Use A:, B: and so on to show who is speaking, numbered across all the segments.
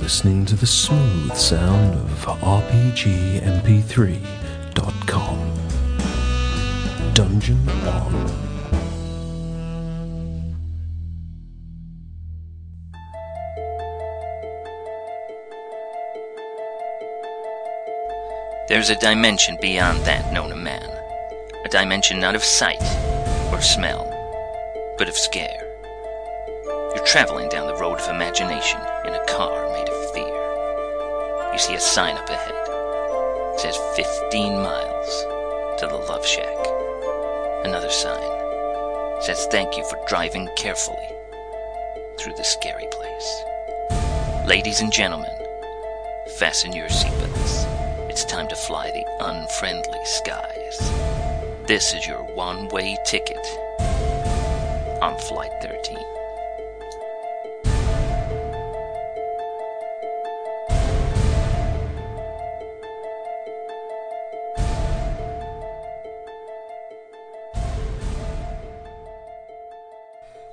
A: listening to the smooth sound of RPGMP3.com. Dungeon 1.
B: There's a dimension beyond that known to man. A dimension not of sight or smell, but of scare. You're traveling down the road of imagination in a car made of fear. You see a sign up ahead. It says 15 miles to the Love Shack. Another sign says thank you for driving carefully through the scary place. Ladies and gentlemen, Fasten your seatbelts. It's time to fly the unfriendly skies. This is your one way ticket on Flight 13.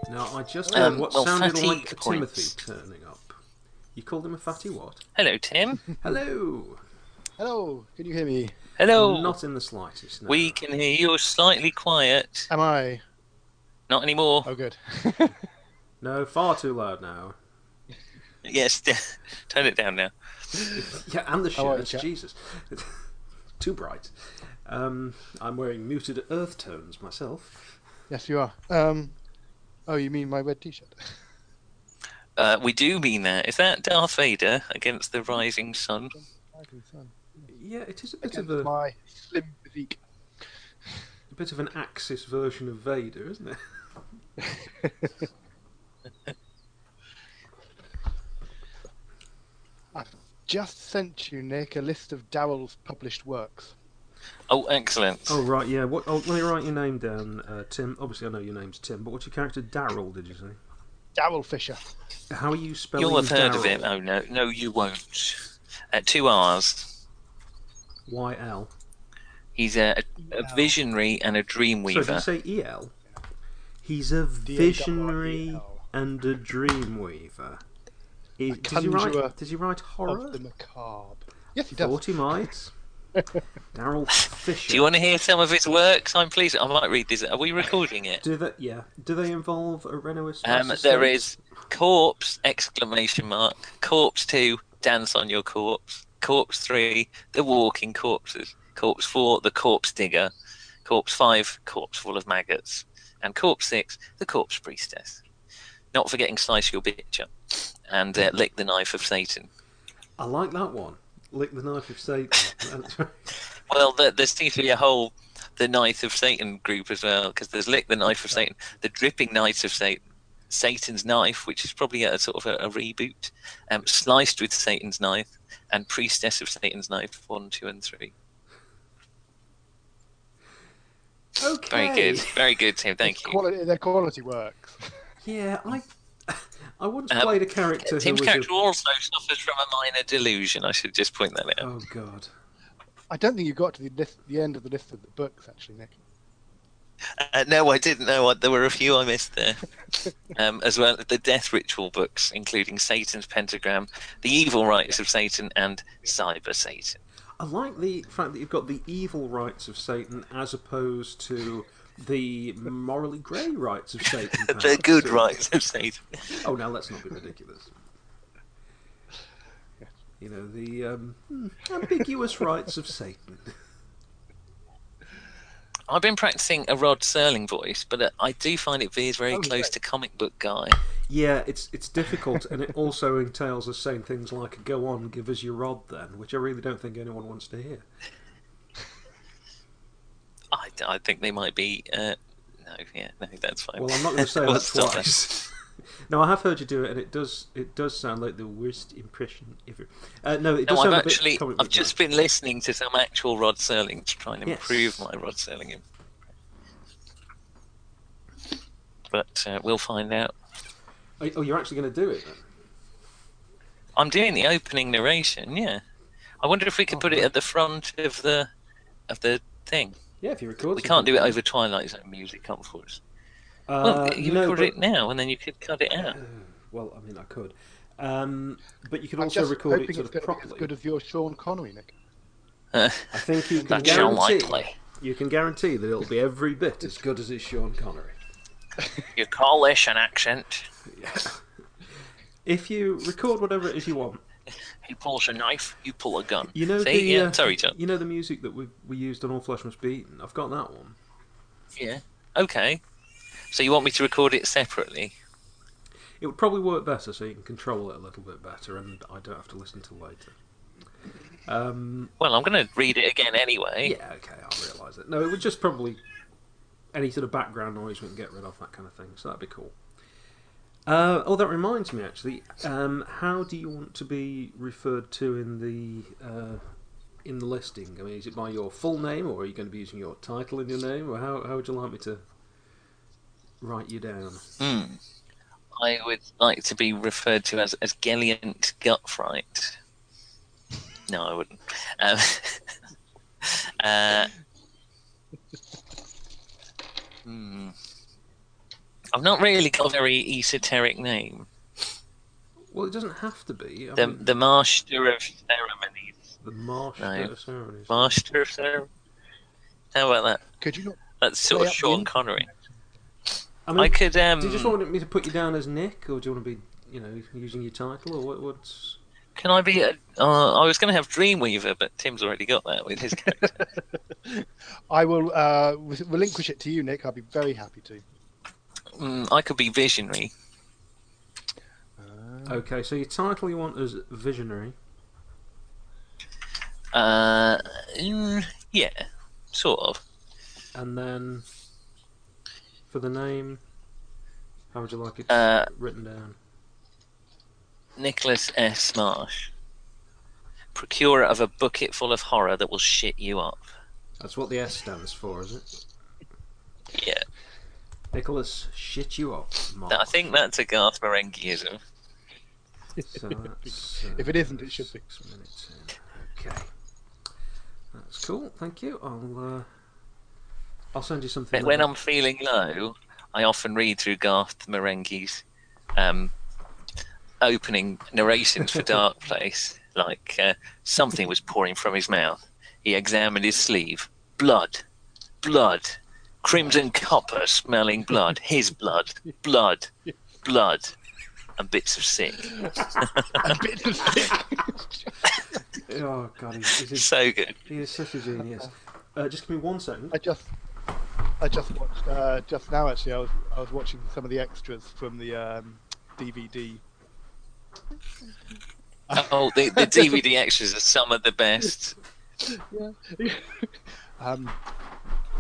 C: Now, I just heard
B: Um,
C: what
B: well,
C: sounded
B: fatigue
C: like a Timothy
B: points.
C: turning up. You called him a fatty what?
B: Hello, Tim.
C: Hello!
D: Hello, can you hear me?
B: Hello.
C: Not in the slightest. No.
B: we can hear you slightly quiet.
D: Am I?
B: Not anymore.
D: Oh, good.
C: No, far too loud now.
B: Yes, turn it down now.
C: Yeah, and the
D: are you,
C: shirts,
D: chap?
C: Jesus. too bright. Um, I'm wearing muted earth tones myself.
D: yes, you are. Um, oh, you mean my red T-shirt?
B: Uh, we do mean that. Is that Darth Vader against the rising sun?
C: Yeah, it is a bit
D: Against
C: of a,
D: my slim physique.
C: a bit of an Axis version of Vader, isn't it?
D: I've just sent you, Nick, a list of Daryl's published works.
B: Oh, excellent.
C: Oh right, yeah. What? Oh, let me write your name down, uh, Tim. Obviously, I know your name's Tim, but what's your character Daryl? Did you say?
D: Daryl Fisher.
C: How are you spelling?
B: You'll have heard of
C: Daryl?
B: him. Oh, no, no, you won't. Uh, two R's.
C: Y L.
B: He's a, a visionary and a dream
C: So did you
B: weaver.
C: say E L? He's a visionary
D: D-A-R-R-E-L.
C: and a dreamweaver. He, did you
D: conjurer
C: write? Did you write horror?
D: Of the macabre. Yes, he does.
C: Forty mites. Daryl Fisher.
B: Do you want to hear some of his works? I'm pleased. I might read this. Are we recording it?
C: Do that? Yeah. Do they involve a Renoist?
B: Um, there is corpse exclamation mark. Corpse two. Dance on your corpse. Corpse three. The walking corpses. Corpse four. The corpse digger. Corpse five. Corpse full of maggots. And corpse six. The corpse priestess. Not forgetting slice your bitch up and uh, lick the knife of Satan.
C: I like that one. Lick the knife of Satan. That's right.
B: Well, there, there seems to be a whole the Knife of Satan group as well, because there's Lick the Knife of Satan, the Dripping Knife of Satan, Satan's Knife, which is probably a sort of a, a reboot, um, Sliced with Satan's Knife, and Priestess of Satan's Knife one, two, and three.
C: Okay.
B: Very good, very good, Tim. Thank you.
D: Quality, they're quality works.
C: Yeah, I. I once
B: Um,
C: played a character who
B: Tim's
C: was.
B: character
C: A...
B: also suffers from a minor delusion. I should just point that out.
C: Oh God.
D: I don't think you got to the, list, the end of the list of the books, actually, Nick.
B: Uh, no, I didn't know. I, there were a few I missed there. um, as well, the death ritual books, including Satan's Pentagram, The Evil Rites of Satan, and Cyber Satan.
C: I like the fact that you've got the evil rights of Satan as opposed to the morally grey rights of Satan.
B: the
C: perhaps.
B: good rights of Satan.
C: Oh, now let's not be ridiculous. You know the um, ambiguous rights of Satan.
B: I've been practicing a Rod Serling voice, but uh, I do find it veers very
D: Oh,
B: close
D: great.
B: to comic book guy.
C: Yeah, it's it's difficult, and it also entails us saying things like "Go on, give us your rod," then, which I really don't think anyone wants to hear.
B: I, I think they might be. Uh, no, yeah, no, that's fine.
C: Well, I'm not going to say
B: We'll
C: that
B: stop there.
C: twice. no, I have heard you do it, and it does it does sound like the worst impression ever. Uh, no, it does
B: No, I've
C: sound a bit
B: actually,
C: comic
B: I've
C: book
B: just
C: now.
B: been listening to some actual Rod Serling to try and
C: Yes.
B: improve my Rod Serling. im- But uh, we'll find out.
C: Oh, oh, you're actually going to do it? Then?
B: I'm doing the opening narration. Yeah, I wonder if we
C: Oh,
B: can put it at the front of the of the thing.
C: Yeah, if you record.
B: We can't do it over Twilight Zone music, unfortunately.
C: Uh,
B: Well, you
C: no,
B: record
C: but-
B: it now, and then you could cut it out.
C: Well, I mean, I could. Um, but you could
D: I'm
C: also
D: just
C: record
D: hoping
C: it sort
D: it's
C: of
D: going to be as
C: properly.
D: good as your Sean Connery, Nick.
B: Uh,
C: I think you can
B: That's so
C: guarantee
B: likely.
C: you can guarantee that it'll be every bit as good as it's Sean Connery.
B: you call this an accent?
C: If you record whatever it is you want,
B: He pulls a knife, you pull a gun.
C: you know
B: See?
C: the
B: yeah,
C: uh,
B: sorry, John.
C: you know the music that we we used on All Flesh Must Be Eaten. I've got that one.
B: Yeah. Okay. So you want me to record it separately?
C: It would probably work better so you can control it a little bit better, and I don't have to listen till later. Um,
B: Well, I'm going to read it again anyway.
C: yeah, okay, I realise it. No, it would just probably any sort of background noise we can get rid of that kind of thing. So that'd be cool. Uh, oh, that reminds me actually. Um, how do you want to be referred to in the uh, in the listing? I mean, is it by your full name, or are you going to be using your title in your name, or how how would you like me to write you down?
B: Hmm. I would like to be referred to as as Gelliant Gutfright. No, I wouldn't. Um, uh, hmm. I've not really got a very esoteric name.
C: Well, it doesn't have to be. I
B: The
C: mean,
B: the Master of Ceremonies.
C: the Marsh
B: No.
C: Day of Ceremonies.
B: Master of Ceremonies. How about that?
D: Could you not?
B: That's sort
D: Play
B: of
D: up the
B: Sean
D: in-
B: Connery.
C: I mean,
B: I could. Um,
C: do you just want me to put you down as Nick, or do you want to be, you know, using your title, or what, what's?
B: Can I be? A, uh, I was going to have Dreamweaver, but Tim's already got that with his character.
D: I will uh, re- relinquish it to you, Nick. I'll be very happy to.
B: Mm, I could be visionary.
D: Uh,
C: Okay, so your title you want is Visionary.
B: Uh, mm, yeah, sort of.
C: And then for the name, how would you like it
B: Uh,
C: written down?
B: Nicholas S. Marsh, procurer of a bucket full of horror that will shit you up.
C: That's what the S stands for, is it?
B: Yeah,
C: Nicholas, shit you up. Mark.
B: I think that's a Garth Marenghiism.
C: So that's, uh,
D: If it isn't, it should be.
C: Six minutes in. Okay. That's cool. Thank you. I'll uh, I'll send you something.
B: But when
C: later.
B: I'm feeling low, I often read through Garth Marenghi's um, opening narrations for Dark Place, like uh, something was pouring from his mouth. He examined his sleeve. Blood, blood, crimson copper smelling blood, his blood, blood, blood, and bits of sick.
D: A bit of thick.
C: Oh god, he's, he's a
B: So good.
C: He is such a genius. Uh, just give me one second.
D: I just, I just watched uh, just now. Actually, I was I was watching some of the extras from the um, DVD.
B: Oh, the, the DVD extras are some of the best.
D: um,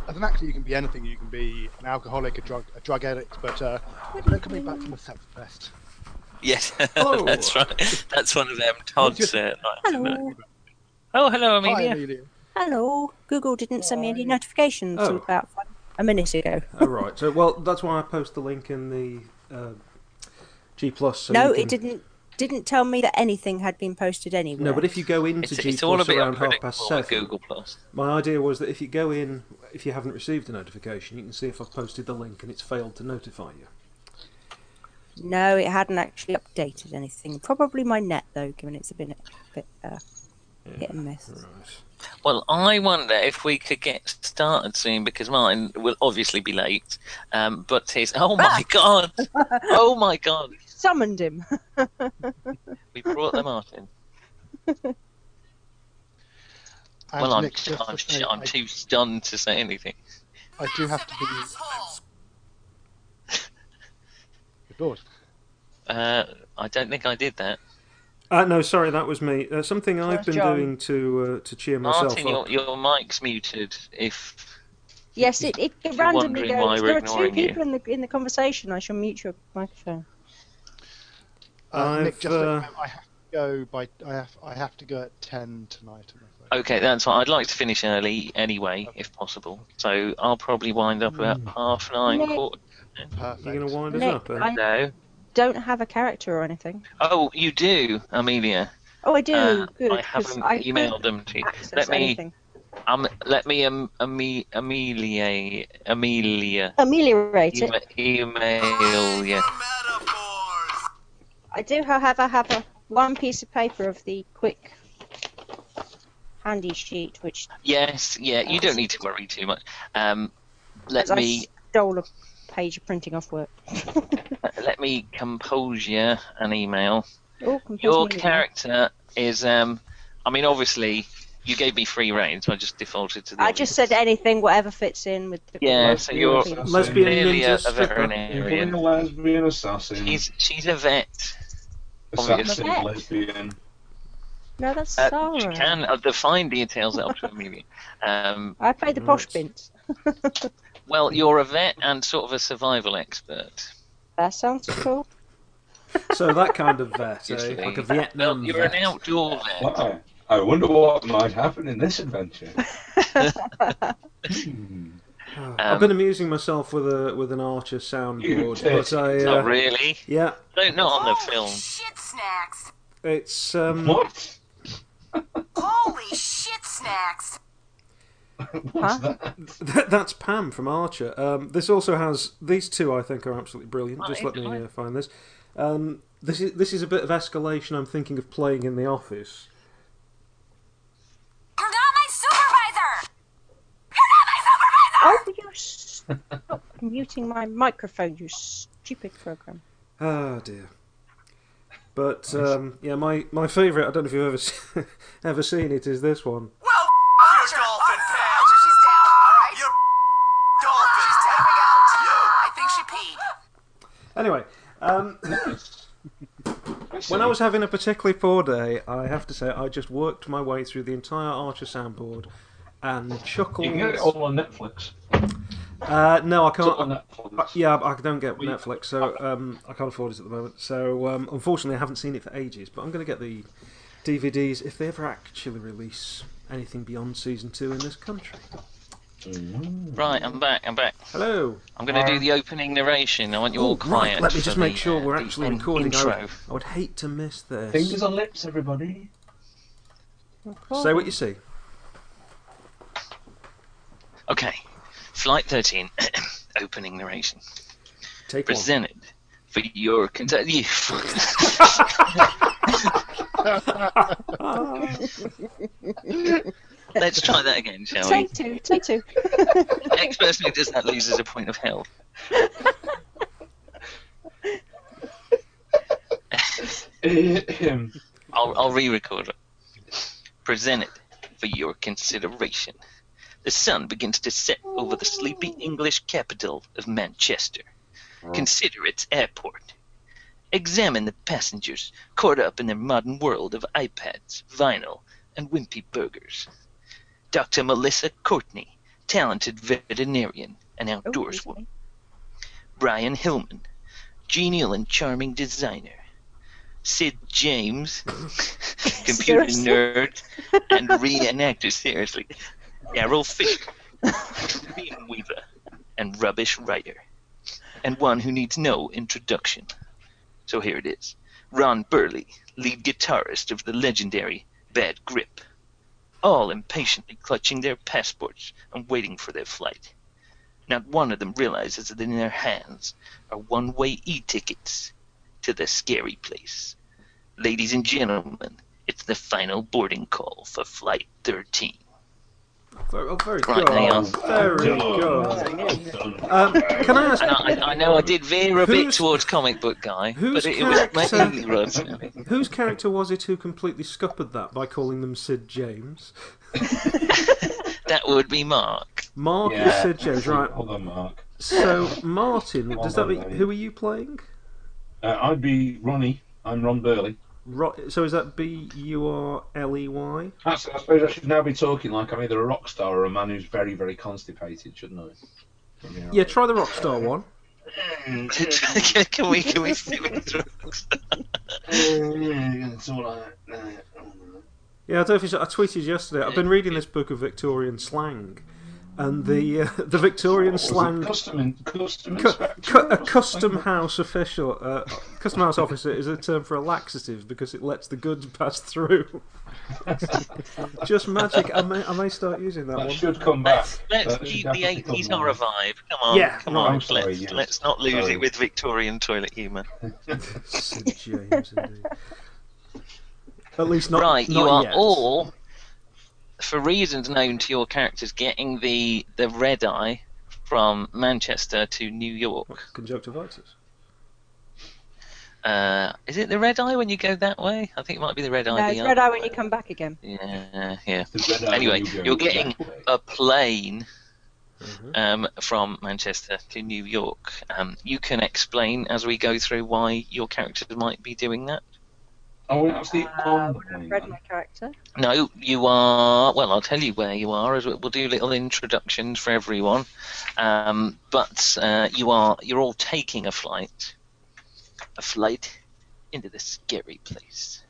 D: as an actor, you can be anything. You can be an alcoholic, a drug, a drug addict. But uh, you know, coming back from a sex fest,
B: Yes,
C: Oh.
B: that's right. That's one of them. Todd's. Uh,
E: Hello.
B: Oh, hello,
D: hi
B: Amelia.
D: Amelia.
E: Hello. Google didn't send me any notifications
C: Oh.
E: until about five, a minute ago.
C: All Oh, right. So, well, that's why I post the link in the uh, G plus. So
E: no,
C: you can-
E: it didn't didn't tell me that anything had been posted anywhere.
C: No, but if you go into
B: It's,
C: G
B: it's all a
C: plus
B: bit
C: around half past
B: unpredictable
C: seven,
B: with Google Plus.
C: my idea was that if you go in, if you haven't received a notification, you can see if I've posted the link and it's failed to notify you.
E: No, it hadn't actually updated anything. Probably my net though, given it's a bit a bit uh, hit and miss.
B: Hmm.
C: Right.
B: Well, I wonder if we could get started soon because mine will obviously be late. Um, but his oh my god, oh my god,
E: Summoned him.
B: we brought them out in.
D: And
B: Well, I'm
D: Nick, just
B: I'm,
D: to say,
B: I'm
D: I-
B: too stunned to say anything.
D: I do have to be. Good Lord.
B: Uh, I don't think I did that.
C: Uh, no, sorry, that was me. Uh, something I've
E: That's
C: been
E: John.
C: doing to uh, to cheer myself
B: Martin, your,
C: up.
B: your mic's muted. If
E: Yes, it, it randomly
B: wondering why
E: goes.
B: we're
E: There are two
B: ignoring you.
E: people in the in the conversation. I shall mute your microphone.
D: Uh, Nick,
C: I've,
D: just so you
C: uh,
D: know, I have to go by. I have. I have to go at ten tonight. I'm afraid.
B: okay, that's fine. I'd like to finish early anyway, if possible. So I'll probably wind up about half nine.
E: Nick.
B: Quarter.
D: Perfect.
C: You're going to wind us
E: Nick,
C: up. eh?
E: I
B: No.
E: don't have a character or anything.
B: Oh, you do, Amelia.
E: Oh, I do.
B: Uh,
E: Good.
B: I
E: 'cause
B: haven't
E: I
B: emailed
E: couldn't
B: them to you.
E: access
B: Let me,
E: anything.
B: um, let me, um, ame, Amelia, Amelia,
E: ameliorate it.
B: email, email you.
E: I do, however, have a one piece of paper of the quick handy sheet, which
B: Yes, yeah, you don't need to worry too much. Um, let
E: as
B: me
E: I stole a page of printing off work.
B: let me compose you an email.
E: Oh, composed
B: Your
E: me.
B: character is um, I mean obviously you gave me free reign, so I just defaulted to the
E: I just said anything, whatever fits in with the.
B: Yeah, so you're
C: Lesbian
B: Clearly a-
C: ninja
B: a
C: stripper.
F: You're being
B: veterinarian.
F: a lesbian assassin.
B: She's she's a vet.
F: assassin
E: obviously.
F: lesbian.
E: No, that's
B: Uh,
E: Sarah.
B: she can uh, the fine details are up to Amelia. Um,
E: I played the posh bint.
B: well, you're a vet and sort of a survival expert.
E: That sounds cool.
C: So that kind of vet, eh?
B: obviously.
C: like a Vietnam
B: Well, you're an
C: vet.
B: outdoor vet.
F: Wow. I wonder what might happen in this adventure. Hmm.
C: Oh,
B: um,
C: I've been amusing myself with a with an Archer soundboard,
F: You
C: but I
B: Not
C: uh,
B: really.
C: yeah,
B: No, not on the
G: Holy
E: Oh.
B: film.
G: Shit snacks!
C: it's
F: Hmm.
C: um,
F: what?
G: Holy shit snacks!
F: What's that?
C: That, that's Pam from Archer. Um, this also has these two. I think are absolutely brilliant.
F: Oh,
C: Just
B: Right,
C: let me
B: right.
C: uh, find this. Um, this is this is a bit of escalation. I'm thinking of playing in the office.
G: You're not my supervisor! You're not my
E: Oh,
G: supervisor!
E: will you stop muting my microphone, you stupid program.
C: Ah dear. But um, yeah, my, my favourite. I don't know if you've ever se- ever seen it. Is this one?
G: Well, f- you dolphin, Pam. She's down, alright? You're dolphin. She's tapping out. I think she peed.
C: Anyway, um, when I was having a particularly poor day, I have to say I just worked my way through the entire Archer soundboard and chuckled.
F: you can get it all on Netflix.
C: Uh, no, I
F: It's all
C: can't.
F: on Netflix.
C: Yeah, I I don't get
F: We-
C: Netflix, so um, I can't afford it at the moment. So um, unfortunately, I haven't seen it for ages. But I'm going to get the DVDs if they ever actually release anything beyond season two in this country.
B: Right, I'm back. I'm back.
C: Hello.
B: I'm going to do the opening narration. I want you
C: Oh,
B: all quiet.
C: Right, let me just
B: for
C: make
B: the,
C: sure
B: uh,
C: we're
B: the
C: actually
B: in-
C: recording. I
B: Intro.
C: would, I would hate to miss this.
F: Fingers on lips, everybody.
C: Say what you see.
B: Okay, flight thirteen. opening narration
C: Take one.
B: presented for your consent. You fuckers. Let's try that again, shall we?
E: Take two, take two.
B: Next person who does that loses a point of health.
F: Ahem.
B: I'll, I'll re-record it. Presented for your consideration. The sun begins to set over the sleepy English capital of Manchester. Consider its airport. Examine the passengers caught up in their modern world of iPads, vinyl, and wimpy burgers. Dr. Melissa Courtney, talented veterinarian and
E: Oh,
B: outdoorswoman.
E: excuse me.
B: Brian Hillman, genial and charming designer. Sid James, computer
E: Seriously?
B: nerd and reenactor, seriously. Daryl Fisher, dream weaver and rubbish writer. And one who needs no introduction. So here it is Ron Burley, lead guitarist of the legendary Bad Grip. All impatiently clutching their passports and waiting for their flight. Not one of them realizes that in their hands are one way e tickets to the scary place. Ladies and gentlemen, it's the final boarding call for Flight 13.
C: Very, oh, very
B: Right, there you
C: good. Very
F: Oh, Done.
C: good. Um, can I ask
B: And I, I know I did veer a bit
C: Who's-
B: towards comic book guy,
C: whose
B: but it, it was
C: character-
B: mainly Rod.
C: whose character was it who completely scuppered that by calling them Sid James?
B: That would be Mark.
C: Mark is
F: Yeah.
C: Sid James, right?
F: Hold on, Mark.
C: So Martin, does that
F: on,
C: mean
F: mate.
C: who are you playing?
F: Uh, I'd be Ronnie. I'm Ron Burley.
C: Ro- so is that B U R L E Y?
F: I s- I suppose I should now be talking like I'm either a rock star or a man who's very, very constipated, shouldn't I?
C: Yeah, try the Rockstar one.
F: Mm,
B: can we can we see what's wrong?
F: it's all right.
C: Yeah, I don't know if you saw, I tweeted yesterday. I've been reading this book of Victorian slang, and the uh, the Victorian
F: What was it?
C: slang
F: Custom, in, custom
C: Cu-
F: inspector
C: cu-
F: or
C: a
F: something?
C: custom house official, uh, custom house officer is a term for a laxative because it lets the goods pass through. Just magic. I may, I may start using that
F: That
C: one.
F: should come back.
B: Let's, let's
F: That
B: leave
F: should
B: the
F: definitely come
B: 80s horror
F: back.
B: vibe. Come on,
C: Yeah,
B: come
C: right.
B: on.
F: I'm sorry,
B: let's,
F: yes.
B: let's not lose
F: Sorry.
B: it with Victorian toilet humour.
C: St. James, indeed. At least not
B: right, you
C: not
B: are
C: yet.
B: all, for reasons known to your characters, getting the, the red eye from Manchester to New York.
C: conjunctivitis.
B: Uh, is it the red eye when you go that way? I think it might be the red eye.
E: No,
B: the
E: it's
B: other
E: red eye when
B: way.
E: you come back again.
B: Yeah, yeah.
F: The red eye
B: Anyway,
F: when you go
B: you're getting
F: that way.
B: a plane
C: Mm-hmm.
B: um, from Manchester to New York. Um, you can explain as we go through why your characters might be doing that.
F: Oh, that's the
E: Uh,
F: on
E: when I've
F: thing.
E: read my character.
B: No, you are. Well, I'll tell you where you are. As we- we'll do little introductions for everyone. Um, but uh, you are. You're all taking a flight. A flight into the scary place.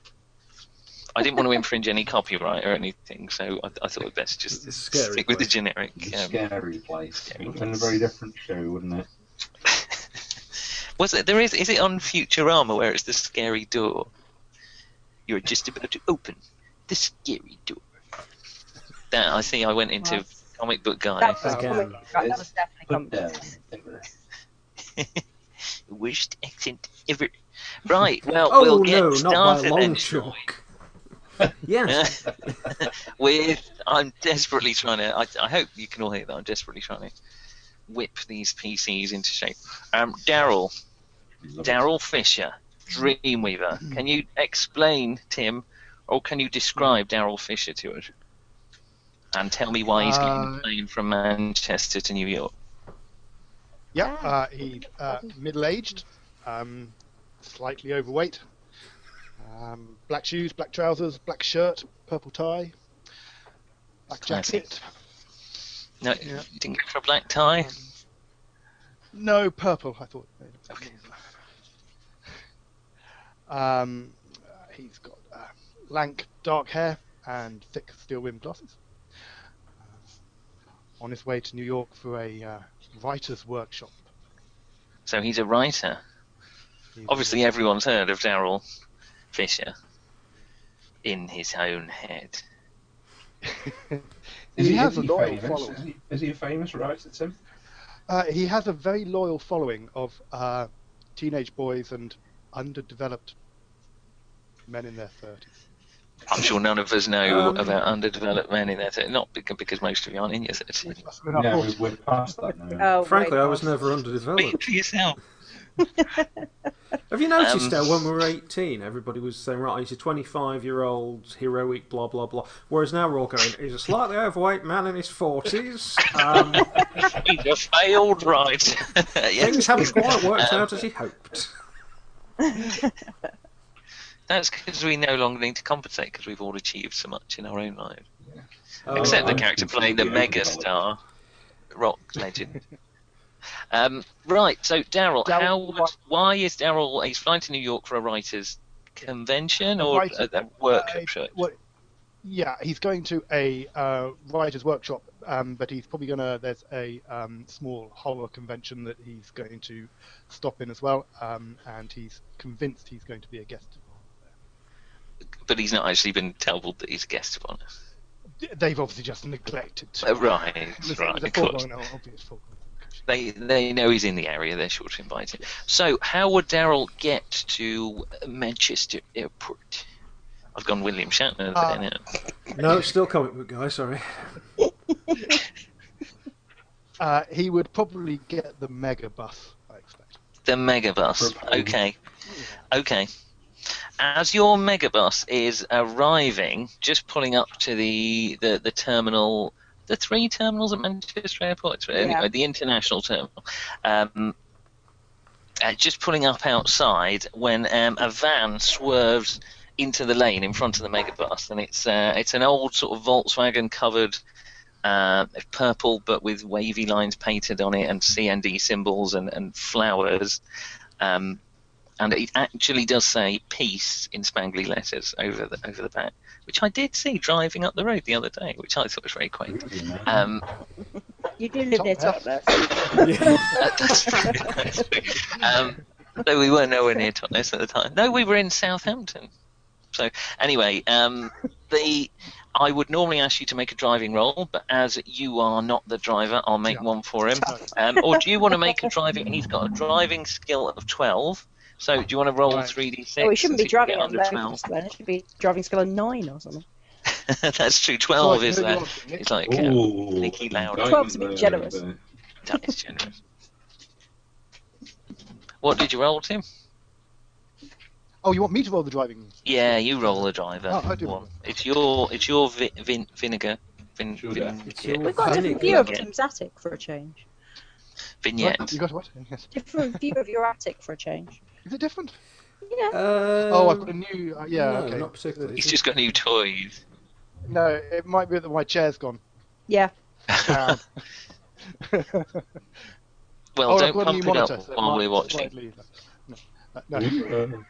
B: I didn't want to infringe any copyright or anything, so I, I thought it best just
C: It's a scary
B: stick with the
C: place.
B: generic.
F: It's a
B: um,
F: scary place. It would have been a
B: place.
F: very different show, wouldn't it?
B: Was it there is is it on Futurama where it's the scary door? You're just about to open the scary door. That I think I went into
E: Well,
B: comic book guy.
E: That was,
C: Again. uh,
E: comic book. That was definitely
F: Put
B: Um,
E: comic
F: down.
E: book.
B: Worst accent ever. Right, well
C: Oh
B: we'll get
C: no, not
B: started
C: by a long
B: then,
C: chalk.
B: shall
C: yes,
B: we? With I'm desperately trying to I, I hope you can all hear that, I'm desperately trying to whip these PCs into shape. Um Daryl. Daryl Fisher,
C: Hmm.
B: Dreamweaver. Can you explain, Tim, or can you describe
C: Hmm.
B: Daryl Fisher to us? And tell me why he's getting
D: Uh,
B: the plane from Manchester to New York.
D: Yeah, uh, he uh, middle-aged, um, slightly overweight, um, black shoes, black trousers, black shirt, purple tie, black
B: Classic.
D: jacket.
B: No,
D: Yeah.
B: you didn't go for a black tie?
C: Hmm.
D: No, purple. I thought. Um, uh, he's got uh, lank, dark hair, and thick steel-rimmed glasses. Uh, on his way to New York for a uh, writer's workshop.
B: So he's a writer.
D: He's-
B: Obviously, everyone's heard of Daryl Fisher in his own head.
D: he, has a
F: is
D: loyal
F: famous?
D: following.
F: Is he, is he a famous writer, Tim?
D: Uh, he has a very loyal following of uh, teenage boys and underdeveloped men in their 30s.
B: I'm sure none of us know
C: Um,
B: about underdeveloped men in their thirties. Not beca- because most of you aren't in your thirties.
D: Must have been our
F: No,
D: forties.
F: we're, we're past that now.
E: Oh,
C: frankly,
E: wait,
C: I was
E: God.
C: never underdeveloped.
B: Speak for yourself.
C: Have you noticed
B: Um,
C: that when we were 18, everybody was saying, right, he's a 25 year old heroic, blah, blah, blah. Whereas now we're all going, he's a slightly overweight man in his 40s. Um,
B: He's a failed writer. Yes.
C: things haven't quite worked
B: Um,
C: out as he hoped.
B: That's because we no longer need to compensate because we've all achieved so much in our own lives.
C: Um,
B: Except the
F: Oh, I'm
B: character playing the
F: completely
B: megastar, rock legend. um, right, so Daryl,
D: Daryl,
B: how?
D: why-
B: would- Why is Daryl? He's flying to New York for a writer's convention
D: A
B: or a,
D: writer's-
B: a work
D: Uh,
B: trip?
D: what- yeah, he's going to a uh, writer's workshop, um, but he's probably going to. There's a um, small horror convention that he's going to stop in as well, um, and he's convinced he's going to be a guest.
B: But he's not actually been told that he's a guest of honor.
D: They've obviously just neglected to.
B: Uh, right,
D: It was- it was
B: right,
D: a
B: of course.
D: foregone, obvious foregone conclusion.
B: They they know he's in the area. They're sure to invite him. So how would Daryl get to Manchester Airport? I've gone William Shatner there
D: Uh,
B: now.
C: no, it's still comic book guy, sorry.
D: Uh, he would probably get the mega bus, I expect.
B: The megabus.
F: Propane.
B: Okay. Okay. As your megabus is arriving, just pulling up to the, the, the terminal, the three terminals at Manchester Airport, it's- anyway,
E: Yeah.
B: the international terminal, um, uh, just pulling up outside when um, a van swerves into the lane in front of the megabus, and it's uh, it's an old sort of Volkswagen covered uh, purple, but with wavy lines painted on it and CND symbols and, and flowers. Um, and it actually does say peace in spangly letters over the over the back, which I did see driving up the road the other day, which I thought was very quaint.
F: Really, man.
B: Um,
E: You do live near
D: Top
E: Totnes.
B: Uh, that's true. That's true. Um, no, we were nowhere near Totnes at the time. No, we were in Southampton. So anyway, um, the I would normally ask you to make a driving roll, but as you are not the driver, I'll make
D: Yeah.
B: one for him. Um, or do you want to make a driving? He's got a driving skill of twelve. So do you want to roll
D: Right.
B: three d six?
E: Oh, it shouldn't be driving on low. then. It should be driving skill on nine or something.
B: that's true. Twelve
D: Right,
B: is
D: who do you
B: Oh, that?
D: want to pick?
B: It's like um,
F: Ooh,
B: Nicky Lauda.
F: don't
E: Twelve's a bit
F: know,
E: generous.
F: but-
B: that is generous. What did you roll, Tim?
D: Oh, you want me to roll the driving?
B: Yeah, you roll the driver.
D: Oh, I do.
B: One. It's your it's your vi- vin- vinegar vin-
F: Sure,
B: vin-
F: yeah.
C: It's
B: yeah,
C: all
E: We've got a
C: vinegar.
E: different view of
B: Yeah.
E: Tim's attic for a change.
B: vignette.
D: What? You got what? Yes.
E: Different view of your attic for a change.
D: Is it different?
E: Yeah.
D: oh, I've
C: Um,
D: got a new. Uh, yeah.
C: no,
D: okay.
C: not particularly.
B: He's just got new toys.
D: No, it might be that my chair's gone.
E: yeah.
D: Um,
B: well,
D: oh, I've
B: don't
D: got a new
B: pump it
D: monitor.
B: up
D: so it
B: while
D: might
B: we're watching.
D: slightly- No, no, no.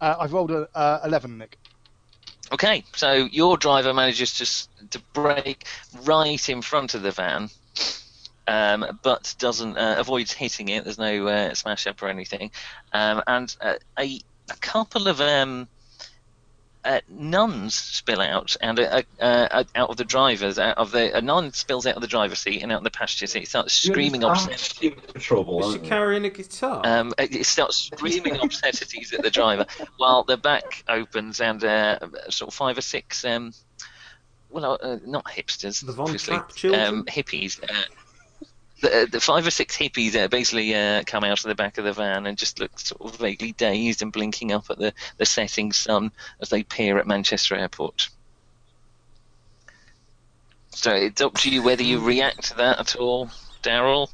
D: Uh, I've rolled a uh, eleven, Nick.
B: Okay, so your driver manages to s- to brake right in front of the van, um, but doesn't uh, avoids hitting it. There's no uh, smash up or anything, um, and uh, a a couple of um, uh, nuns spill out and uh, uh, uh, out of the driver's out of the a nun spills out of the driver's seat and out the passenger seat. Starts screaming
F: Ah,
B: obscenity.
F: stupid trouble.
C: Is she
F: aren't they?
C: carrying a guitar?
B: Um, it it starts screaming obscenities at the driver while the back opens and uh, sort of five or six, um, well, uh, not hipsters,
C: The Von
B: obviously,
C: Trapp children?
B: um, hippies. Uh, the, uh, the five or six hippies uh, basically uh, come out of the back of the van and just look sort of vaguely dazed and blinking up at the, the setting sun as they peer at Manchester Airport. So it's up to you whether you react to that at all, Daryl.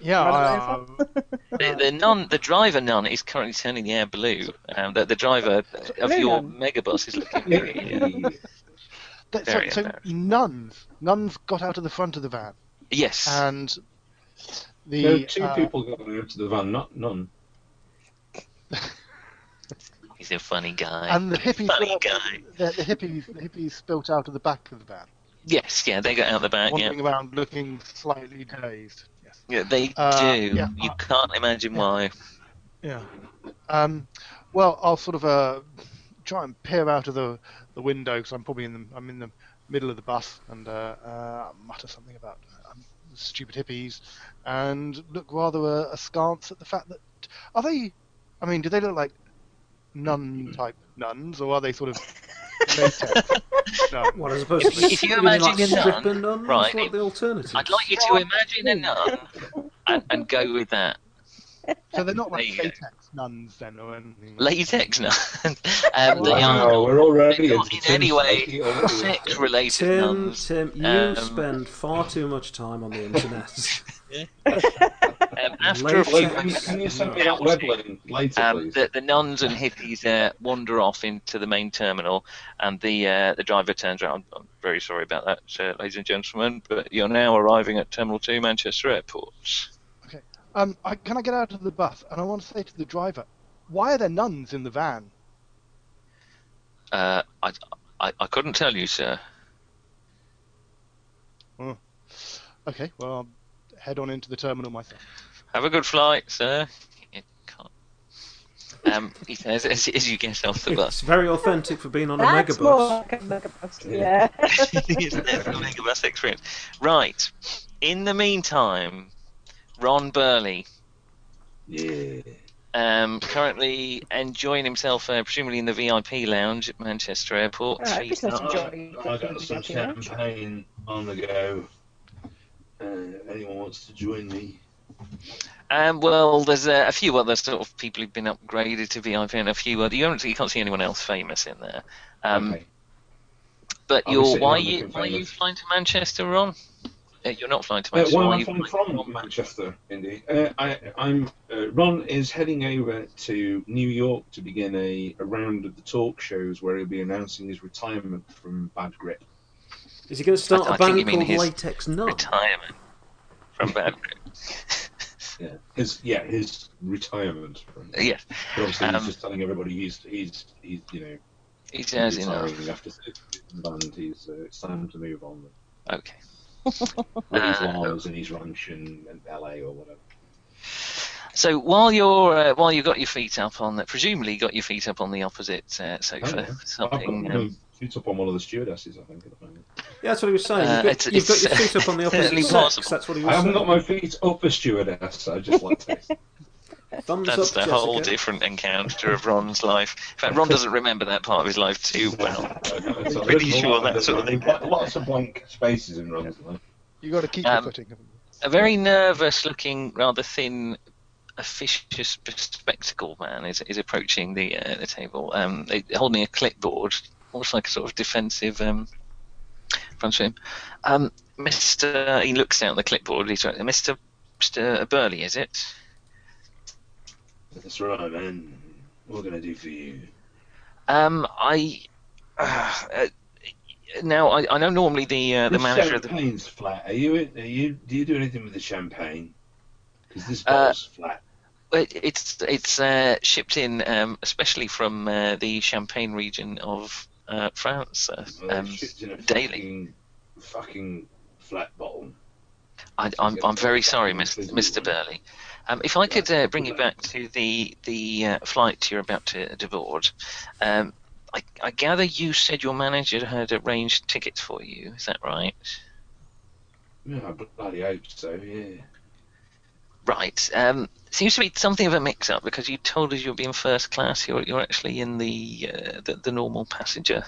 D: Yeah. I,
B: Um,
E: Run
D: uh,
B: The, the nun, the driver nun, is currently turning the air blue. Um, the, the driver of
E: Blue
B: your
E: nun.
B: megabus is looking. uh,
D: that,
B: Very
D: so, so
B: embarrassing.
D: nuns, nuns got out of the front of the van,
B: Yes.
D: and the
F: no, two
D: uh,
F: people got out to the van, not none.
B: he's a funny guy.
D: and the hippies,
B: Funny
D: got out-
B: guy.
D: The, the hippies, the hippies spilt out of the back of the van,
B: yes, yeah, they got out the back. Uh, Yeah.
D: wandering around looking slightly dazed. Yes.
B: yeah they
D: Uh,
B: do.
D: yeah,
B: you
D: uh,
B: can't imagine why.
D: Yeah. Um, well, I'll sort of uh, try and peer out of the, the window because I'm probably in the I'm in the middle of the bus and uh, uh, mutter something about um, stupid hippies and look rather uh, askance at the fact that are they? I mean, do they look like nun type nuns or are they sort of latex nuns?
C: What as opposed to
B: If you imagine
C: like,
B: a nun,
C: stripper nuns,
B: right,
C: what the alternative?
B: I'd like you to imagine a nun and, and go with that.
D: So they're not like
B: There you go.
D: latex nuns then or anything.
B: Latex nun. um, they
F: Wow,
B: are
F: we're already
B: they're
F: into
B: not in
F: Tim's
B: any way
F: psyche, aren't we?
B: sex related
C: Tim,
B: nuns.
C: Tim, you
B: Um,
C: spend far too much time on the internet.
B: Um, after a few
C: Latex
F: Like,
B: moments,
F: Can you send me that web link later,
B: Um,
F: please?
B: the, the nuns and hippies uh, wander off into the main terminal, and the uh, the driver turns around. I'm, I'm very sorry about that, sir, ladies and gentlemen, but you're now arriving at Terminal 2, Manchester Airport.
D: Um, I, can I get out of the bus? And I want to say to the driver, why are there nuns in the van?
B: Uh, I, I, I couldn't tell you, sir.
D: Okay, well, I'll head on into the terminal myself.
B: Have a good flight, sir. You can't. Um, he says as, as you get off the
C: it's
B: bus.
C: very authentic for being on a
E: That's more
C: megabus.
E: like a megabus. Yeah.
B: It's definitely a bus experience. Right. In the meantime, Ron Burley
F: Yeah.
B: um, currently enjoying himself, uh, presumably in the VIP lounge at Manchester Airport.
E: Right,
B: Three
E: it's not
B: stars.
E: Johnny,
F: I got some
E: Johnny Depp.
F: champagne on the go. Uh, anyone wants to join me?
B: um, well, there's uh, a few other sort of people who've been upgraded to VIP, and a few other. You, don't, you can't see anyone else famous in there. Um,
F: okay.
B: But
F: I'll be
B: you're,
F: sitting
B: why,
F: on the
B: you, why are you
F: conveyor.
B: flying to Manchester, Ron? Uh, you're not flying to
F: Uh,
B: Manchester.
F: where am
B: why
F: I
B: you
F: from?
B: flying-
F: From Manchester, indeed. Uh, I, I'm uh, Ron is heading over to New York to begin a, a round of the talk shows where he'll be announcing his retirement from Bad Grip.
C: Is he going to start
B: I- I think
C: a band
B: you mean
C: called
B: his
C: Latex Nun?
B: Retirement from Bad Grip.
F: Yeah, his yeah his retirement. From,
B: yes,
F: But obviously,
B: um,
F: he's just telling everybody he's he's he's you know
B: he
F: he's
B: says enough.
F: retiring after six years in the band. He's uh, it's time to move on.
B: Okay.
F: Ray's
B: Uh,
F: Lives and his ranch and, and LA or whatever.
B: So while you're uh, while you've got your feet up on the, presumably you got your feet up on the opposite uh,
F: Oh,
B: sofa,
F: yeah.
B: something.
F: I've
B: Um,
F: got it's up on one of the stewardesses, I think, at the moment.
C: Yeah, that's what he was saying.
B: Uh,
C: You've got,
B: it's-
C: you've got
B: it's-
C: your feet up on the opposite
B: certainly
C: sex.
B: possible.
C: That's what he
F: I
C: was
F: haven't
C: saying.
B: uh,
F: got my feet up a stewardess. I just like to.
C: Thumbs
B: that's
C: up,
B: the
C: Jessica.
B: whole different encounter of Ron's life. In fact, Ron doesn't remember that part of his life too well.
F: I'm
B: Pretty sure that sort of thing.
F: Lots of blank spaces in Ron's life.
D: You got to keep
B: Um,
D: your footing. haven't you?
B: A very nervous-looking, rather thin, officious, spectacle man is is approaching the uh, the table, um, eh, holding a clipboard, almost like a sort of defensive um, front of him. Um, Mister, he looks down at the clipboard. He's right, Mister. Mr. Burley, is it?
F: That's right, man. What can I do for you?
B: Um, I uh, now I, I know normally the uh, the manager of the
F: champagne's flat. Are you? Are you? Do you do anything with the champagne? Because this
B: Uh,
F: bottle's flat.
B: It- It's it's uh, shipped in, um, especially from uh, the Champagne region of uh, France. Uh,
F: Well,
B: um,
F: it's shipped in a
B: daily.
F: Fucking, fucking flat bottle.
B: I, I'm I'm very sorry, Mr.
F: Completely
B: Mr.
F: wrong.
B: Burley. Um, if I could uh, bring you back to the the uh, flight you're about to, to board, um, I, I gather you said your manager had arranged tickets for you. Is that right?
F: Yeah, I bloody hope so. Yeah.
B: Right. Um, seems to be something of a mix-up because you told us you were being first class. You're you're actually in the uh, the, the normal passenger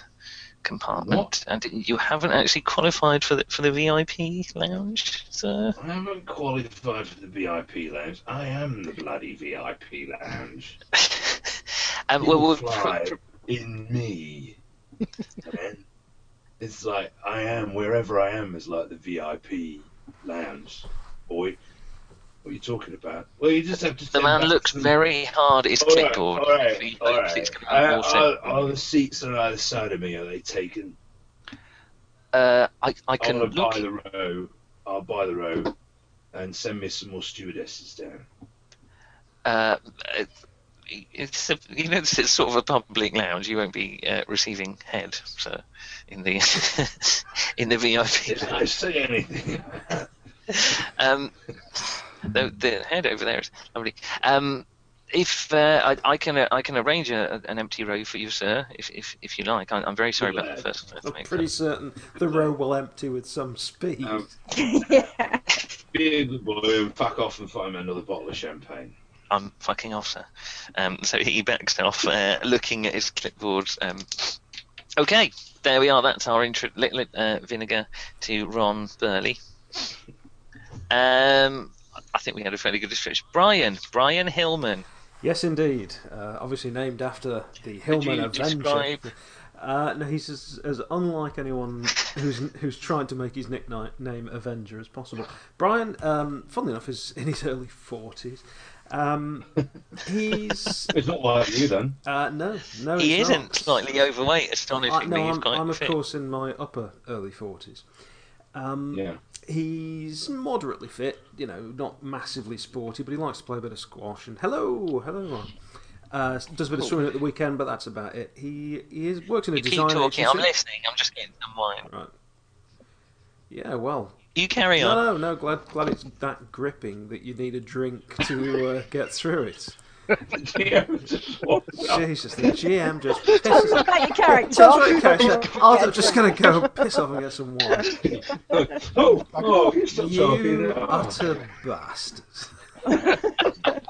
B: compartment,
F: What?
B: and you haven't actually qualified for the for the VIP lounge, sir.
F: I haven't qualified for the VIP lounge. I am the bloody VIP lounge.
B: um,
F: People
B: well, well,
F: fly
B: pr- pr-
F: in me. man. It's like I am wherever I am is like the VIP lounge, boy. What are you talking about? Well, you just have to.
B: the
F: think
B: man
F: back
B: looks
F: to-
B: very hard at his
F: All right,
B: clipboard.
F: all right,
B: He
F: all
B: hopes
F: right.
B: it's gonna
F: Are-
B: be more
F: are-
B: simple.
F: are the seats on either side of me are they taken?
B: Uh, I, I
F: I
B: can
F: want to
B: look.
F: buy the row. I'll buy the row, and send me some more stewardesses down.
B: uh, it's a, you know it's, it's sort of a public lounge. You won't be uh, receiving head, so in the in the VIP.
F: Did I say anything?
B: Um, the, the head over there is lovely. Um, if uh, I, I can uh, I can arrange a, an empty row for you, sir, if if, if you like. I, I'm very sorry about the first. first
C: I'm
B: mate,
C: pretty certain the row will empty with some speed.
F: Um,
E: yeah.
F: Be a good boy and fuck off and find me another bottle of champagne.
B: but I'm fucking off, sir. Um, so he backs off, uh, looking at his clipboard. Um, okay, there we are. That's our intro. Lit, lit, uh, vinegar to Ron Burley. Um, I think we had a fairly good description. Brian, Brian Hillman.
C: Yes, indeed. Uh, obviously named after the
B: Could
C: Hillman
B: you
C: Avenger.
B: describe
C: Uh, no, he's as, as unlike anyone who's who's tried to make his nickname Avenger as possible. Brian, um, funnily enough, is in his early forties. Um, he's
F: It's not like you then.
C: uh, no, no,
B: He
C: he's
B: isn't
C: not.
B: slightly overweight,
C: I,
B: astonishingly.
C: no,
B: he's
C: I'm,
B: quite
C: I'm of
B: fit.
C: course in my upper early forties. Um,
F: Yeah.
C: He's moderately fit, you know, not massively sporty, but he likes to play a bit of squash. And hello, hello. Uh, does a bit of swimming at the weekend, but that's about it. He he is works in a
B: Oh. You keep
C: design
B: talking,
C: agency.
B: I'm listening, I'm just getting some wine.
C: Right. Yeah, well,
B: You carry
C: no,
B: on.
C: no, no. Glad, glad it's that gripping that you need a drink to uh, get through it.
B: Oh,
C: Jesus, the GM just pisses.
E: Talk about your character.
C: Sounds like character. I'm just gonna go piss off and get some wine.
F: oh, oh, you stop
C: You
F: talking.
C: utter bastards.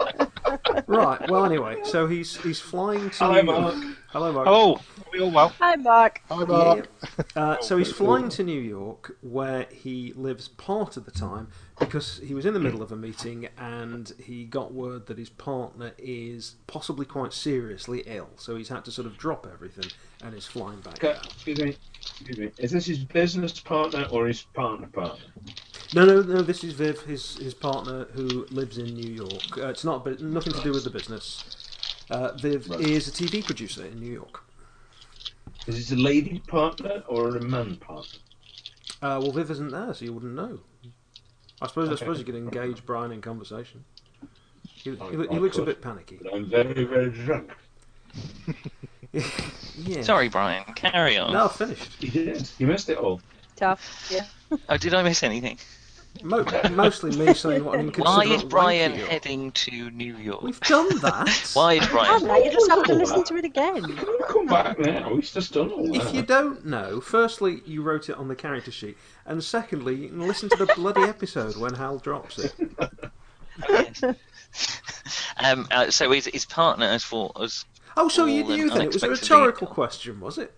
C: right. Well, anyway, so he's he's flying to
F: Hello, Mark.
C: Hello, Mark.
D: Hello, are we all well?
E: Hi, Mark.
D: Hi, Mark.
C: Uh, so he's flying to New York, where he lives part of the time because he was in the middle of a meeting and he got word that his partner is possibly quite seriously ill. So he's had to sort of drop everything and is flying back.
F: Okay, Excuse me. Excuse me. Is this his business partner or his partner partner?
C: No, no, no. This is Viv, his his partner who lives in New York. Uh, it's not, but nothing to do with the business. Uh, Viv
F: Right.
C: is a TV producer in New York.
F: Is it a lady partner or a man partner?
C: Uh, well, Viv isn't there, so you wouldn't know. I suppose I
F: Okay.
C: suppose you could engage Brian in conversation. He, he,
F: I-
C: he
F: I
C: looks a
F: could.
C: bit panicky.
F: But I'm very, very drunk.
C: Yeah.
F: uh,
B: Sorry, Brian, carry on.
C: No, I've finished.
F: He did. You missed it all.
E: Tough. Yeah.
B: Oh, did I miss anything?
C: Mo- mostly me saying what an
B: Why
C: inconsiderate
B: is Brian
C: wanker you are.
B: heading to New York?
C: We've done that.
B: Why is
E: Oh,
B: Brian?
E: no, you just have to listen to it again.
F: Come back now. He's just done all
C: If
F: that.
C: you don't know, firstly, you wrote it on the character sheet, and secondly, you can listen to the bloody episode when Hal drops it.
B: um, uh, so his, his partner has fought us.
C: Oh, so you
B: All an
C: knew then? It was a
B: unexpected
C: rhetorical
B: vehicle.
C: question, was it?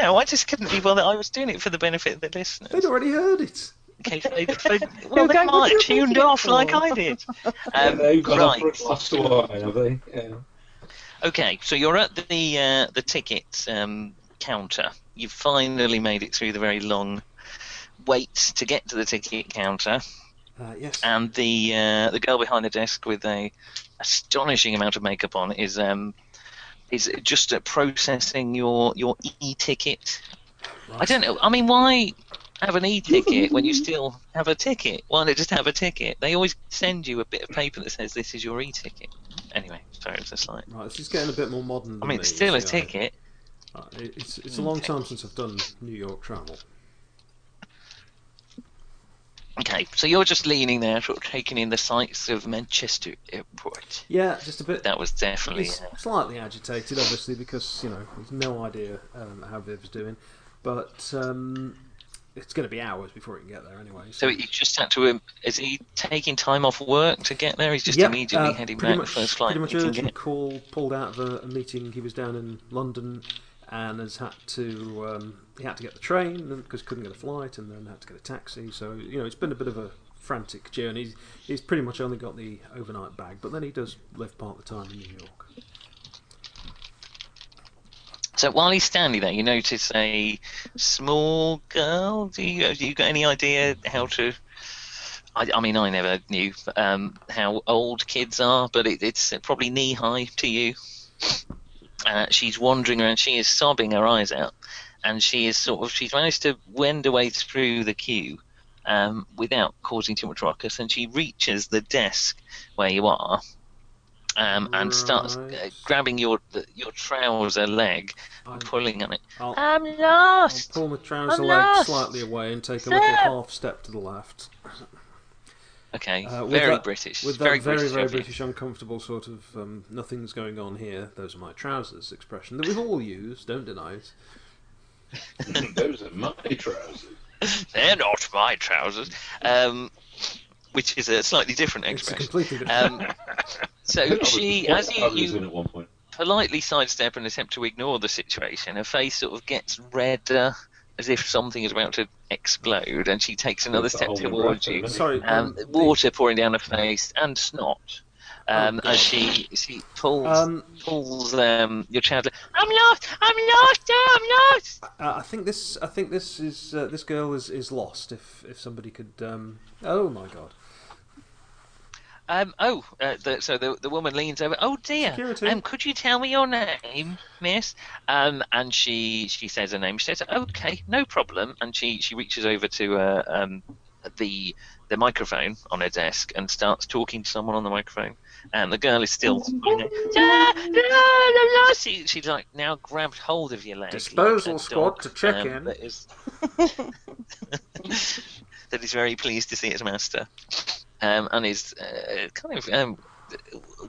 B: No, I just couldn't be bothered. I was doing it for the benefit of the listeners.
C: They'd already heard it.
B: In case they, they, well, they
E: going, "What
B: might
E: are you
B: have tuned
E: reading
B: off
E: for?"
B: like I did. Um,
F: They've got off
B: right.
F: for a glass of wine, have they? Yeah.
B: Okay, so you're at the uh, the ticket um, counter. You've finally made it through the very long wait to get to the ticket counter,
C: Uh, yes.
B: and the uh, the girl behind the desk with a astonishing amount of makeup on is um is just uh, processing your your e ticket. I don't know. I mean, why have an e ticket when you still have a ticket? Why not just have a ticket? They always send you a bit of paper that says this is your e ticket. Anyway, sorry, it's a slight.
C: Right, this is getting a bit more modern. Than
B: I mean, it's
C: me,
B: still a
C: so, uh,
B: ticket. Mm,
C: Uh, it- It's, it's a long time since I've done New York travel.
B: Okay, so you're just leaning there, sort of taking in the sights of Manchester Airport.
C: Yeah, just a bit.
B: That was definitely. uh,
C: He's slightly agitated, obviously, because you know he's no idea um, how Viv's doing, but um, it's going to be hours before he can get there anyway.
B: So you just had to. Um, is he taking time off work to get there? He's just
C: Yep,
B: immediately
C: uh,
B: heading
C: pretty
B: back
C: much,
B: the first flight.
C: Pretty much
B: he can
C: urgent
B: get.
C: call pulled out of a, a meeting. He was down in London and has had to um, he had to get the train because couldn't get a flight, and then had to get a taxi. So you know it's been a bit of a frantic journey. He's, he's pretty much only got the overnight bag, but then he does live part of the time in New York.
B: So while he's standing there, you notice a small girl. Do you, have you got any idea how to? I, I mean, I never knew um, how old kids are, but it, it's probably knee high to you. Uh, she's wandering around. She is sobbing her eyes out, and she is sort of she's managed to wend her way through the queue um, without causing too much ruckus, and she reaches the desk where you are, um, and starts uh,
C: Right.
B: grabbing your your trouser leg
C: I-
B: pulling on it.
C: I'll,
B: I'm
C: I'll
B: lost.
C: pull my trouser
B: I'm
C: leg
B: lost.
C: slightly away and take a little
B: Sir.
C: half step to the left.
B: Okay,
C: Uh, with
B: very
C: that-
B: British.
C: With that
B: very,
C: very, very,
B: British. of you.
C: British, uncomfortable sort of um, nothing's going on here, those are my trousers expression that we've all used, don't deny it.
F: Those are my trousers.
B: They're not my trousers. Um, which is a slightly different
C: It's a
B: expression.
C: completely different.
B: Um, so she,
F: I was
B: as you,
F: in
B: you
F: at one point.
B: politely sidestep and attempt to ignore the situation, her face sort of gets redder as if something is about to explode, and she takes another
F: It's a
B: step
F: whole new
B: towards
F: writer,
B: you.
F: isn't
C: Sorry,
F: it?
B: Um, water pouring down her face and snot. Um, as she she pulls
C: Um,
B: pulls um, your child. I'm lost. I'm lost. I'm lost.
C: uh, I think this. I think this is uh, this girl is, is lost. If if somebody could. Um, oh my god.
B: Um, oh, uh, the, so the, the woman leans over. Oh dear.
C: Security.
B: Um, could you tell me your name, Miss? Um, and she she says her name. She says, "Okay, no problem." And she she reaches over to uh, um, the the microphone on her desk and starts talking to someone on the microphone. And the girl is still. you know, "Ah, la, la, la." She, she's like now grabbed hold of your leg. like
C: Disposal
B: a
C: squad
B: dog,
C: to check
B: um,
C: in.
B: That is. that is very pleased to see its master um, and is uh, kind of um,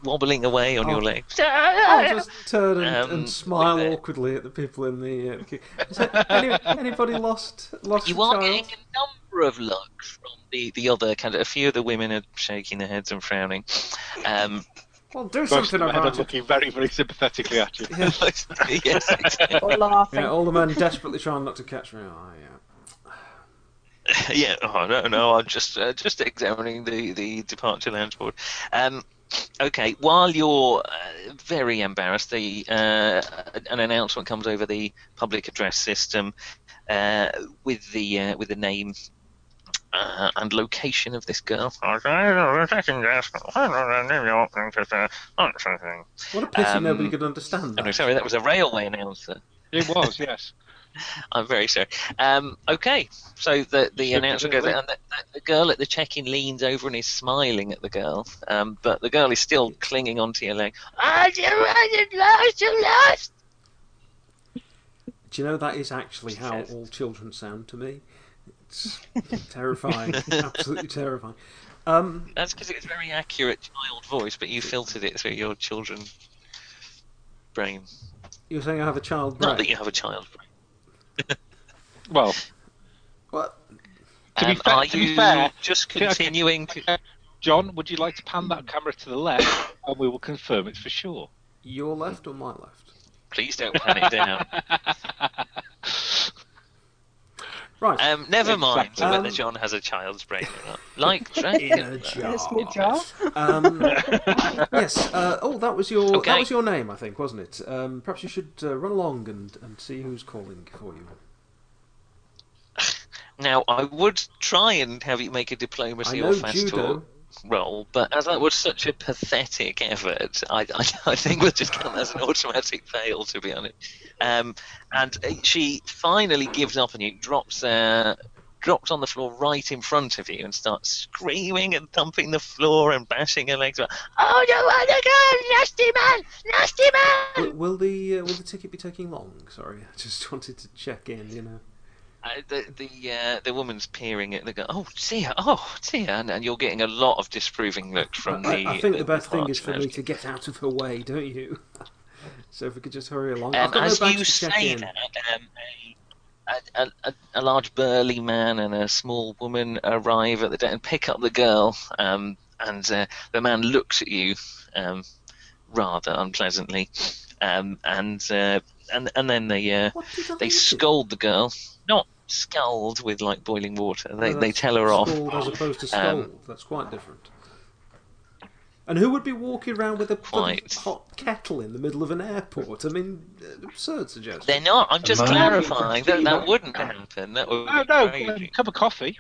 B: wobbling away on
C: Oh.
B: your leg.
C: I'll just turn and,
B: Um,
C: and smile
B: with it.
C: awkwardly at the people in the. Uh, the queue. Is there any, anybody lost lost a
B: You are
C: child?
B: getting a number of looks from the, the other kind of. A few of the women are shaking their heads and frowning. Um,
C: Well, do
H: Most of
C: something
H: the men are
C: about it.
H: looking very, very sympathetically at you.
B: yes, exactly.
E: Or laughing.
C: Yeah, all the men desperately trying not to catch me. Oh, yeah.
B: yeah. Oh, I don't know. I'm just uh, just examining the the departure lounge board. Um, okay. While you're uh, very embarrassed, the uh, an announcement comes over the public address system uh, with the uh, with the name. Uh, and location of this girl. Oh,
C: What a pity
B: Um,
C: nobody could understand that.
B: no, sorry, that was a railway announcer.
H: It was, yes.
B: I'm very sorry. Um, okay, so the the announcer goes, and the, the girl at the check-in leans over and is smiling at the girl, um, but the girl is still clinging "Oh, onto your leg. Ah, you lost, you lost.
C: Do you know that is actually how
B: Yes.
C: all children sound to me? It's terrifying, absolutely terrifying. Um,
B: That's because it's a very accurate child voice, but you filtered it through your children brain.
C: you were saying I have a child brain.
B: Not that you have a child brain.
H: Well,
C: What?
H: To be
B: Um,
H: fair-
B: are
H: to be
B: you
H: fair-
B: just
H: Okay, okay.
B: continuing to
H: John, would you like to pan that camera to the left, and we will confirm it's for sure.
C: Your left or my left?
B: Please don't pan it down.
C: Right.
B: Um, never mind
H: Exactly.
B: whether
C: Um,
B: John has a child's brain or not. Like Drake.
C: in a jar.
E: small jar.
C: Um, yes. Uh, oh, that was your that
B: Okay.
C: was your name, I think, wasn't it? Um, perhaps you should uh, run along and, and see who's calling for you.
B: Now, I would try and have you make a
C: I
B: diplomacy
C: know
B: or fast
C: judo.
B: talk roll, but as that was such a pathetic effort, I, I, I think we'll just count that as an automatic fail, to be honest. Um, and uh, she finally gives up on you, drops uh, drops on the floor right in front of you, and starts screaming and thumping the floor and bashing her legs. Around. Oh, no, oh, no, nasty man, nasty man!
C: Will, will the uh, will the ticket be taking long? Sorry, I just wanted to check in. You know.
B: Uh, the the uh, the woman's peering at the guy. Oh dear! Oh dear! And, and you're getting a lot of disproving looks from
C: I,
B: the.
C: I think the best thing is for
B: partner.
C: me to get out of her way, don't you? so if we could just hurry along. I've
B: Um,
C: got no
B: as
C: badge
B: you
C: to check
B: say
C: in.
B: that, um, a, a, a, a large burly man and a small woman arrive at the deck and pick up the girl. Um, and uh, the man looks at you um, rather unpleasantly, um, and uh, and and then they uh,
C: What did I
B: they
C: do?
B: scold the girl, not scald with like boiling water. They
C: No,
B: they
C: Oh, that's
B: tell her off.
C: Scald as opposed to
B: Um,
C: scold. That's quite different. And who would be walking around with a bloody
B: Quite.
C: hot kettle in the middle of an airport? I mean, absurd suggestion.
B: They're not. I'm just
F: man-
B: clarifying that that wouldn't happen. That would be
H: No, no,
B: crazy.
H: a cup of coffee.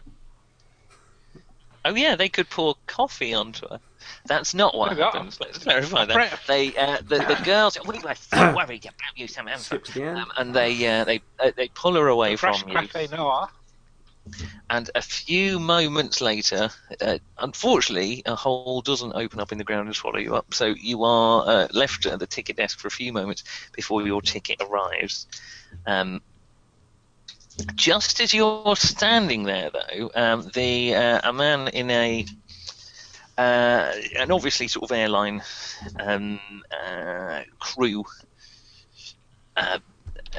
B: Oh yeah, they could pour coffee onto her. That's not what
H: There we are.
B: happens. Let's clarify
H: Right.
B: that. They, uh, the, the girls, we were so worried about you, Samantha.
C: Skips again.
B: Um, and they, uh, they, uh, they pull her away from
H: Fresh
B: you.
H: cafe noir.
B: And a few moments later, uh, unfortunately, a hole doesn't open up in the ground and swallow you up. So you are uh, left at the ticket desk for a few moments before your ticket arrives. Um, just as you're standing there, though, um, the uh, a man in a uh, an obviously sort of airline um, uh, crew. Uh,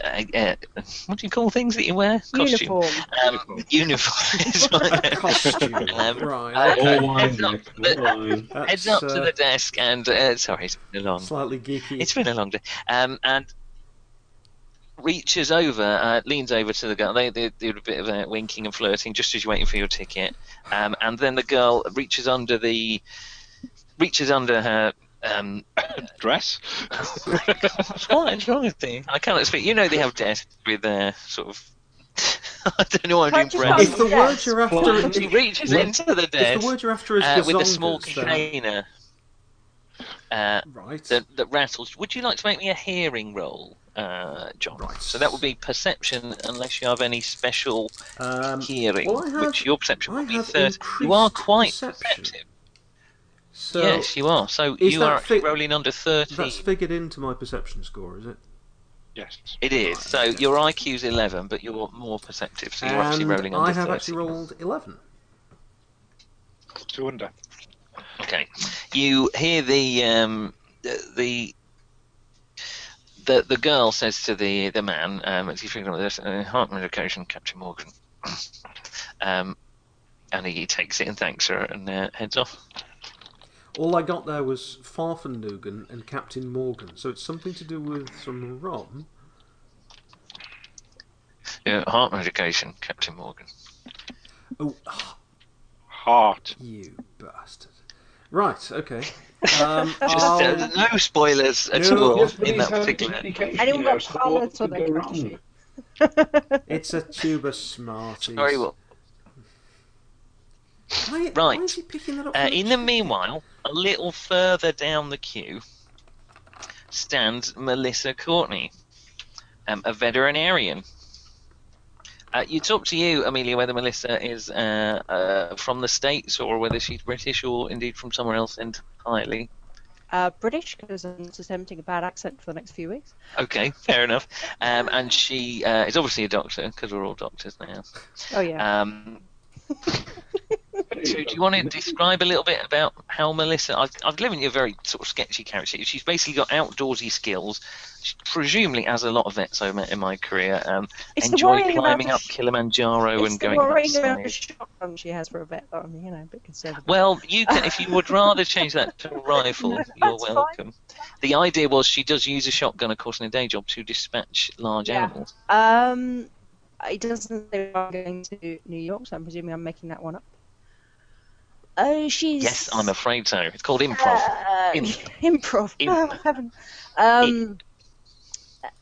B: uh, uh, what do you call things that you wear? Costume
E: Uniform.
B: um, uniform. is
C: Costume.
B: my- um,
C: right.
B: Okay.
F: All wine,
B: Heads up.
F: Nick. All wine.
C: That's,
B: heads up to
C: uh,
B: the desk and uh, sorry, it's been a long.
C: Slightly geeky.
B: It's been a long day. Um, and reaches over, uh, leans over to the girl. They, they do a bit of uh, winking and flirting just as you're waiting for your ticket. Um, and then the girl reaches under the reaches under her. Um, Oh
H: Dress.
B: what is wrong with me? I cannot speak. You know they have desks with uh, sort of. I don't know. what I'm
E: Can't
B: doing.
E: you find
C: if
B: brain.
C: the word you're
F: Well,
C: after,
B: She reaches
F: Well,
B: into the desk.
C: if the word you're after is
B: uh, with a small
C: gazongas, then-
B: container uh,
C: right?
B: that, that rattles. Would you like to make me a hearing roll, uh, John?
C: Right.
B: So that would be perception, unless you have any special
C: Um,
B: hearing,
C: well, I have-
B: which your perception
C: I
B: would be
C: have
B: 30. You are
C: increased
B: quite
C: perception.
B: perceptive.
C: so
B: yes, you are. So
C: is
B: you
C: that
B: are actually
C: fi-
B: rolling under 13.
C: that's figured into my perception score, is it?
H: Yes.
B: It is. So your IQ's 11, but you're more perceptive, so you're actually
C: and
B: rolling under
C: I have
B: 30.
C: actually rolled eleven.
H: Two under.
B: Okay, you hear the um, the the the girl says to the the man um, as he's figuring out this uh, heart medication, Captain Morgan, um, and he takes it and thanks her and uh, heads off.
C: All I got there was Farfendugan and Captain Morgan, so it's something to do with some rum.
B: Yeah, Uh, heart medication, Captain Morgan.
C: Oh,
H: Heart.
C: you bastard! Right, okay. Um, I'll-
B: Just, uh, no spoilers at
C: No,
B: all
F: Yes, but
B: in
F: he's
B: that
F: had
B: particular.
F: communication,
E: Anyone
F: you know,
E: got
F: so what
E: colours
F: could
E: or
F: go
E: they
F: wrong?
E: can't
C: it's a tube of Smarties.
B: Sorry, well,
C: Why,
B: Right.
C: Why is he picking that up?
B: Uh,
C: from
B: in the meanwhile, a little further down the queue stands Melissa Courtney, um, a veterinarian. Uh, you talk to you, Amelia, whether Melissa is uh, uh, from the States or whether she's British or indeed from somewhere else entirely.
E: uh, British because I'm not attempting a bad accent for the next few weeks.
B: Okay, fair enough. Um, and she uh, is obviously a doctor because we're all doctors now.
E: Oh yeah.
B: Um, so do you want to describe a little bit about how Melissa? I've, I've given you a very sort of sketchy character. She's basically got outdoorsy skills. She presumably, as a lot of vets I met in my career, um,
E: It's the
B: enjoy
E: worrying about
B: climbing
E: the
B: up
E: sh-
B: Kilimanjaro
E: it's
B: and
E: the
B: going
E: worrying about the
B: outside.
E: shotgun she has for a bit, but I'm you know a bit concerned. about
B: Well, you can, if you would rather change that to a rifle,
E: No,
B: you're
E: that's fine.
B: welcome. The idea was she does use a shotgun, of course, in a day job to dispatch large
E: Yeah.
B: animals.
E: Um, it doesn't say I'm going to New York, so I'm presuming I'm making that one up. Oh, she's
B: Yes, I'm afraid so. It's called improv.
E: uh,
B: Imp.
E: improv.
B: Imp.
E: Oh, heaven. Um,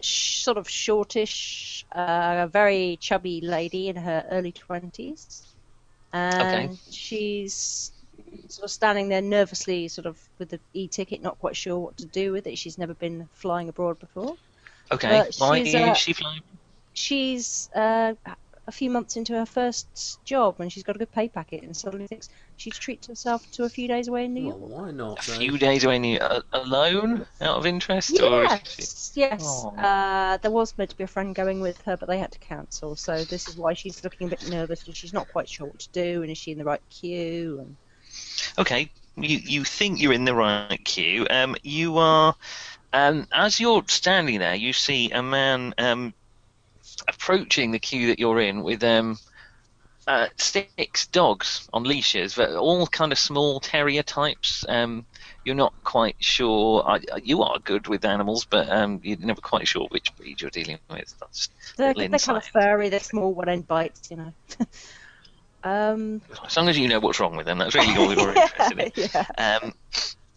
E: sh- sort of shortish, uh, very chubby lady in her early twenties, and she's sort of standing there nervously, sort of with the e-ticket, not quite sure what to do with it. She's never been flying abroad before
B: okay,
E: but
B: why
E: she's,
B: is
E: uh,
B: she flying?
E: she's uh, a few months into her first job and she's got a good pay packet and suddenly thinks she treats herself to a few days away in New
C: Well,
E: York.
C: why not?
B: A
C: though?
B: few days away, in New- uh, alone, out of interest, or is she-
E: Yes, yes.
B: Oh.
E: Uh, there was meant to be a friend going with her, but they had to cancel. So this is why she's looking a bit nervous and she's not quite sure what to do. And is she in the right queue? And
B: Okay, you you think you're in the right queue. Um, you are. Um, as you're standing there, you see a man um, approaching the queue that you're in with um, uh, six dogs on leashes, but all kind of small terrier types. Um, you're not quite sure. I, I- you are good with animals, but um, you're never quite sure which breed you're dealing with. That's
E: they're,
B: Little
E: they're kind of
B: insight.
E: furry. They're small. One end bites, you know. um,
B: as long as you know what's wrong with them. That's really all we're interested in.
E: yeah.
B: um,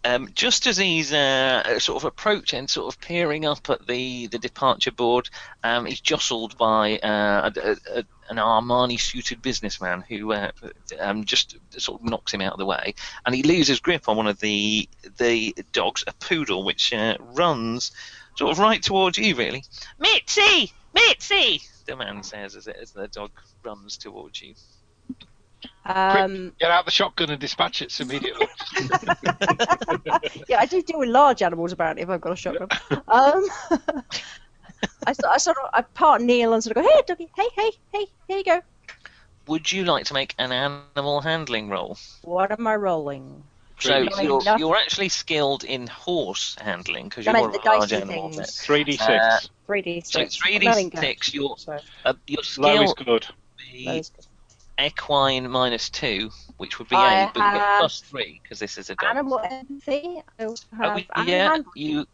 B: um, just as he's uh, sort of approaching, sort of peering up at the, the departure board, um, he's jostled by uh, a, a- a- an Armani suited businessman who uh, um, just sort of knocks him out of the way, and he loses grip on one of the the dogs, a poodle, which uh, runs sort of right towards you, really. Mitzi, Mitzi, the man says as, as the dog runs towards you.
E: Um,
H: Get out the shotgun and dispatch it immediately.
E: yeah, I do deal with large animals apparently if I've got a shotgun. um, I, so- I sort of I part kneel and sort of go, hey doggy, hey hey hey, here you go.
B: Would you like to make an animal handling roll?
E: What am I rolling?
B: So
E: Really?
B: you're,
E: Enough.
B: you're actually skilled in horse handling because
E: I
B: you're
E: meant
B: more of
E: the
B: a large
E: dicey
B: animal.
E: things.
B: vet.
H: 3d6.
B: Uh,
E: Three D
B: So
E: six.
B: three d six. Your
E: So
B: uh, your
H: Low
B: skill
H: is good.
B: would
E: that
B: be
E: is good.
B: equine minus two, which would be
E: I
B: eight, but you get
E: have
B: plus three because this is a dog.
E: animal empathy. I also
B: Oh,
E: have
B: we-
E: animal
B: yeah,
E: handling.
B: you.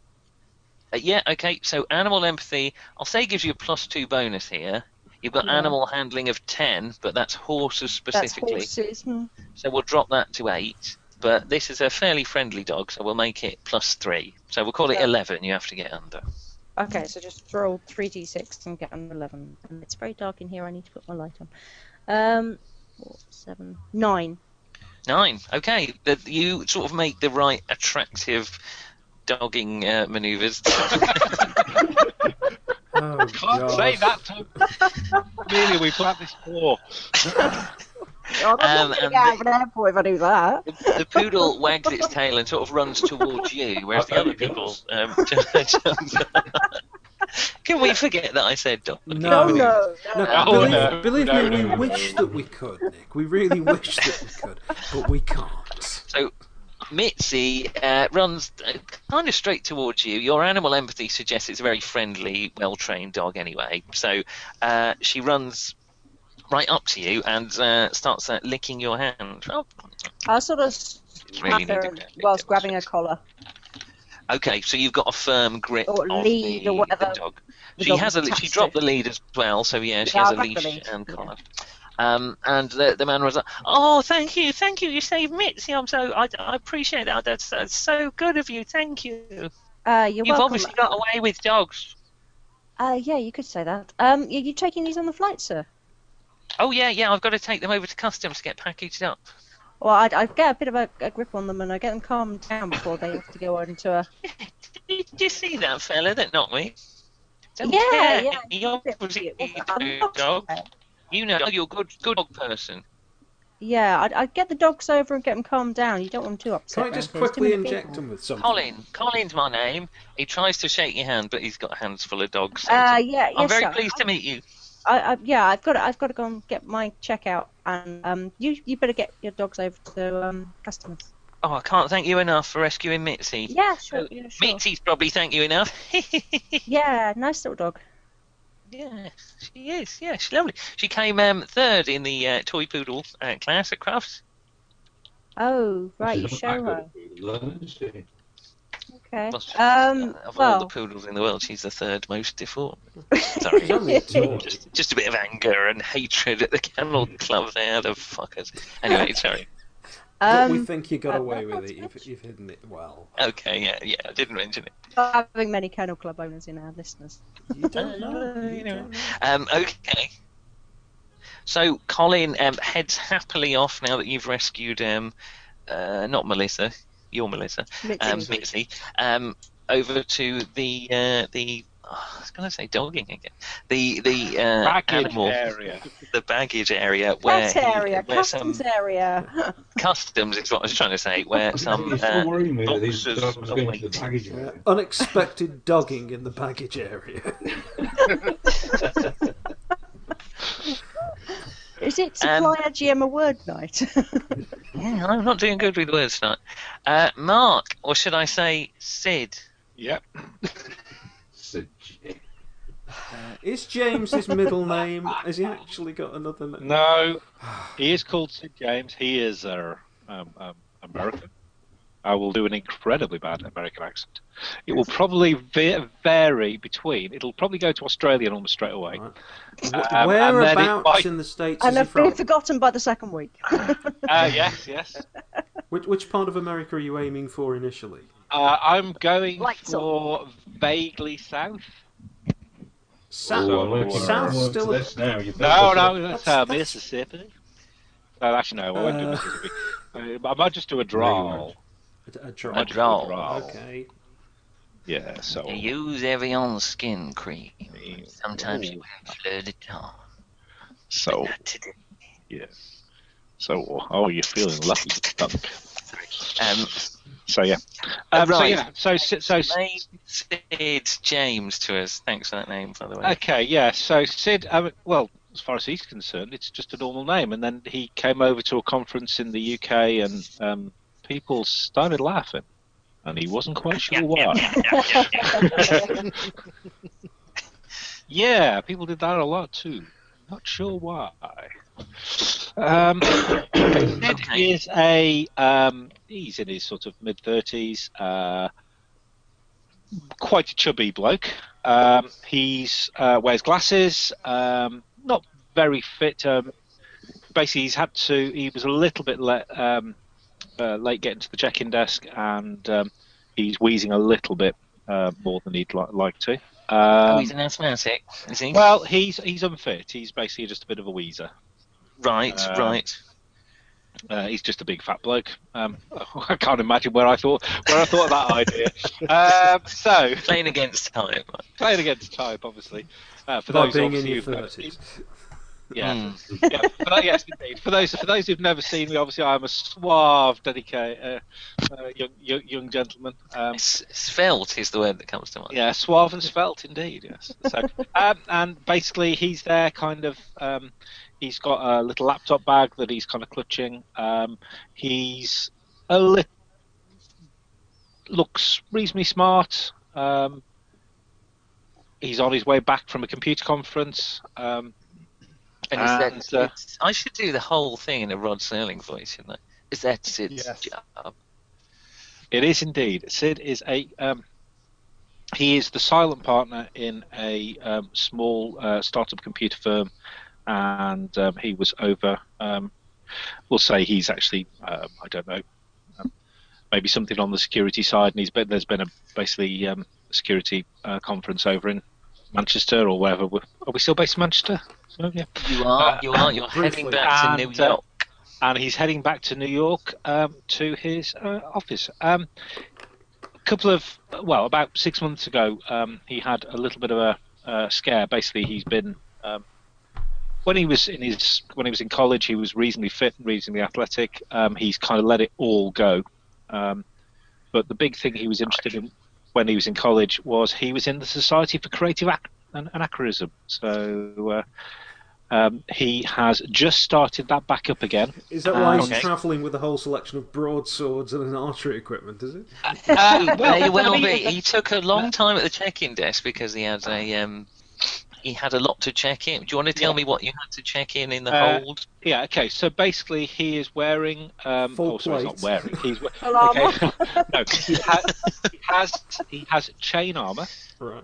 B: Uh, yeah, okay. So animal empathy, I'll say, gives you a plus two bonus here. You've got
E: Yeah.
B: animal handling of ten, but that's horses
E: That's
B: specifically.
E: horses. hmm.
B: So we'll drop that to eight. But this is a fairly friendly dog, so we'll make it plus three. So we'll call it
E: Yeah.
B: eleven. You have to get under.
E: Okay, so just roll three d six and get an eleven. And it's very dark in here. I need to put my light on. Um, four, seven, nine.
B: Nine. Okay. That you sort of make the right attractive dogging uh, manoeuvres.
C: Oh,
H: Can't
C: God.
H: say that. Tom. Really, we've had this before.
E: Oh,
B: Um,
E: I'm not going
B: and
E: to get out
B: the-
E: of an airport if I do that.
B: the poodle wags its tail and sort of runs towards you, whereas the
F: Oh,
B: other
F: there you
B: people
F: go.
B: um, jump up. Can we forget that I said dog?
C: No,
E: Oh, no,
C: No,
B: No,
C: believe,
H: no,
C: believe me,
H: no, no,
C: we
H: no.
C: wish that we could, Nick. We really wish that we could, but we can't.
B: So Mitzi uh, runs uh, kind of straight towards you. Your animal empathy suggests it's a very friendly, well trained dog anyway. So uh, she runs right up to you and uh, starts uh, licking your hand. Oh,
E: I sort of
B: really
E: smack
B: need
E: her
B: to
E: and-
B: get it.
E: whilst grabbing her collar.
B: Okay, so you've got a firm grip
E: Or
B: of
E: lead
B: the,
E: or whatever
B: the dog.
E: the
B: she
E: dog
B: has a
E: attached
B: she dropped
E: to.
B: the lead as well, so yeah, she
E: Yeah,
B: has
E: I've
B: a
E: got the
B: leash
E: lead,
B: and
E: yeah.
B: collar. Um, and the, the man was like, "Oh, thank you, thank you, you saved Mitzi. I'm so I, I appreciate that. That's, that's so good of you. Thank you."
E: Uh, you're
B: You've
E: welcome.
B: obviously got away with dogs.
E: Uh, yeah, you could say that. Um, you, you taking these on the flight, sir?
B: Oh yeah, yeah. I've got to take them over to customs to get packaged up.
E: Well, I, I get a bit of a, a grip on them and I get them calmed down before they have to go on to a.
B: Did you see that fella that knocked me? Don't
E: Yeah,
B: care.
E: yeah,
B: He obviously
E: It wasn't
B: knocked
E: unlocked.
B: dogs. You know, you're a good, good dog person.
E: yeah, I'd, I'd get the dogs over and get them calmed down. You don't want them too upset.
C: Can I just
E: round here. There's too
C: quickly
E: many
C: inject
E: people.
C: them with something?
B: Colin, Colin's my name. He tries to shake your hand, but he's got hands full of dogs. so
E: Uh,
B: it's-
E: yeah,
B: I'm
E: yes,
B: very
E: sir.
B: pleased to meet you.
E: I, I, yeah, I've got to, I've got to go and get my checkout, and um, you you better get your dogs over to um, customers.
B: Oh, I can't thank you enough for rescuing Mitzi.
E: Yeah, sure, yeah, sure.
B: Mitzi's probably thank you enough.
E: Yeah, nice little dog.
B: yeah, she is. Yeah, she's lovely. She came um, third in the uh, toy poodle uh, class at Crafts.
E: Oh, right,
F: She's
E: you
F: not
E: show
F: that good
E: her.
F: at poodles, is she?
E: Okay.
B: Must-
E: Um,
B: uh, of all the
E: well,
B: poodles in the world, she's the third most deformed. Sorry,
C: Only a toy.
B: just, just a bit of anger and hatred at the kennel club. They are the fuckers. Anyway, sorry.
C: But we
E: um,
C: think you got
E: uh,
C: away
E: well,
C: with it.
E: that's
C: You've, you've hidden it well.
B: Okay, yeah, yeah, I didn't mention it.
E: not having many kennel club owners in our listeners.
C: You don't know.
B: you
C: You
B: know.
C: don't know.
B: Um, okay. So Colin um, heads happily off now that you've rescued um, uh, not Melissa, your Melissa, um,
E: Literally.
B: Mitzi, um, over to the uh, the. oh, I was going to say dogging again. The the uh,
H: Baggage
B: animal,
H: area.
B: the baggage area where
E: Cat
B: he-
E: area,
B: where some
E: customs area.
B: customs is what I was trying to say. Where some
F: You
B: uh,
F: still worry me that these
B: boxes
F: dogs go into the
B: await.
F: baggage
C: Uh,
F: area.
C: unexpected dogging in the baggage area.
E: Is it
B: Um,
E: supplier GM a word night?
B: Yeah, I'm not doing good with words tonight. Uh, Mark, or should I say Sid?
H: Yep.
F: Such-
C: Is James his middle name? Has he actually got another name?
H: No, he is called Sid James. He is uh, um, um, American. I will do an incredibly bad American accent. It will probably va- vary between. It'll probably go to Australian almost straight away.
C: Right.
H: Um, and then it
C: Whereabouts
H: might-
C: in the States
E: and
C: is he
E: I've been
C: from?
E: forgotten by the second week.
H: Uh, yes, yes.
C: Which, which part of America are you aiming for initially?
H: Uh, I'm going
E: Lights on.
H: for vaguely south.
C: South,
F: Oh, I'm looking
C: South
F: forward to
C: still.
F: this now. You
H: No,
F: better-
H: no, that's uh,
C: that's-
H: Mississippi. No, actually, no, I won't do
C: Uh,
H: Mississippi. Uh, I might just do a draw.
C: A, a draw.
B: A draw.
H: Oh,
C: Okay.
H: Yeah, so.
I: You use Evian skin cream.
H: Yeah.
I: Sometimes
H: Ooh.
I: you have fleur de temps.
H: So,
I: Not today.
H: yeah. So, oh, you're feeling lucky. Dunk.
B: Um,
H: So, yeah. Um, So,
B: Right.
H: yeah, so, so, so,
B: Name Sid James to us. Thanks for that name, by the way.
H: okay, yeah, so Sid, um, well, as far as he's concerned, it's just a normal name. And then he came over to a conference in the UK and um, people started laughing. And he wasn't quite sure why. Yeah, people did that a lot too. Not sure why. Um, Ned
B: Okay.
H: is a um, he's in his sort of mid thirties. Uh, quite a chubby bloke. Um, he's uh, wears glasses. Um, not very fit. Um, basically, he's had to. He was a little bit le- um, uh, late getting to the check-in desk, and um, he's wheezing a little bit uh, more than he'd li- like to.
B: oh,
H: Um,
B: he's an asthmatic, is he?
H: well, he's he's unfit. He's basically just a bit of a wheezer.
B: right,
H: um,
B: right.
H: Uh, he's just a big fat bloke. Um, I can't imagine where I thought where I thought of that idea. Um, so
B: Playing against time.
H: playing against type, obviously. Uh, for
C: By
H: those
C: being in
H: obviously
C: your
H: who've never-
C: thirties.
H: yeah, Um,
B: Mm.
H: yeah. For tho- yes, indeed. For those for those who've never seen me, obviously I am a suave, dedicated uh, uh, young, young young gentleman. Um,
B: S- svelte is the word that comes to mind.
H: Yeah, suave and svelte indeed. Yes. So, um, and basically, he's there, kind of. Um, he's got a little laptop bag that he's kind of clutching. Um, he's a li- looks reasonably smart. Um, he's on his way back from a computer conference. Um,
B: And is that,
H: and, uh,
B: it's- I should do the whole thing in a Rod Serling voice, shouldn't I? Is that Sid's
D: Yes.
B: job?
H: It is indeed. Sid is a. Um, he is the silent partner in a um, small uh, startup computer firm, and um, he was over. Um, we'll say he's actually. Um, I don't know. Um, maybe something on the security side, and he's been. There's been a basically um, security uh, conference over in Manchester or wherever. We're, are we still based in Manchester? So, yeah
B: You are,
H: Uh,
B: you are, you're
C: briefly.
B: heading back to
H: And,
B: New
H: uh,
B: York.
H: and he's heading back to New York um, to his uh, office. Um, a couple of well, about six months ago, um, he had a little bit of a uh, scare. Basically, he's been um, when he was in his when he was in college, he was reasonably fit, and reasonably athletic. Um, he's kind of let it all go. Um, but the big thing he was interested in when he was in college was he was in the Society for Creative Ac- An- Anachronism. So uh, um, he has just started that back up again.
C: Is that why
H: Uh,
C: he's
H: okay.
C: travelling with a whole selection of broadswords and an archery equipment? Is it?
B: Uh, may well
H: I mean,
B: be. He took a long time at the check-in desk because he had a um, he had a lot to check in. Do you want to tell me what you had to check in in the
H: Uh,
B: hold?
H: Yeah. Okay. So basically, he is wearing. Um,
C: Full
H: oh, sorry, he's not
C: plate.
H: wearing. He's we-
E: Full armour.
H: okay. no, he has, he has he has chain armor.
C: Right.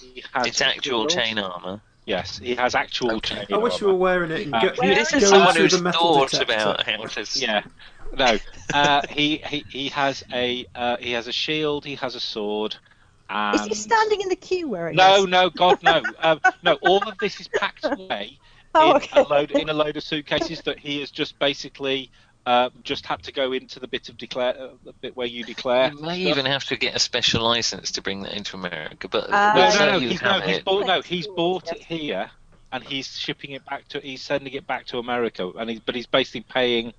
H: He has
B: It's actual
H: sandals.
B: chain armor.
H: Yes, he has actual
B: Okay.
H: chain
C: I wish you were
H: armor.
C: wearing it. And
H: Uh,
C: go,
H: Where
B: This
C: go
B: is someone
C: through
B: who's
C: the metal
B: thought
C: detector.
B: about how to. s-
H: Yeah. No. Uh, he, he he has a uh, he has a shield. He has a sword. And...
E: Is he standing in the queue where it
H: No,
E: is?
H: no, God, no, um, no. All of this is packed away
E: Oh,
H: in,
E: okay.
H: a load, in a load of suitcases that he has just basically uh, just had to go into the bit of declare, uh, the bit where you declare.
B: You may even have to get a special license to bring that into America, but
E: Uh,
H: no,
B: let's
H: no,
B: say
H: no,
B: you
H: he's, no,
B: have
H: he's
B: it.
H: bought, no, he's bought it here, and he's shipping it back to, he's sending it back to America, and he's, but he's basically paying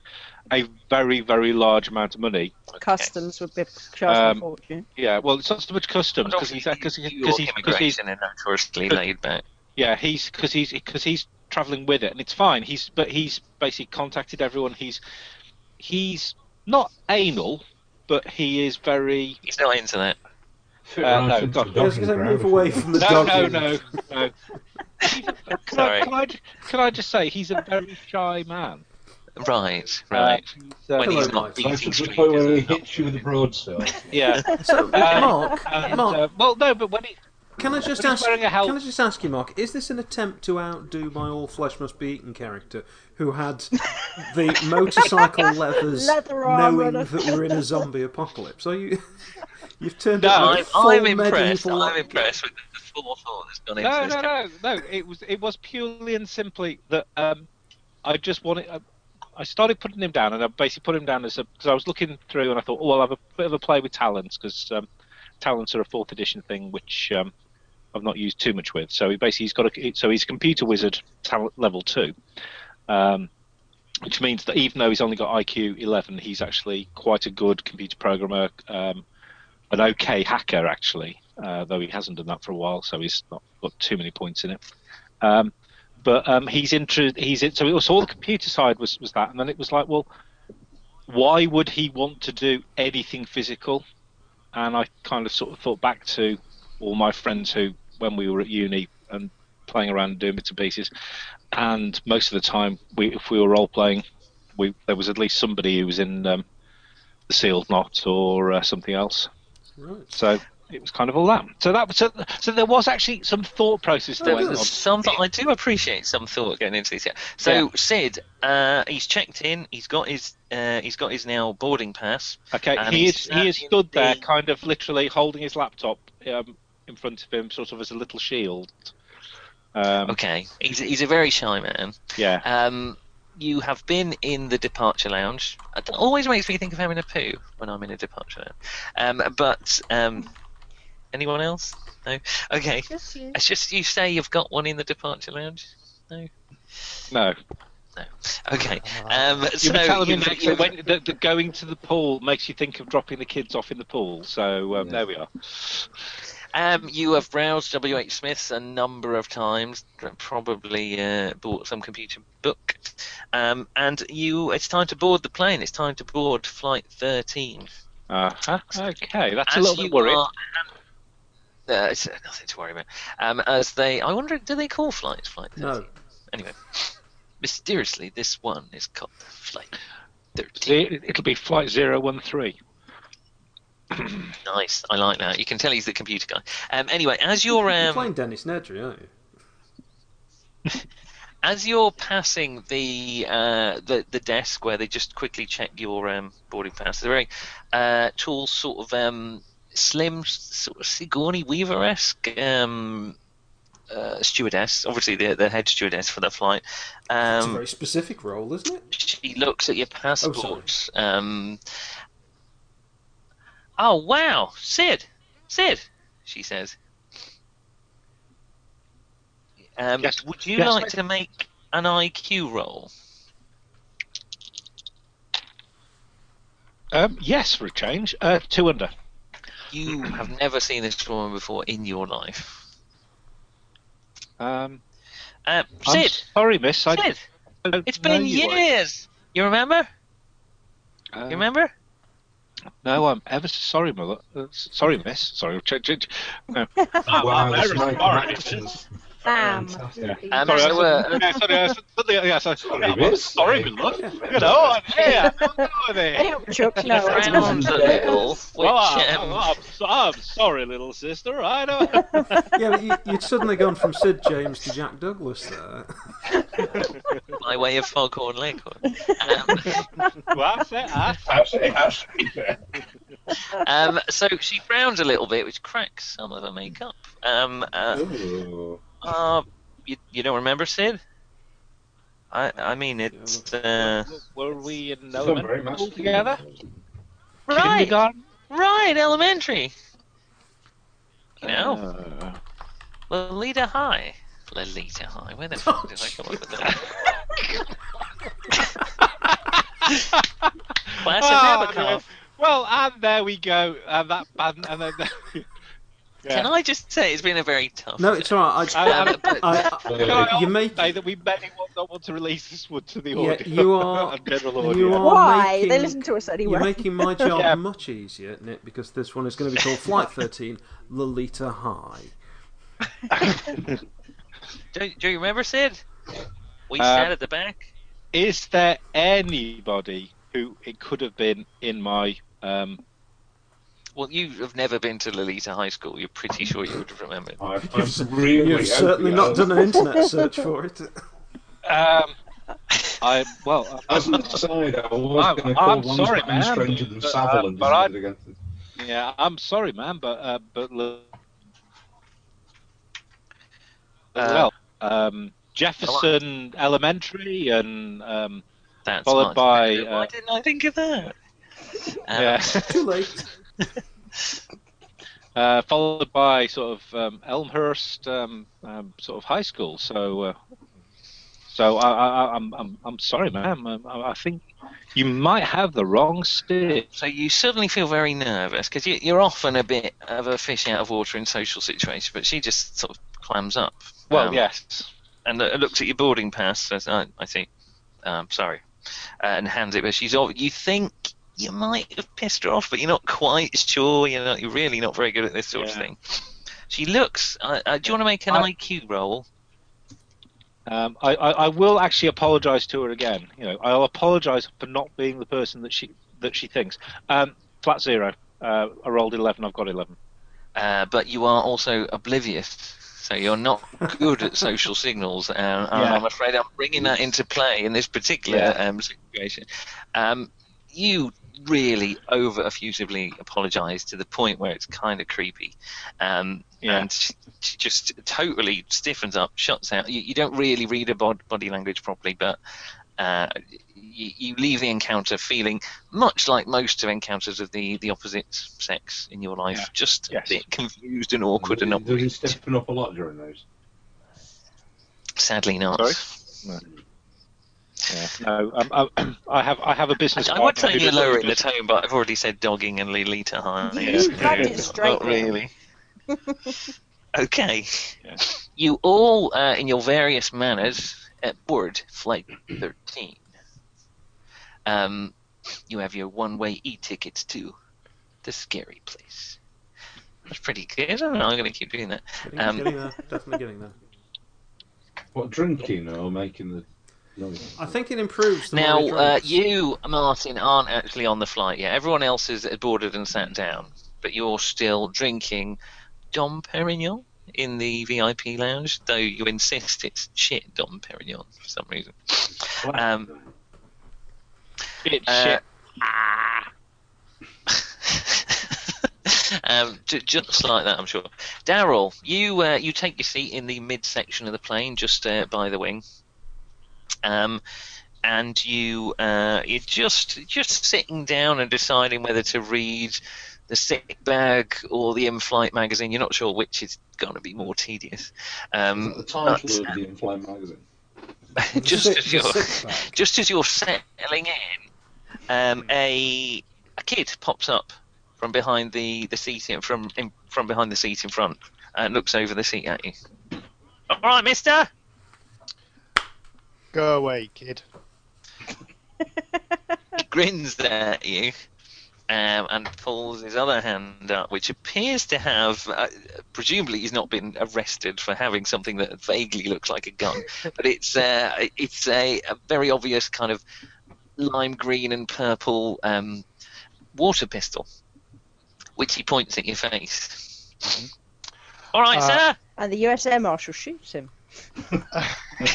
H: a very, very large amount of money.
E: Customs would be charged
H: Um,
E: a fortune.
H: Yeah, well, it's not so much customs because he's because he's
B: New York
H: because he's, 'cause he's
B: immigration are notoriously laid back.
H: Yeah, he's because he's because he's traveling with it, and it's fine. He's but he's basically contacted everyone. He's he's not anal, but he is very.
B: He's not into that.
F: Fit
H: Uh,
F: right
H: no,
F: into
H: God.
F: the
C: I was going to
F: docking ground,
C: move
F: if you
C: away
F: like.
C: from the
H: No,
C: dog.
H: no, no, no. Can I,
B: Sorry.
H: can, I, can I just say he's a very shy man.
B: Right,
H: Uh,
B: right.
H: he's, uh,
B: when
C: Hello,
B: he's not
C: Mike.
F: That's
B: beating
F: the point
B: strangers.
F: where he
B: and not-
F: hits you with the broadsword.
H: yeah.
C: So,
H: Uh,
C: Mark,
H: And,
C: Mark,
H: uh, well, no, but when he
C: Can I just
H: But he's
C: ask?
H: wearing a hel-
C: Can I just ask you, Mark? Is this an attempt to outdo my all flesh must be eaten character, who had the motorcycle leathers,
E: Leather armour
C: knowing
E: and a-
C: that we were in a zombie apocalypse? Are you? You've turned
H: No,
C: up with
B: I'm,
C: full
B: I'm impressed.
C: medieval-
B: I'm impressed with the forethought that's gone into
H: no,
B: this.
H: no, no, no. It was it was purely and simply that um, I just wanted. I, I started putting him down, and I basically put him down as a because I was looking through, and I thought, oh, I'll have a bit of a play with talents because um, talents are a fourth edition thing, which um, I've not used too much with. So he basically he's got a so he's a computer wizard talent level two. Um, which means that even though he's only got IQ 11, he's actually quite a good computer programmer, um, an okay hacker actually, uh, though he hasn't done that for a while, so he's not got too many points in it. Um, but um, he's into he's in, so it was all the computer side was was that, and then it was like, well, why would he want to do anything physical? And I kind of sort of thought back to all my friends who, when we were at uni and playing around and doing bits and pieces, and most of the time, we if we were role playing, we there was at least somebody who was in um, the sealed knot or uh, something else.
C: Right.
H: So it was kind of all that. So that was so, so there was actually some thought process that
B: There
H: went on.
B: was some thought. I do appreciate some thought going into this. Yeah. So
H: Yeah.
B: Sid, uh, he's checked in. He's got his uh, he's got his now boarding pass.
H: Okay,
B: And
H: he
B: he's
H: is he is
B: sat in
H: stood there,
B: the-
H: kind of literally holding his laptop um, in front of him, sort of as a little shield. Um,
B: Okay, he's he's a very shy man.
H: Yeah.
B: Um, you have been in the departure lounge. It always makes me think of having a poo when I'm in a departure lounge. Um, but um, anyone else? No. Okay.
E: Just you.
B: It's just you say you've got one in the departure lounge.
H: No,
B: Okay. Um, so
H: you were telling me
B: you've-
H: Max, that when, that, that going to the pool makes you think of dropping the kids off in the pool. So um,
F: Yeah.
H: there we are.
B: Um, you have browsed W.H. Smith's a number of times, probably uh, bought some computer book, um, and you. It's time to board the plane. It's time to board flight thirteen.
H: Uh-huh. Okay, that's
B: As
H: a little
B: you
H: bit worried.
B: are- uh, it's nothing to worry about. Um, as they, I wonder, do they call flights flight thirteen?
C: No.
B: Anyway, mysteriously, this one is called flight thirteen.
H: It, it'll be flight zero one three.
B: Nice, I like that. You can tell he's the computer guy. Um, anyway, as you're
C: You're
B: um,
C: playing Dennis Nedry, aren't you?
B: As you're passing the uh, the the desk where they just quickly check your um, boarding pass, they're very uh, tall, sort of um, slim, sort of Sigourney Weaver-esque um, uh, stewardess. Obviously, the the head stewardess for the flight.
C: It's a
B: Um,
C: very specific role, isn't it?
B: she looks at
H: Oh,
B: your passport. um, oh wow, Sid, Sid, she says. Um,
H: Yes.
B: Would you
H: Yes.
B: like to make an IQ roll?
H: Um, yes, for a change. Uh, two under.
B: You have never seen this woman before in your life.
H: Um,
B: Um,
H: I'm
B: Sid,
H: sorry, miss. I
B: Sid,
H: don't
B: it's
H: know
B: been
H: you.
B: years. You remember?
H: Um,
B: You remember?
H: No, I'm ever so sorry, mother. Uh, s- sorry, miss. Sorry. Ch- ch- ch- No.
F: Wow,
H: there
F: that's
H: is
F: my
H: tomorrow.
F: connections.
E: Bam.
F: Fantastic.
B: Um,
H: Sorry, I
B: so, uh,
H: said- yeah, sorry, I said- suddenly, yeah, sorry,
F: Sorry,
H: yeah,
F: miss.
H: sorry, my love. You know, I'm here. I'm there.
E: Help, Chuck,
B: He
E: no. it's not.
B: frowned a little, which
H: Well, I,
B: um,
H: I'm, so- I'm sorry, little sister. I know.
C: Yeah, but you, you'd suddenly gone from Sid James to Jack Douglas there.
B: um, by way of Foghorn Leghorn. Um,
H: That's it. That's
F: Absolutely, absolutely.
B: um, so she frowns a little bit, which cracks some of her makeup. Um, uh,
F: Ooh.
B: uh, you, you don't remember Sid? I I mean it's uh,
H: Were we in
F: It's not very
H: elementary
F: much
H: school together?
B: right,
H: Kindergarten?
B: right, elementary. You know,
H: Uh,
B: Lolita High. Lolita High. Where the fuck did I come up with that? Class
H: Ah,
B: of Nabokov.
H: Well, and there we go. And that band, and then. yeah.
B: Can I just say it's been a very tough.
C: No,
B: day.
C: it's all right. I,
H: Um,
B: Um, but-
C: I,
H: Can I
F: Clearly.
H: also
C: You make-
H: say that we mainly want, not want to release this one to the
C: Yeah,
H: audience.
C: you are-
H: and general
C: you
H: audience.
C: are-
E: Why? They
C: making-
E: listen to us
C: You're
E: anyway.
C: making my job
H: Yeah.
C: much easier, Nick, because this one is going to be called Flight 13 Lolita High.
B: do, do you remember Sid? We
H: Um,
B: sat at the back.
H: Is there anybody who it could have been in my? Um,
B: Well, you have never been to Lolita High School. You're pretty sure you would have remembered.
F: I- I'm really
C: You've certainly not
F: hoping-
C: done an internet search for it.
H: um, I well, uh, I,
F: As an aside, I
H: I'm-
F: was going to call
H: I'm
F: one
H: sorry,
F: man
H: man,
F: stranger than
H: but, uh,
F: Sutherland.
H: but I-
F: isn't it, against the-
H: yeah, I'm sorry, man, but uh, but look,
B: Uh,
H: well, um, Jefferson Elementary and um,
B: That's
H: followed
B: much
H: by,
B: better.
H: uh,
B: Why didn't I think of that? Um,
H: yeah,
C: Too late.
H: uh, followed by sort of um, Elmhurst um, um, sort of high school. So. Uh, so I, I, I- I'm, I'm, I'm sorry, ma'am. Um, I, I think you might have the wrong steer.
B: So you suddenly feel very nervous because you, you're often a bit of a fish out of water in social situations, but she just sort of clams up.
H: Well,
B: Um,
H: yes.
B: And lo- looks at your boarding pass. Says, "Oh, I, I see. Um, sorry, uh, and hands it. But she's. all- You think you might have pissed her off, but you're not quite sure. You're not. You're really not very good at this sort of
H: Yeah.
B: thing. She looks. Uh, uh, do you want to make an
H: I-
B: IQ roll?
H: Um, I, I, I will actually apologise to her again. You know, I'll apologise for not being the person that she that she thinks. Um, flat zero. Uh, I rolled eleven. I've got eleven.
B: uh, but you are also oblivious. So you're not good at social signals, Uh, and and
H: Yeah.
B: I'm afraid I'm bringing that into play in this particular
H: Yeah.
B: um, situation. Um, you really over effusively apologise to the point where it's kind of creepy, um,
H: Yeah.
B: and she, she just totally stiffens up, shuts out. You, you don't really read her bod- body language properly, but uh, you, you leave the encounter feeling much like most of encounters of the, the opposite sex in your life,
H: Yeah.
B: just
H: Yes.
B: a bit confused and awkward and
F: Does he
B: awkward.
F: step an awful lot during those?
B: Sadly not.
H: Sorry? Yeah. No, um, I, I have I have a business.
B: I, I
H: partner
B: would tell you
H: who-
B: to lower it in the tone, but I've already said dogging and Lolita high.
E: You-
H: you can't
B: Not
E: straight.
B: really. okay.
H: Yeah.
B: You all, uh, in your various manners, at board flight 13. Um, you have your one-way e-tickets to the scary place. That's pretty good. I don't know. I'm going to keep doing that.
C: Getting,
B: Um,
C: getting there. Definitely getting there.
F: What drinking or making the noise?
C: I think it improves the
B: Now,
C: more
B: uh,
C: drinks.
B: you, Martin, aren't actually on the flight yet. Everyone else is boarded and sat down, but you're still drinking Dom Perignon in the VIP lounge, though you insist it's shit Dom Perignon for some reason. Um,
H: Bit
B: uh,
H: shit.
B: um, ju- just like that, I'm sure. Daryl, you uh, you take your seat in the mid section of the plane, just uh, by the wing. Um, and you uh, you're just just sitting down and deciding whether to read the sick bag or the in-flight magazine. You're not sure which is going to be more tedious.
F: Is
B: Um,
F: that the title
B: but,
F: of the Infly magazine?
B: just
C: Six-
B: as you're
C: the six pack.
B: just as you're settling in, um, a a kid pops up from behind the the seat in, from in, from behind the seat in front and looks over the seat at you. All right, Mister.
D: Go away, kid.
B: grins at you um, and pulls his other hand up, which appears to have, uh, presumably, he's not been arrested for having something that vaguely looks like a gun, but it's uh, it's a, a very obvious kind of lime green and purple um, water pistol, which he points at your face. All right,
D: Uh,
B: sir.
E: And the US Air Marshal shoots him.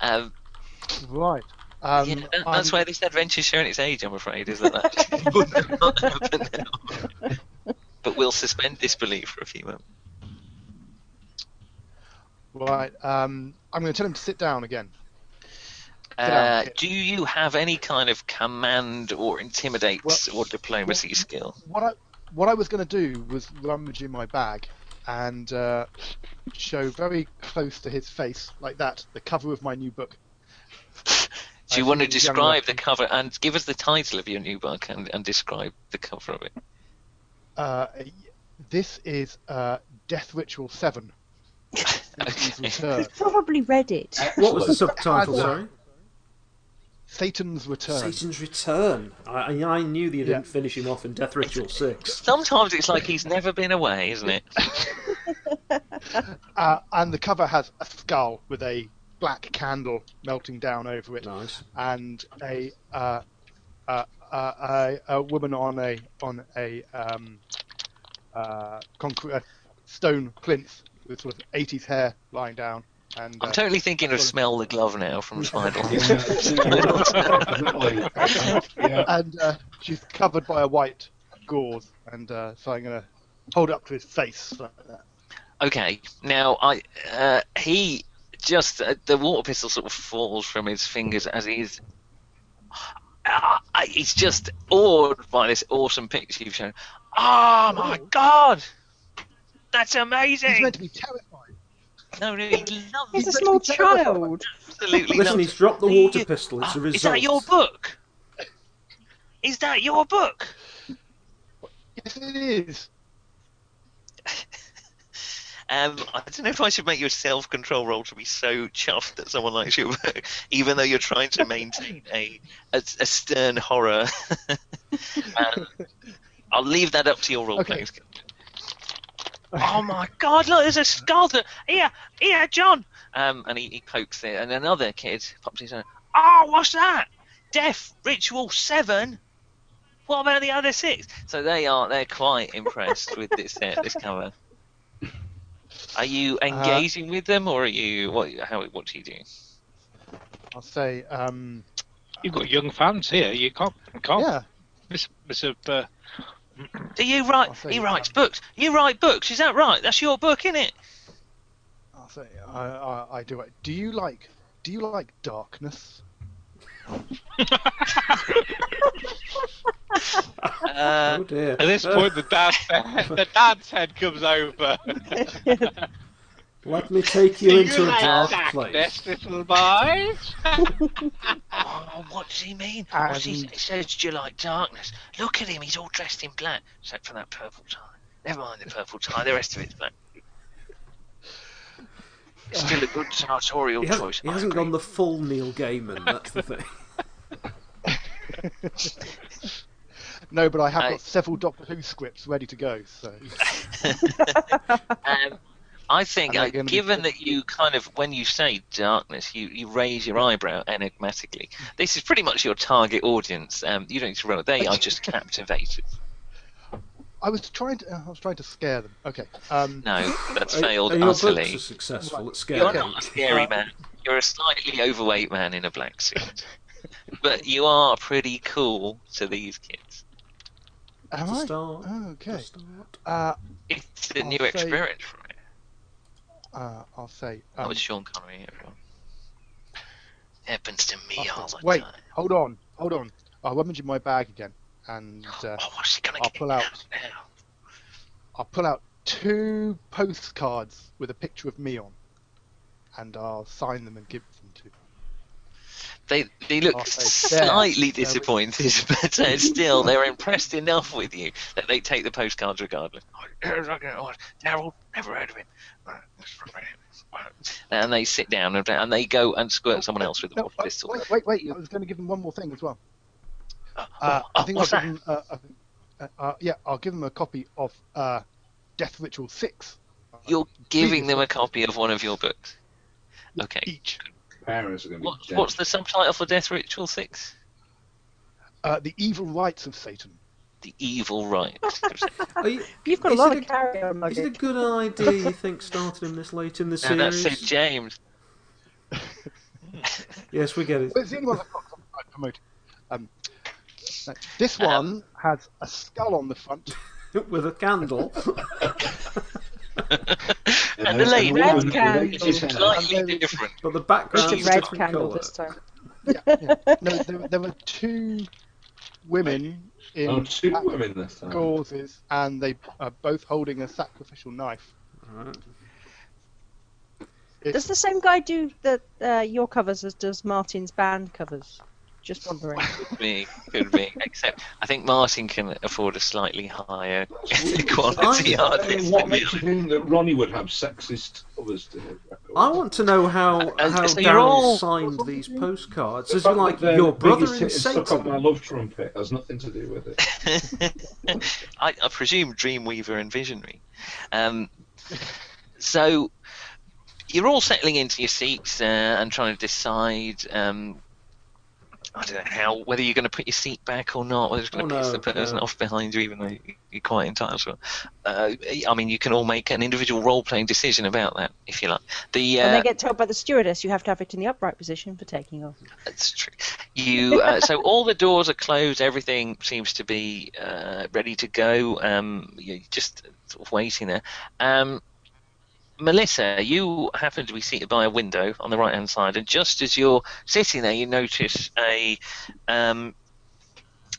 B: um,
D: Right. Um,
B: yeah, that- that's
D: I'm-
B: where this adventure's showing its age, I'm afraid, is that that would not happen now. But we'll suspend disbelief for a few moments.
D: Right. Um, I'm going to tell him to sit down again.
B: Uh,
D: Yeah.
B: do you have any kind of command or intimidate
D: Well-
B: or diplomacy skill?
D: What I what I was going to do was rummage in my bag and uh, show very close to his face, like that, the cover of my new book.
B: Do you
D: I
B: want to
D: think he's young
B: describe the
D: enough
B: cover and give us the title of your new book and, and describe the cover of it?
D: Uh, this is uh, Death Ritual Seven. Satan's
B: okay.
D: Return.
E: He's probably read it.
C: What was the
F: Excellent.
C: subtitle?
D: Uh,
C: Sorry,
D: Satan's Return.
C: Satan's Return. I, I I knew that you
D: Yeah.
C: didn't finish him off in Death Ritual Six.
B: Sometimes it's like he's never been away, isn't it?
D: Uh, and the cover has a skull with a black candle melting down over it,
C: Nice.
D: and a uh, uh, uh, a, a woman on a on a um, uh, concrete uh, stone plinth with sort of 80s hair lying down. And uh,
B: I'm totally thinking of Smell the Glove now from Spinal.
F: Yeah, yeah, exactly. Yeah.
D: and uh, she's covered by a white gauze, and uh, so I'm gonna hold it up to his face like that.
B: Okay. Now, I uh, he just uh, the water pistol sort of falls from his fingers as he's Ah, I he's just awed by this awesome picture you've shown. Oh my god, that's
D: He's
B: amazing!
D: meant to be terrified.
B: No, no, he loves
E: He's a
B: it.
E: small child.
B: Absolutely
C: Listen,
B: loves
C: he's dropped the
B: it.
C: water pistol. It's a
B: Ah,
C: result.
B: Is that your book? Is that your book?
D: Yes, it is.
B: Um, I don't know if I should make your self control role to be so chuffed that someone likes your work, even though you're trying to maintain a, a, a stern horror. um, I'll leave that up to your role
D: Okay.
B: playing skill. Oh my god, look, there's a skull. To... Here, here, John! Um, and he, he pokes it, and another kid pops his hand. Oh, what's that? Death Ritual 7? What about the other six? So they are, they're quite impressed with this, uh, this cover. Are you engaging with them, or are you what? How? What do you do?
D: I'll say, um,
H: You've got young fans here. You can't you can't
D: yeah.
H: miss, miss a. Uh,
B: Do you write?
D: I'll say,
B: He writes
D: um,
B: books. You write books. Is that right? That's your book, isn't it?
D: I'll say, I, I, I do it. Do you like, do you like darkness?
B: Uh,
C: Oh dear.
H: At this
C: Uh,
H: point, the dad's head, the dad's head comes over.
C: let me take you into a dark place.
H: darkness, little boys?
B: oh, what does he mean? What's he,
D: Um,
B: he says, "Do you like darkness?" Look at him. He's all dressed in black, except for that purple tie. Never mind the purple tie. The rest of it's black. It's still a good sartorial
C: He hasn't,
B: choice.
C: he
B: I
C: hasn't
B: agree.
C: gone the full Neil Gaiman. That's the thing.
D: No, but I have
B: I-
D: got several Doctor Who scripts ready to go. So
B: Um, I think,
D: Am I
B: uh,
D: gonna be
B: given that you kind of, when you say darkness, you, you raise your eyebrow enigmatically. This is pretty much your target audience. Um, you don't need to roll. They are just captivated.
D: I was trying to, I was trying to scare them. Okay. Um,
B: No, that's
C: Are-
B: failed
C: are your books
B: utterly.
C: are successful at
B: You're
C: scaring.
B: not a scary man. You're a slightly overweight man in a black suit. but you are pretty cool to these kids.
D: am
C: To
D: I?
C: start.
D: Oh,
C: To
D: okay.
C: start.
D: Uh,
B: It's a
D: I'll
B: new
D: say-
B: experience for me.
D: uh, I'll say.
B: That
D: Um,
B: was Sean Connery. everyone.
I: Happens to me
D: Oh,
I: all the
D: wait,
I: time.
D: hold on, hold on. I'll rummage in my bag again, and uh,
I: Oh, what's he gonna
D: I'll
I: get
D: pull out-
I: now?
D: I'll pull out two postcards with a picture of me on, and I'll sign them and give them to.
B: They they look
D: Oh, so there.
B: slightly
D: There we-
B: disappointed, but uh, still they're impressed enough with you that they take the postcards regardless. Oh, Daryl, never heard of him. And they sit down and, and they go and squirt someone else with a
D: No,
B: water
D: wait,
B: pistol.
D: wait, wait, wait! I was going to give them one more thing as well. Uh,
B: oh,
D: I think I'll
B: what's that?
D: give them. Uh, uh, uh, yeah, I'll give them a copy of uh, Death Ritual Six
B: You're giving them a copy of one of your books. Okay.
D: each.
F: Parents are going to be
B: What,
F: dead.
B: what's the subtitle for Death Ritual Six?
D: Uh, the Evil Rites of Satan.
B: The Evil Right.
C: Are you,
E: You've got
C: Is
E: a lot
C: it
E: of
C: a-
E: carry on
C: is it a
E: luggage.
C: good idea you think starting him this late in the
B: now that's
C: series?
B: St James.
C: Yes, we get it.
D: Well, it's the only one I've got 'cause I'm not promoting. Um, no, this one has a skull on the front.
C: With a candle.
B: and the lady
E: red
F: woman with
E: candles.
F: ages out.
B: slightly different.
C: But the background
E: Just
C: is
E: a red
C: different
E: candle
C: colour.
E: this time.
D: Yeah, yeah. No, there, there were two women in
F: Oh, two
D: black
F: women this time.
D: gauzes, and they are both holding a sacrificial knife.
C: Right.
E: Does the same guy do the uh, your covers as does Martin's band covers? Just wondering.
B: be, could be. Except I think Martin can afford a slightly higher
C: I-
B: quality
F: And
B: artist.
F: what makes you think that Ronnie would have sexist covers to her record?
C: I want to know how
B: Uh,
C: how
B: so you're
C: Daryl
B: all-
C: signed these postcards.
F: The
C: Is it
F: fact
C: like
F: that they're
C: your
F: the
C: brother
F: biggest
C: in
F: hit and Suck Up my
C: Satan?
F: love trumpet has nothing to do with it.
B: I, I presume Dreamweaver and Visionary. Um, so you're all settling into your seats uh, and trying to decide. Um, I don't know how whether you're going to put your seat back or not, whether it's going to
C: Oh,
B: piss
C: no,
B: the person
C: no.
B: off behind you, even though you're quite entitled to it. Uh, I mean, you can all make an individual role-playing decision about that if you like. The
E: When
B: uh,
E: they get told by the stewardess you have to have it in the upright position for taking off.
B: That's true. You uh, so all the doors are closed. Everything seems to be uh, ready to go. Um, you're just sort of waiting there. Um, Melissa, you happen to be seated by a window on the right hand side, and just as you're sitting there, you notice a um,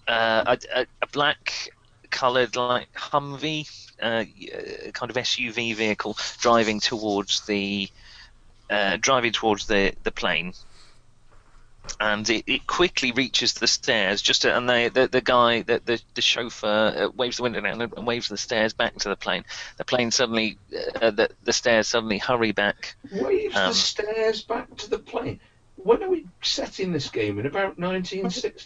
B: uh, a, a, a black coloured like Humvee, uh, y- uh, kind of SUV vehicle, driving towards the uh, driving towards the the plane and it, it quickly reaches the stairs. Just to- and they, the the guy the the, the chauffeur uh, waves the window down and, and waves the stairs back to the plane. The plane suddenly uh, the the stairs suddenly hurry back.
F: Waves
B: Um,
F: the stairs back to the plane. When are we setting this game? In about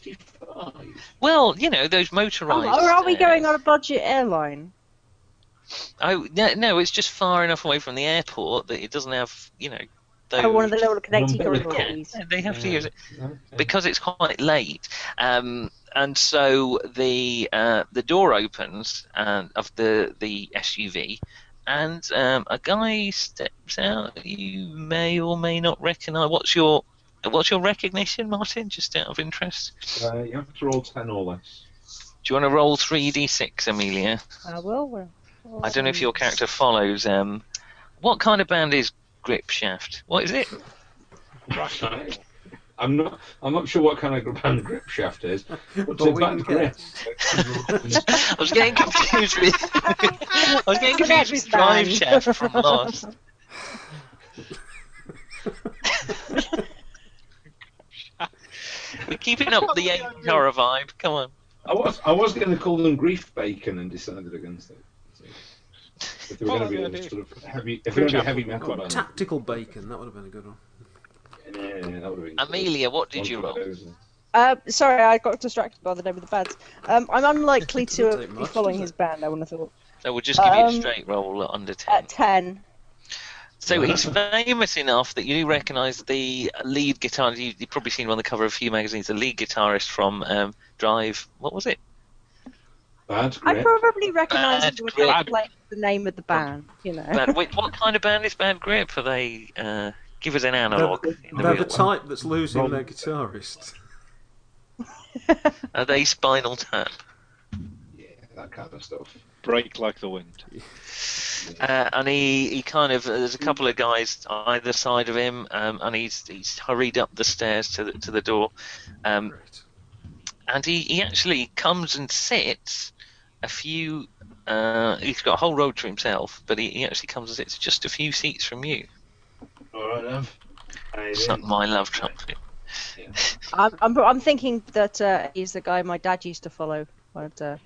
F: 1965?
B: Well, you know those motorized.
E: Oh, or are we going on
B: stairs.
E: a budget airline?
B: Oh no, no, it's just far enough away from the airport that it doesn't have you know. Those...
E: Oh, one of the little connecting
F: One bit
E: corridors.
F: of
B: yeah,
E: please.
B: they have to
F: Yeah.
B: use it. because it's quite late, um, and so the uh, the door opens uh, of the the SUV, and um, a guy steps out. You may or may not recognise. What's your what's your recognition, Martin? Just out of interest.
F: Uh, you have to roll 10 or less.
B: Do you want to roll three d six, Amelia?
E: I will. Ah, Well, well,
B: I don't know if your character follows. Um, what kind of band is Grip Shaft? What is it?
F: Right. I'm not. I'm not sure what kind of band grip shaft is. What's
C: But
F: a
C: we
F: band
C: can
F: grip?
B: I was getting confused with I was getting confused with Drive Shaft from Lost. We're keeping up the eight horror vibe. Come on.
F: I was. I was going to call them grief bacon and decided against it. If they were
H: Well,
F: going to
H: yeah,
F: be
H: they-
F: a sort of heavy, if they were going to be a heavy metal
C: Oh,
F: band,
C: tactical bacon, that would have been a good one.
F: yeah, that would have been.
B: Amelia, what did you roll?
E: Uh, sorry, I got distracted by the name of the band. Um, I'm unlikely
C: Doesn't
E: to
C: take
E: be
C: much,
E: following
C: does
E: his band. I would have thought
B: So we'll just give you a
E: Um,
B: straight roll under ten.
E: at ten.
B: So he's famous enough that you recognise the lead guitarist. You, you've probably seen him on the cover of a few magazines. The lead guitarist from um, Drive. What was it?
F: Bad
E: I
F: grip.
E: probably recognise
B: Bad
E: him
B: grip.
E: without like the name of the band. You know.
B: Bad, wait, what kind of band is Bad Grip? Are they? Uh, give us an analogue. in the
C: They're
B: real
C: the
B: world.
C: type that's losing their guitarist.
B: Are they Spinal Tap?
F: Yeah, that kind of stuff.
H: Break like the wind.
B: Uh, and he, he kind of there's a couple of guys either side of him, um, and he's he's hurried up the stairs to the to the door, um,
C: Right.
B: and he, he actually comes and sits a few. Uh, he's got a whole road to himself, but he, he actually comes and sits just a few seats from you.
F: All right, love. How you
B: It's
F: doing?
B: not my love trumpet.
E: I'm, I'm, I'm thinking that uh, he's the guy my dad used to follow. But, uh,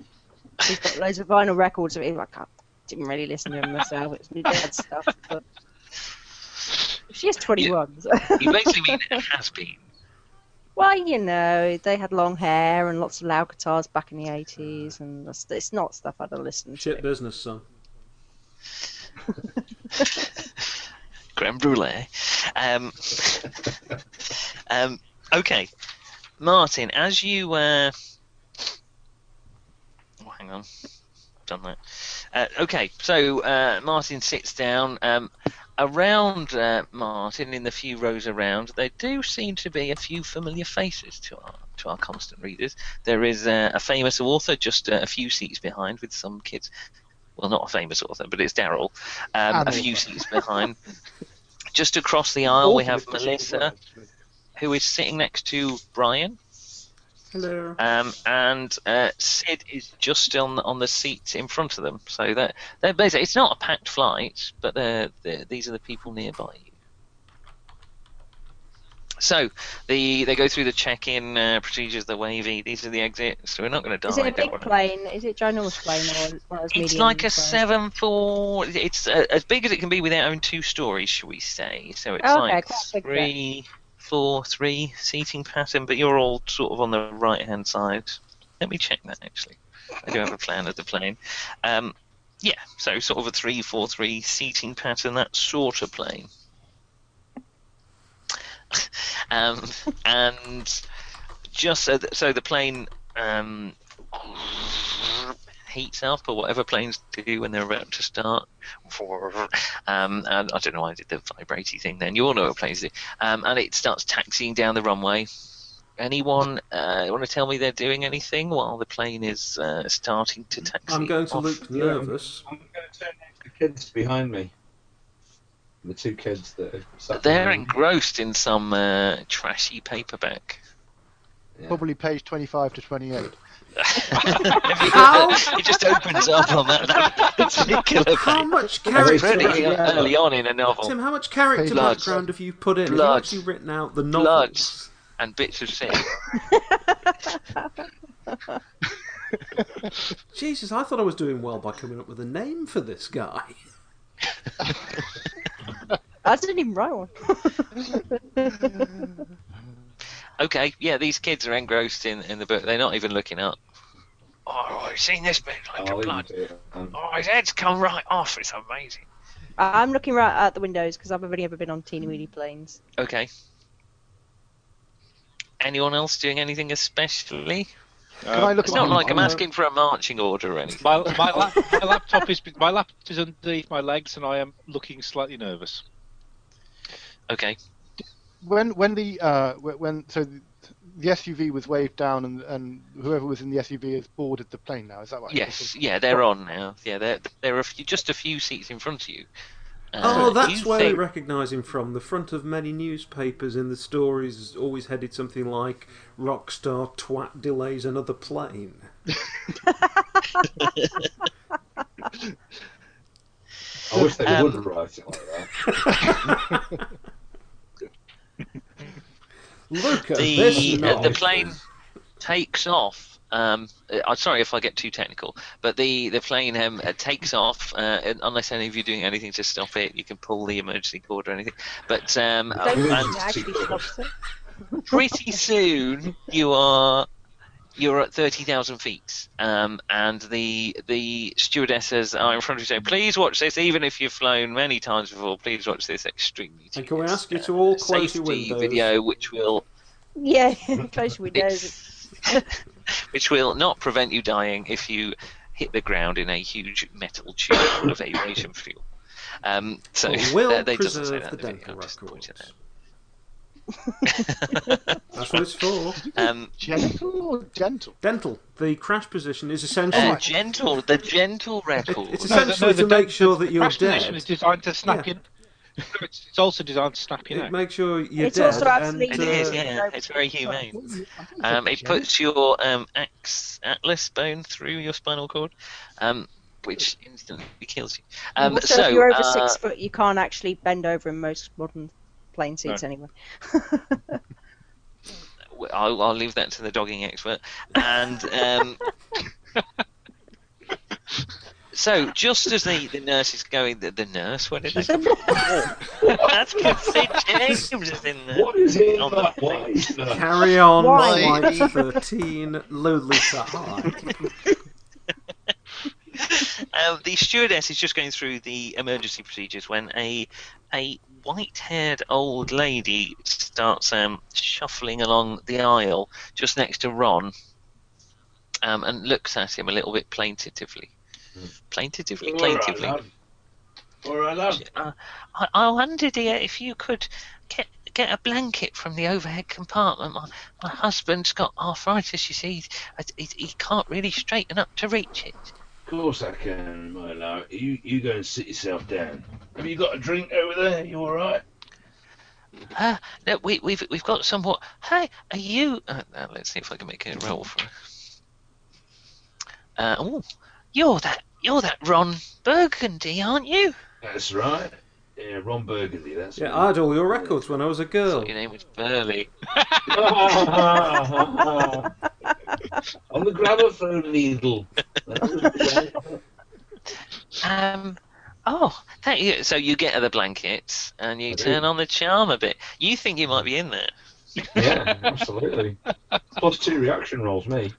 E: he's got loads of vinyl records of him. I can't, didn't really listen to him myself. It's my dad's stuff. But she is 21. so-
B: You basically mean it has been.
E: well, you know, they had long hair and lots of loud guitars back in the 80s, and that's- it's not stuff I'd have listened
C: Shit
E: to.
C: business, son.
B: creme brulee. Um, um, okay, Martin, as you uh, oh, hang on, done that. Uh, okay, so uh, Martin sits down. Um, around uh, Martin, in the few rows around, there do seem to be a few familiar faces to our to our constant readers. There is uh, a famous author just uh, a few seats behind with some kids. Well, not a famous author, but it's Daryl. Um,
D: An
B: a few
D: author.
B: seats behind. Just across the aisle, we
D: Author is
B: have
D: the secret
B: Melissa,
D: word, actually.
B: who is sitting next to Brian,
C: Hello.
B: um, and uh, Sid is just on on the seat in front of them. So that they're basically it's not a packed flight, but they're, they're, these are the people nearby you. So the they go through the check-in uh, procedures, the wavy. These are the exits. We're not going to die.
E: Is it a
B: Oh, don't
E: big
B: worry.
E: plane? Is it ginormous plane or one of those
B: It's
E: medium
B: like a
E: planes?
B: seven four. It's uh, as big as it can be without having two stories, shall we say? So it's
E: Okay,
B: like
E: quite a big bit.
B: three, four, three seating pattern. But you're all sort of on the right hand side. Let me check that actually. I do have a plan of the plane. Um, yeah, so sort of a three, four, three seating pattern. That sort of plane. um, and just so, th- so the plane um, heats up or whatever planes do when they're about to start. Um, and I don't know why I did the vibraty thing then. You all know what planes do. Um, and it starts taxiing down the runway. Anyone uh, want to tell me they're doing anything while the plane is uh, starting to taxi?
C: I'm going to
B: off?
C: look nervous.
F: I'm going to turn to the kids behind me. The two kids that are sat
B: They're
F: behind me.
B: engrossed in some uh, trashy paperback.
D: Probably page 25 to 28.
B: How? it just opens up on that, that particular
C: How
B: page.
C: much
B: It's
C: character?
B: pretty
F: Yeah.
B: early on in a novel.
C: Tim, how much character
B: Blood.
C: background have you put in? Have you
B: Blood.
C: actually written out the
B: Blood.
C: novels?
B: and bits of sin.
C: Jesus, I thought I was doing well by coming up with a name for this guy.
E: I didn't even write one.
B: okay, yeah, these kids are engrossed in, in the book. They're not even looking up. Oh, I've seen this bit like
F: I'll
B: a
F: leave
B: blood.
F: you to Oh, it. Um,
B: Oh, his head's come right off. It's amazing.
E: I- I'm looking right out the windows because I've only ever been on teeny weeny planes.
B: Okay. Anyone else doing anything especially?
D: Can I look
B: It's
D: at
B: not
D: my-
B: like I'm asking for a marching order or anything.
H: Uh, My, my, lap, my laptop is my laptop is underneath my legs, and I am looking slightly nervous.
B: Okay.
D: when when the uh, wh- when so the the SUV was waved down and and whoever was in the SUV has boarded the plane now. Is that right?
B: Yes. Yeah, they're on now. Yeah, they're they're a few, just a few seats in front of you. Uh,
C: Oh,
B: do
C: that's
B: you
C: where we
B: think-
C: recognise him from. The front of many newspapers in the stories always headed something like "Rockstar twat delays another plane."
F: I wish they
B: Um,
F: would write it like that.
C: Look at
B: the
C: this
B: uh, the
C: knob.
B: plane takes off. Um, uh, I'm sorry if I get too technical, but the the plane um, uh, takes off. Uh, and unless any of you are doing anything to stop it, you can pull the emergency cord or anything. But um, uh,
E: Don't
F: yeah.
B: and
E: you actually stop it?
B: pretty soon you are you're at thirty thousand feet, um, and the the stewardesses are in front of you saying, "Please watch this. Even if you've flown many times before, please watch this extremely."
C: And can we
B: tedious,
C: ask you
B: uh,
C: to all close
B: safety
C: your windows?
B: video, which will
E: Yeah, close your windows.
B: it's- which will not prevent you dying if you hit the ground in a huge metal tube of aviation fuel. Um, so
C: But will
B: uh, they doesn't say
C: preserve
B: that
C: the
B: in the video,
C: dental
B: I'm just pointing
C: records.
B: it out.
C: That's what it's for.
B: Um,
D: Gentle or gentle?
C: Dental. The crash position is
B: uh,
C: essential.
B: gentle, the gentle
C: It-
B: record.
C: it's
H: No, no,
C: essentially
H: no, the
C: to make
H: dent-
C: sure that you're
H: crash position
C: dead.
H: is designed to snap
C: Yeah.
H: you. No, it's, it's also designed to snap you.
C: It
H: neck.
C: makes sure you're
E: It's
C: dead.
E: also absolutely-
B: It
C: and,
E: uh,
B: is, yeah. It's very humane. Um, it puts your um, ax- atlas bone through your spinal cord, um, which instantly kills you. Um,
E: also,
B: so,
E: if you're over
B: uh,
E: six foot, you can't actually bend over in most modern plane seats anyway.
B: w- I'll, I'll leave that to the dogging expert. And um, so, just as the, the nurse is going, the, the nurse, where did I come from? That's good. Sid James is in there.
F: What is it
B: On
F: that
B: the-
F: wise? No.
C: Carry on,
E: Why?
C: Flight 13, lonely to high.
B: Um, the stewardess is just going through the emergency procedures when a a white-haired old lady starts um, shuffling along the aisle just next to Ron, um, and looks at him a little bit plaintively, plaintively, plaintively.
F: All right, lad. All right, lad.
B: Uh, I, I wonder, dear, if you could get get a blanket from the overhead compartment. My, my husband's got arthritis. You see, he, he, he can't really straighten up to reach it.
F: Of course I can, my lad. You, you go and sit yourself down. Have you got a drink over there? You all right?
B: Uh, no, we, we've we've got somewhat. Hey, are you? Uh, now let's see if I can make a roll for. Uh, ooh, you're that you're that Ron Burgundy, aren't you?
F: That's right. Yeah, Ron Burgundy, that's
C: Yeah, I had all your records when I was a girl.
B: Your name was Burley.
F: On the gramophone needle.
B: Um, oh, thank you. So you get her the blankets and you
F: I do.
B: turn on the charm a bit. You think you might be in there?
F: yeah, absolutely. Plus two reaction rolls, me.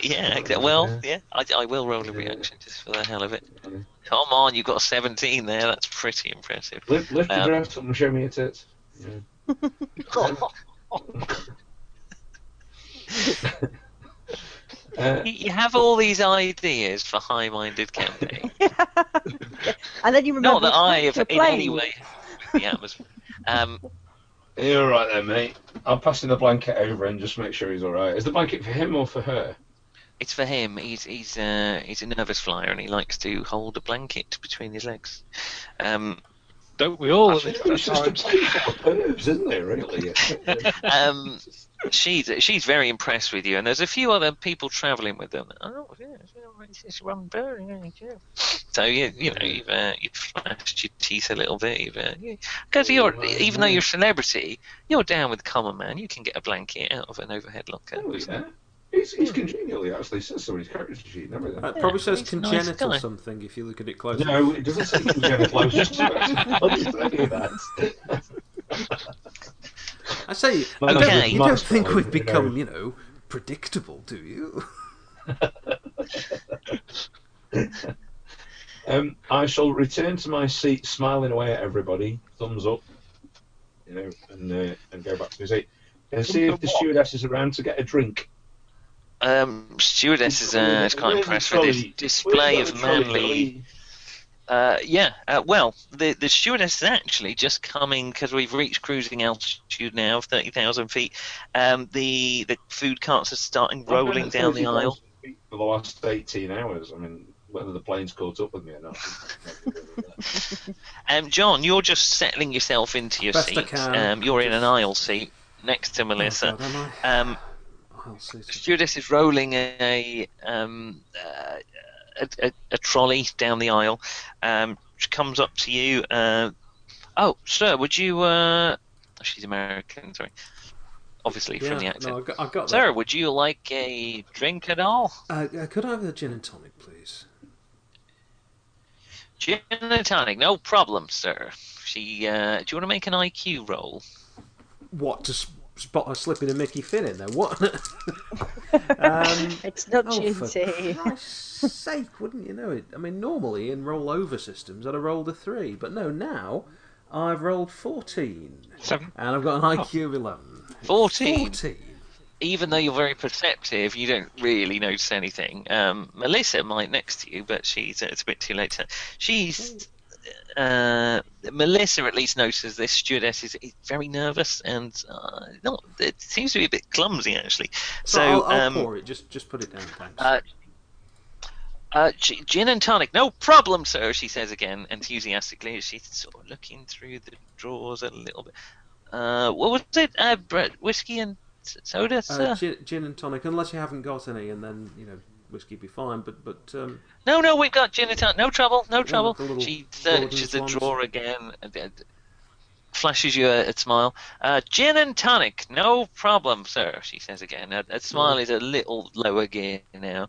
B: Yeah. exa- Well, yeah. I, I will roll a reaction just for the hell of it.
F: Okay.
B: Come on, you got a 17 there. That's pretty impressive.
F: Lift, lift
B: Um,
F: your breast up and show me your tits. Uh,
B: You- You have all these ideas for high-minded camping.
E: and then you remember
B: Not that I
E: it's
B: have
E: a
B: in
E: plane.
B: any way. The atmosphere. Um,
F: you're all right there, mate. I'm passing the blanket over and just make sure he's all right. Is the blanket for him or for her?
B: it's for him. He's he's uh, he's a nervous flyer and he likes to hold a blanket between his legs. Um,
H: Don't we all?
F: I
H: at
F: think
H: this
F: it was Oh, just a
H: time?
F: place for pervs, isn't there, really?
B: um, she's she's very impressed with you, and there's a few other people travelling with them. Oh, yeah, yeah, it's- it's Ron Burry, yeah, yeah. So you you know you've uh, you've flashed your teeth a little bit, you've because you're even though you're a celebrity, you're down with the common man. You can get a blanket out of an overhead locker.
F: Oh, yeah. He's, he's congenially, actually. says so in his character sheet and everything.
C: That probably says
B: he's a nice
C: congenital
B: guy.
C: something if you look at it closely.
F: No, it doesn't say congenital. I was just about to say that.
C: I say, you
F: Okay.
C: don't, you don't
F: Nice
C: think
F: one,
C: we've
F: you
C: become, you know, predictable, do you?
F: Um, I shall return to my seat, smiling away at everybody, thumbs up, you know, and uh, and go back to my seat and see if the stewardess is around to get a drink.
B: Um, stewardess is, uh, is quite
F: Where's the
B: impressed with this
F: trolley?
B: display
F: Where's
B: of
F: the trolley,
B: manly.
F: Dolly?
B: Uh, yeah, uh, well, the the stewardess is actually just coming because we've reached cruising altitude now of thirty thousand feet. Um, the the food carts are starting rolling
F: I've been at
B: down the
F: 30,000
B: aisle.
F: feet For the last eighteen hours, I mean, whether the plane's caught up with me or not.
B: Um, John, you're just settling yourself into your
C: Best I
B: seat.
C: can.
B: Um, you're in an aisle seat next to Melissa.
C: Oh, God, am I?
B: Um,
C: I'll see.
B: stewardess is rolling a um, uh, a, a, a trolley down the aisle. Um, she comes up to you. Uh, oh, sir, would you? Uh, oh, she's American, sorry. Obviously
C: Yeah,
B: from the accent.
C: no, I got, I got
B: sir,
C: that.
B: would you like a drink at all?
C: Uh, uh, could I have a gin and tonic, please?
B: Gin and tonic, no problem, sir. She, uh, do you want to make an IQ roll?
C: What, to s- spot her slipping a Mickey Finn in there? What? um,
E: It's not
C: Oh, for
E: duty.
C: Christ's sake, wouldn't you know it? I mean, normally in rollover systems, I'd have rolled a 3, but no, now I've rolled 14,
H: Seven.
C: and I've got an IQ of 11.
B: 14.
C: 14.
B: Even though you're very perceptive, you don't really notice anything. Um, Melissa might next to you, but she's uh, it's a bit too late. To, she's uh, Melissa at least notices this stewardess is, is very nervous and uh, not, it seems to be a bit clumsy actually. So,
C: I'll, I'll
B: um,
C: pour it. Just just put it down. Thanks.
B: uh, uh, g- gin and tonic, no problem, sir. She says again enthusiastically as she's sort of looking through the drawers a little bit. Uh, what was it? Uh, bre- whiskey and s- soda, sir.
C: uh, gin, gin and tonic, unless you haven't got any, and then you know whiskey be fine. But but um,
B: No, no, we've got gin and tonic. No trouble, no trouble.
C: the little
B: She uh,
C: golden
B: searches the
C: swans.
B: drawer again, and, uh, flashes you a, a smile. Uh, gin and tonic, no problem, sir. She says again. Uh, That, that smile is a little lower gear now.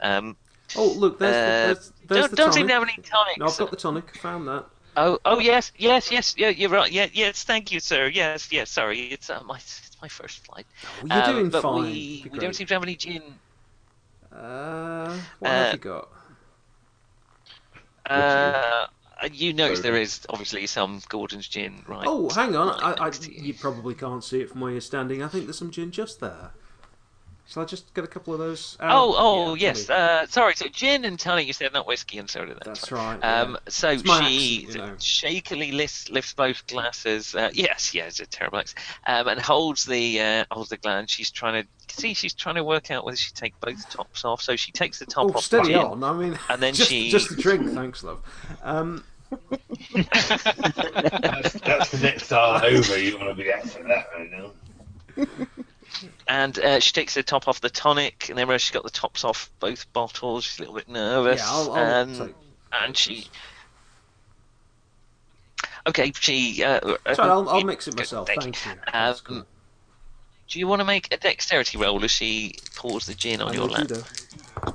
B: Um,
C: oh look, there's
B: Uh,
C: the, there's, there's
B: don't
C: the
B: don't
C: tonic.
B: seem to have any tonics.
C: No, I've got the tonic. Found that.
B: Oh, oh yes, yes, yes. Yeah, you're right. Yeah, yes. Thank you, sir. Yes, yes. Sorry, it's uh, my it's my first flight.
C: Oh, you're
B: Uh,
C: doing
B: but
C: fine.
B: We,
C: Be
B: we
C: great.
B: don't seem to have any gin.
C: Uh, what
B: Uh,
C: have you got?
B: Uh, you notice there is obviously some Gordon's gin, right?
C: Oh, hang on.
B: right
C: I, I,
B: next to you.
C: you probably can't see it from where you're standing. I think there's some gin just there. Shall I just get a couple of those? out?
B: Oh, oh,
C: Yeah,
B: yes.
C: tonic.
B: Uh, sorry, so gin and tonic. You said not whiskey and soda. That's,
C: That's
B: right.
C: right.
B: Um, so
C: It's my
B: she
C: accent, you know.
B: shakily lifts, lifts both glasses. Uh, yes, yes, it's a terrible accent. Um, and holds the uh, holds the gland. She's trying to see. She's trying to work out whether she take both tops off. So she takes the top
C: Oh,
B: off.
C: steady
B: gin.
C: on. I mean,
B: And then
C: just,
B: she-
C: just a drink, thanks, love. Um,
F: That's, that's the next aisle over. You want to be out for that right now.
B: And uh, she takes the top off the tonic. And then when she's got the tops off both bottles, she's a little bit nervous.
C: yeah, I'll, I'll
B: and,
C: take-
B: and she. Okay, she. Uh,
C: Sorry, I'll, I'll mix it
B: Good,
C: myself.
B: thank
C: Thank you.
B: Um,
C: That's cool.
B: Do you want to make a dexterity roll as she pours the gin on
C: I
B: your
C: will do
B: lap?
C: that.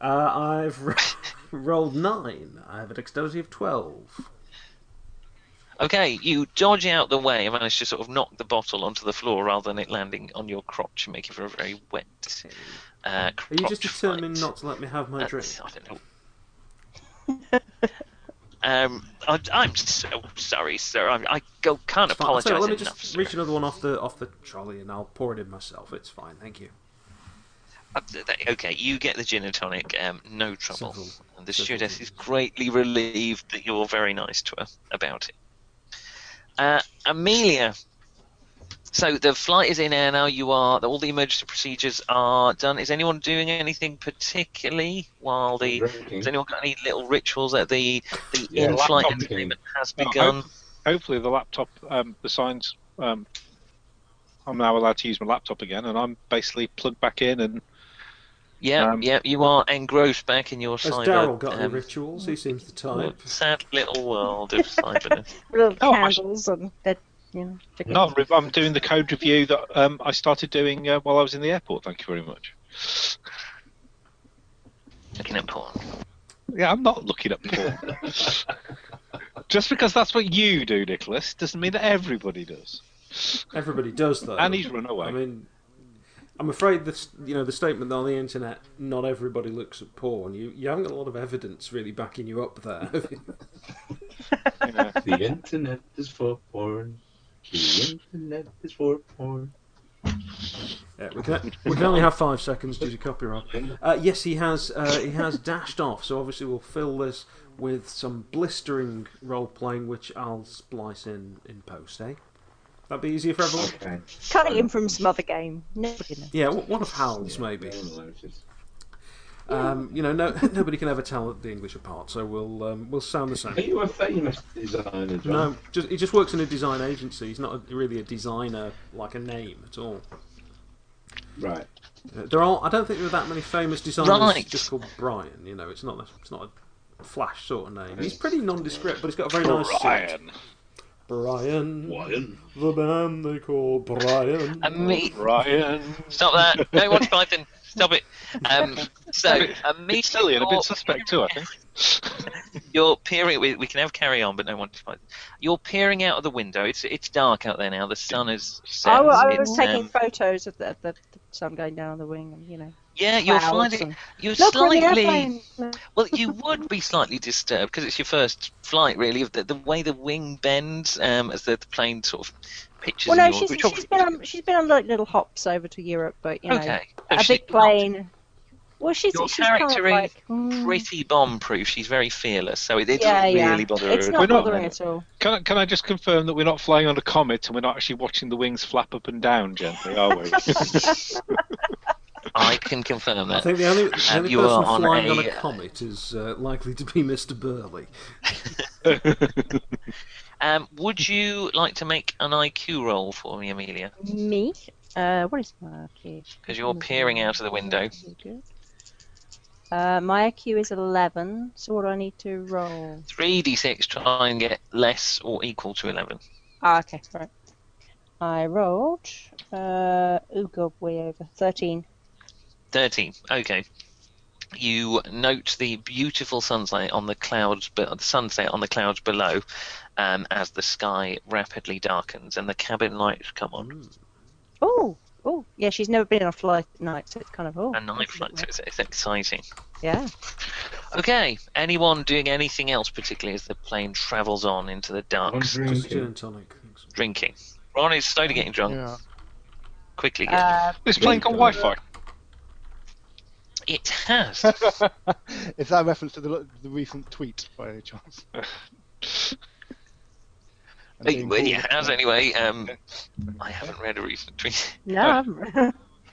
C: Uh, I've ro- rolled nine. I have a dexterity of twelve.
B: Okay, you dodge out the way and manage to sort of knock the bottle onto the floor rather than it landing on your crotch and making for a very wet uh, crotch
C: Are you just determined
B: fight.
C: not to let me have my drink?
B: That's- I don't know. um, I, I'm so sorry, sir. I, I go, can't
C: Fine, I'll
B: apologise
C: tell you what,
B: enough.
C: let me just
B: sir.
C: reach another one off the off the trolley, and I'll pour it in myself. It's fine. Thank you.
B: Uh, th- th- Okay, you get the gin and tonic, um, no trouble.
C: Several-
B: and the
C: several
B: stewardess is
C: gins.
B: greatly relieved that you're very nice to her about it. Uh, Amelia, so the flight is in air now. You are all the emergency procedures are done. Is anyone doing anything particularly while the?
F: Drinking.
B: Has anyone got any little rituals that the the
F: Yeah,
B: in-flight
F: laptop game.
B: entertainment has
H: No,
B: begun?
H: hope- hopefully, the laptop, um, the signs. Um, I'm now allowed to use my laptop again, and I'm basically plugged back in. And
B: yeah,
H: um,
B: yeah, you are engrossed back in your
C: Has
B: cyber.
C: Daryl got any
B: um,
C: rituals? He seems the type.
B: sad little world of cyberness.
E: Little
H: Oh, I-
E: candles and that, you know. chicken.
H: no, I'm re- I'm doing the code review that um, I started doing uh, while I was in the airport. Thank you very much.
B: Looking at porn.
H: Yeah, I'm not looking at porn. Just because that's what you do, Nicholas, doesn't mean that everybody does.
C: Everybody does though.
H: And he's run away.
C: I mean, I'm afraid this, you know, the statement on the internet, not everybody looks at porn. You you haven't got a lot of evidence really backing you up there. have you?
H: Yeah.
F: The internet is for porn. The internet is for porn.
C: yeah, we can we can only have five seconds due to copyright. Uh, yes, he has uh, he has dashed off. So obviously we'll fill this with some blistering role playing, which I'll splice in in post. Eh, that'd be easier for everyone.
F: Okay.
E: Cut it in from some other game. Nobody knows.
C: Yeah, one of Hal's maybe. Um, you know, no, nobody can ever tell the English apart, so we'll um, we'll sound the same.
F: Are you a famous designer, John?
C: No, just, he just works in a design agency. He's not a, really a designer like a name at all.
F: Right.
C: Uh, There are I don't think there are that many famous designers
B: Right.
C: just called Brian. You know, it's not a- it's not a flash sort of name. He's pretty nondescript, but he's got a very nice suit.
H: Brian.
C: Brian,
F: Brian.
C: the man they call Brian.
B: Ame-
H: Brian.
B: Um, Stop that! No one's Python. Stop it. Um, so,
H: Bit silly
B: immediately
H: and a bit suspect too, I think.
B: you're peering. We, we can have carry on, but no one's Python. You're peering out of the window. It's it's dark out there now. The sun is set.
E: I, wa- I was
B: It's,
E: taking
B: um,
E: photos of the, the, the sun going down the wing, and you know.
B: yeah, you're
E: clouds
B: finding
E: and-
B: you're
E: Look, we're in the
B: slightly.
E: airplane. No.
B: Well, you would be slightly disturbed because it's your first flight, really. Of the, the way the wing bends um, as the, the plane sort of pitches.
E: Well, no,
B: and yaws,
E: she's,
B: which
E: she's
B: obviously-
E: been on she's been on like little hops over to Europe, but you know,
B: okay.
E: a
B: So she-
E: big plane. Well, she's,
B: Your
E: she's kind of
B: character is
E: like mm,
B: Pretty bomb proof. She's very fearless, so it, it
E: yeah,
B: doesn't
E: yeah.
B: really bother
E: It's
B: her.
E: not
H: We're not-
E: bothering at all.
H: Can I, can I just confirm that we're not flying on a comet and we're not actually watching the wings flap up and down gently, are we?
B: I can confirm
C: I
B: that.
C: think the only, the
B: Um,
C: only
B: you
C: person
B: are on
C: flying
B: a-
C: on a comet is uh, likely to be Mr. Burley.
B: Um, would you like to make an IQ roll for me, Amelia?
E: Me? Uh, what is my IQ?
B: Because you're peering out of the window.
E: Uh, my IQ is 11, so what do I need to roll?
B: 3d6, try and get less or equal to 11.
E: Ah, okay, right. I rolled, uh, oh god, way over, 13.
B: 13. Okay. You note the beautiful sunset on the clouds, but the sunset on the clouds below, um, as the sky rapidly darkens and the cabin lights come on.
E: Oh, oh, yeah, she's never been on a flight at night, so it's kind of, oh.
B: A night
E: that's a
B: flight.
E: bit
B: so It's, it's exciting.
E: weird. Yeah.
B: Okay. Anyone doing anything else, particularly as the plane travels on into the dark,
F: I'm
C: Just gin
F: drinking.
C: and tonic. Thanks.
B: drinking. Ron is slowly getting drunk.
D: Yeah.
B: Quickly, getting
E: Uh,
H: this plane got Wi Fi.
B: It has.
D: Is that a reference to the, the recent tweet by any chance? And
B: Hey,
D: being
B: well,
D: called
B: yeah, it
D: a-
B: has anyway. Um, I haven't read a recent tweet.
E: no, I'm-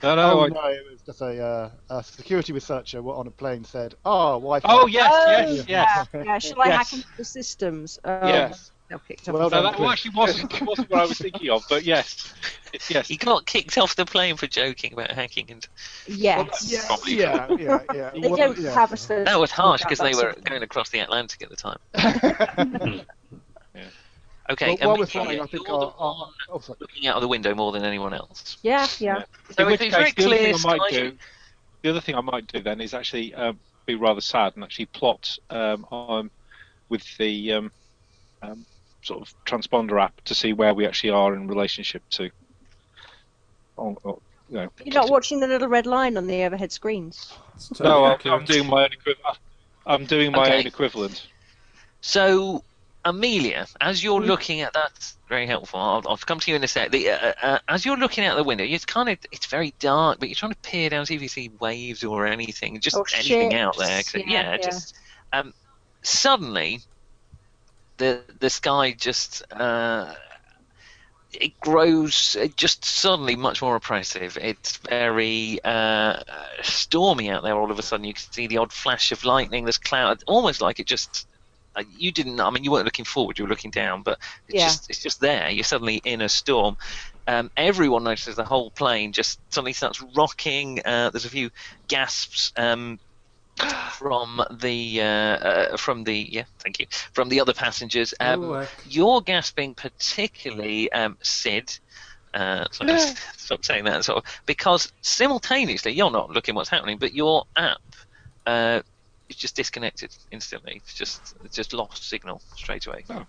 H: No, no,
D: Oh,
H: I-
D: no, it was just a, uh, a security researcher wa- on a plane said, "Ah, Wi-Fi."
H: Oh, yes,
E: Oh,
H: yes, yes.
E: Yeah, yeah, shall I
H: Yes.
E: hack into the systems? Um,
H: Yes.
E: I picked up
D: Well
E: on
H: No,
D: done.
H: that well, actually wasn't, wasn't what I was thinking of, but yes. It's yes.
B: He got kicked off the plane for joking about hacking and
E: that. Yes.
D: Yeah,
B: Probably.
D: yeah, yeah, yeah.
E: They
D: Well,
E: don't
D: yeah.
E: have a sense
B: That was harsh
E: about
B: because
E: that
B: they
E: sort
B: were
E: of thing.
B: going across the Atlantic at the time.
D: Well,
B: Okay, um,
D: while we're
B: Amelia,
D: flying, I
B: you're
D: think
B: the
D: our, our,
B: one
D: oh, sorry.
B: looking out of the window more than anyone else.
E: Yeah, yeah.
B: So
H: In
B: if
H: which
B: it's very
H: case, the
B: clear
H: other thing I might
B: sky-
H: do- the other thing I might do then is actually um, be rather sad and actually plot um, on with the um, um, sort of transponder app to see where we actually are in relationship to. On, on, you know,
E: You're not watching the little red line on the overhead screens.
C: It's totally
H: no, I'm,
C: accurate.
B: Um,
H: I'm doing my own. Equi- I'm doing my
B: Okay.
H: own equivalent.
B: So, Amelia, as
E: Hmm.
B: you're looking at that's very helpful. I'll, I'll come to you in a sec. The, uh, uh, as you're looking out the window, it's kind of it's very dark, but you're trying to peer down see if you see waves or anything, just
E: Or
B: anything out
E: Oh, ships,
B: there. 'cause it-
E: yeah, yeah.
B: just um, suddenly the the sky just uh, it grows uh, just suddenly much more oppressive. It's very uh, uh, stormy out there. All of a sudden, you can see the odd flash of lightning. There's cloud, almost like it just. uh, You didn't. I mean, you weren't looking forward. You were looking down, but it's
E: Yeah.
B: just it's just there. You're suddenly in a storm. Um, everyone notices the whole plane just suddenly starts rocking. Uh, there's a few gasps um, from the uh, uh, from the yeah, thank you from the other passengers. Um,
C: Oh, uh,
B: you're gasping particularly um, Sid. Uh, so I just stop saying that sort of because simultaneously you're not looking what's happening, but your app uh, is just disconnected instantly. It's just it's just lost signal straight away.
H: Oh.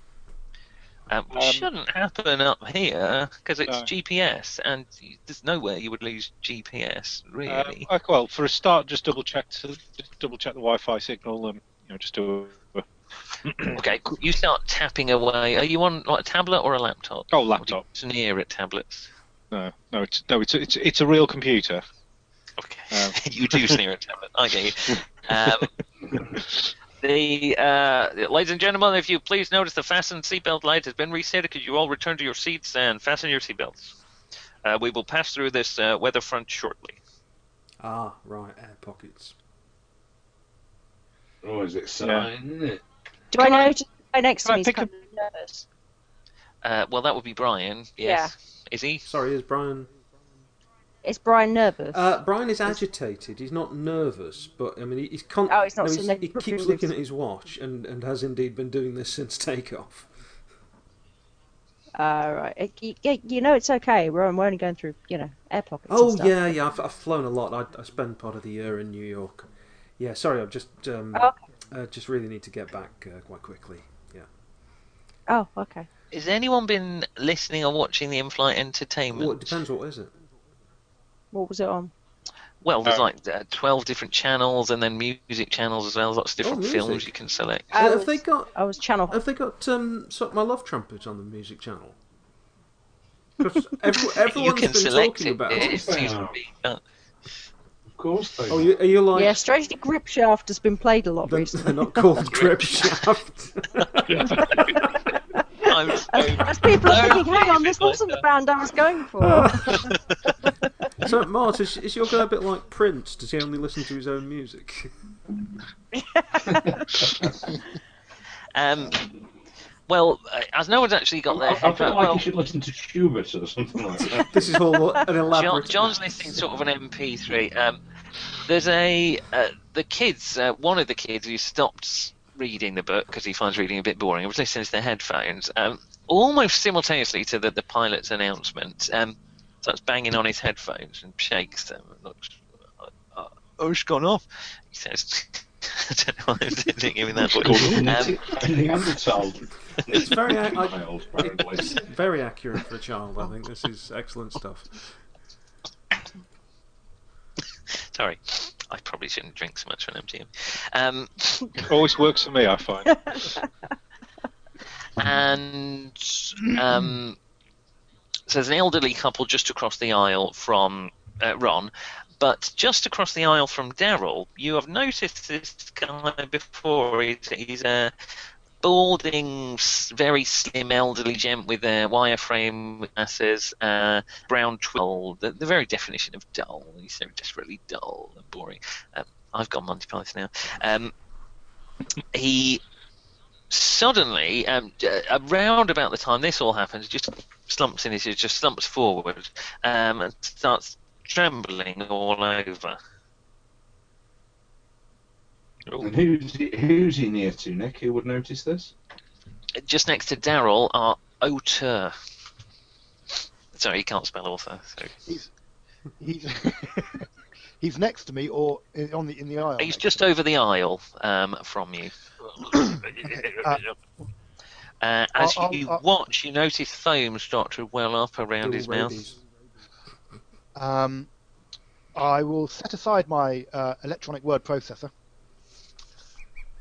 B: Um, which
H: Um,
B: shouldn't happen up here because it's
H: No.
B: GPS, and you- there's nowhere you would lose GPS really.
H: Um, okay, well, for a start, just double check to just double check the Wi-Fi signal. Um, you know, just do. A, Uh,
B: okay, you start tapping away. Are you on like, a tablet or a laptop?
H: oh,
B: Or do you
H: laptop.
B: sneer at tablets.
H: No, no, it's no, it's it's it's a real computer.
B: Okay.
H: Um.
B: you do sneer at Tablet. I get you. Um, the uh, ladies and gentlemen, if you please notice the fastened seatbelt light has been reset. Could you all return to your seats and fasten your seatbelts? Uh, we will pass through this uh, weather front shortly.
C: ah, right, air pockets.
F: Oh, is it sign? isn't it?
E: Do I know my next
H: can I
E: to me is
H: pick
E: kind of nervous?
B: Uh, well, that would be Brian. Yes. Is he?
C: Sorry, is Brian?
E: Is Brian nervous?
C: Uh, Brian is agitated. He's not nervous, but I mean, he- he's con-
E: Oh, he's not
C: no,
E: so
C: he
E: negative.
C: keeps looking at his watch, and, and has indeed been doing this since takeoff.
E: All right. Uh, y- y- You know, it's okay. We're on- we're only going through, you know, air pockets. and
C: Oh
E: stuff.
C: yeah, yeah. I've, I've flown a lot. I, I spend part of the year in New York. Yeah, sorry. I'm just um,
E: Oh,
C: uh, just really need to get back uh, quite quickly.
E: oh, okay.
B: Has anyone been listening or watching the in-flight entertainment?
C: Well, it depends. What is it?
E: What was it on?
B: Well, there's
H: No.
B: like uh, 12 different channels and then music channels as well. Lots of different
C: music.
B: films you can select.
E: I
C: Uh, have
E: was-
C: they got
E: I was channel.
C: Have they got um, "Suck My Love Trumpet" on the music channel? 'Cause every, everyone's
B: you can
C: been
B: select
C: talking
B: it.
C: about
B: It
C: it.
B: seems to be- uh,
F: Of course they
C: Oh,
F: are.
C: you, are you like?
E: Yeah, strangely, grip shaft has been played a lot
C: They're,
E: recently.
C: they're not called grip shaft.
B: I'm so-
E: As people are
B: Oh,
E: thinking, hang on, this
B: like
E: wasn't the
B: that.
E: band I was going for.
C: so, Mart, is, is your guy a bit like Prince? Does he only listen to his own music?
B: Um, well, uh, as no one's actually got
F: I,
B: their
F: I
B: head
F: feel
B: round-
F: like
B: well,
F: you should listen to Schubert or something like that.
C: This is all an
B: John,
C: elaborate.
B: John's listening sort of an MP3. Um, there's a uh, the kids. Uh, one of the kids who stopped reading the book because he finds reading a bit boring. He was listening to their headphones. Um, almost simultaneously to the, the pilot's announcement, um, starts banging on his headphones and shakes them. And looks, uh, oh, it's gone off. He says, I don't know why I'm doing it in that
F: It's called
B: voice. Um,
F: a Neanderthal.
C: It's very. ac- I-
F: Child, apparently.
C: it's very accurate for a child. I think this is excellent stuff.
B: sorry, I probably shouldn't drink so much on MTM. Um,
H: Always works for me, I find.
B: and um, so there's an elderly couple just across the aisle from uh, Ron, but just across the aisle from Daryl, you have noticed this guy before. He's, he's a balding, s- very slim elderly gent with a wireframe glasses, uh, brown twill, the, the very definition of dull. He's so desperately dull and boring. Um, I've gone Monty Python now. Um, he suddenly, um, uh, around about the time this all happens, just slumps in his chair, just slumps forward, um, and starts trembling all over.
F: And who's he, who's he near to, Nick? Who would notice this?
B: Just next to Daryl are Otter. Sorry, he can't spell author. So.
D: He's he's next to me or in, on the in the aisle.
B: He's
D: next
B: just
D: to me.
B: over the aisle um, from you. Uh, as
D: I'll-
B: you
D: I'll-
B: watch, you notice foam start to well up around his mouth.
C: Rabies.
D: Um, I will set aside my uh, electronic word processor,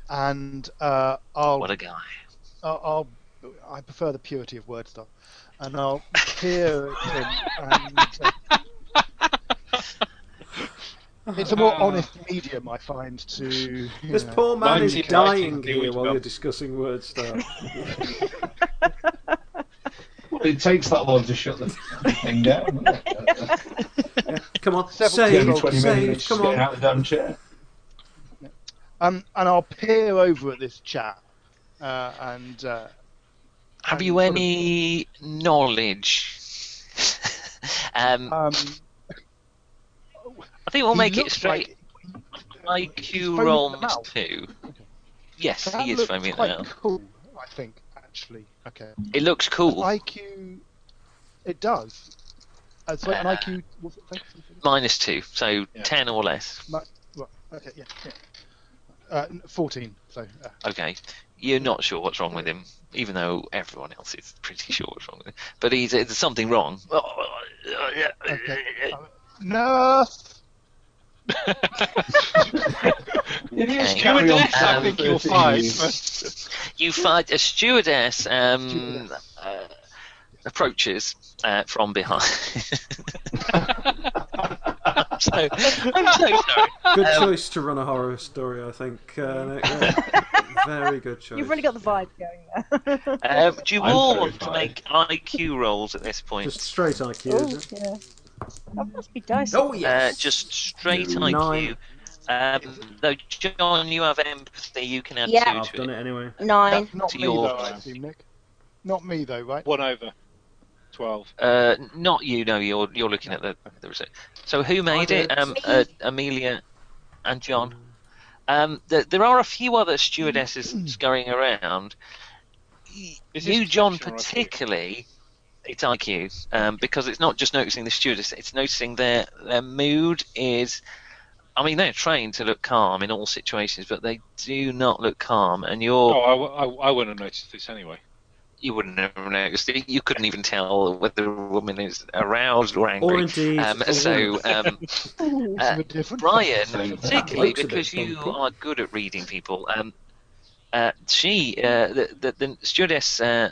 D: and uh, I'll
B: What a guy!
D: I'll, I'll I prefer the purity of word stuff, and I'll peer at him. And, uh, it's a more honest medium, I find. To you
C: This
D: know.
C: poor man is
H: Mighty
C: dying
H: mighty
C: here
H: good
C: while
H: job.
C: you're discussing word stuff.
F: Well, it takes that long to shut the thing down. doesn't it?
C: Come on,
D: Several
C: save,
F: Every
D: people-
F: twenty
C: save,
F: minutes,
C: come
F: just get
C: on.
F: out of the damn chair.
D: um, and I'll peer over at this chap, uh, and uh,
B: Have
D: and
B: you
D: sort of-
B: any knowledge? um,
D: um,
B: I think we'll
D: he
B: make it
D: looks
B: straight.
D: like- uh,
B: IQ
D: foaming
B: roll
D: at the
B: minus
D: mouth.
B: two. Yes,
D: that
B: he is
D: looks
B: foaming at the
D: quite
B: mouth.
D: cool. I think actually, okay.
B: It looks cool.
D: IQ, it does. Uh, so an
B: Uh,
D: IQ. Was it, thank you.
B: Minus two, so
H: Yeah.
B: ten or less.
D: Right, okay, yeah, yeah. Uh, n- 14, so. Uh,
B: Okay, you're not sure what's wrong with him, even though everyone else is pretty sure what's wrong with him. But he's uh, there's something wrong. Oh,
D: okay. Uh, nurse!
F: It is
B: Okay.
F: carry on
H: Stewardess, I
F: for
H: think you'll
F: 13
H: find.
F: years.
B: Um, You find a stewardess, um,
D: Stewardess.
B: Uh, approaches uh, from behind. I'm so, I'm so sorry.
C: Good
B: Um,
C: choice to run a horror story, I think. Uh, Nick, yeah. Very good choice.
E: You've really got the vibe going there.
B: Um, do you
F: I'm
B: all want to
F: terrified.
B: make IQ rolls at this point?
C: Just straight IQ,
E: oh,
C: is it?
E: yeah. That must be dice.
C: Oh,
B: Uh,
C: yes.
B: just straight
C: Nine.
B: IQ. Um, though, John, you have empathy. You can add
E: Yeah.
C: I've
B: two to
C: done
B: it.
C: it anyway.
E: Nine.
D: That's not
B: To
D: me,
B: your-
D: though, I assume, Nick. Not me, though, right?
H: One over. Twelve.
B: Uh, not you. No, you're you're looking at the the result. So who made
C: I
B: it?
C: did.
B: Um,
E: Me.
B: uh, Amelia and John. Um, th- there are a few other stewardesses scurrying around.
H: Is this
B: you, John,
H: perception or IQ?
B: particularly. It's IQ um, because it's not just noticing the stewardess; it's noticing their their mood is. I mean, they're trained to look calm in all situations, but they do not look calm. And you're
H: Oh, I, w- I- I wouldn't have noticed this anyway.
B: you wouldn't have noticed. it. You couldn't even tell whether a woman is aroused or angry.
C: Or indeed.
B: um,
C: a
B: so,
C: woman.
B: um,
D: Ooh,
B: uh,
D: some different-
B: Brian,
F: Same.
B: particularly
C: Looks a bit
B: because you
C: bumpy.
B: are good at reading people, um, uh, she, uh, the, the, the stewardess, uh,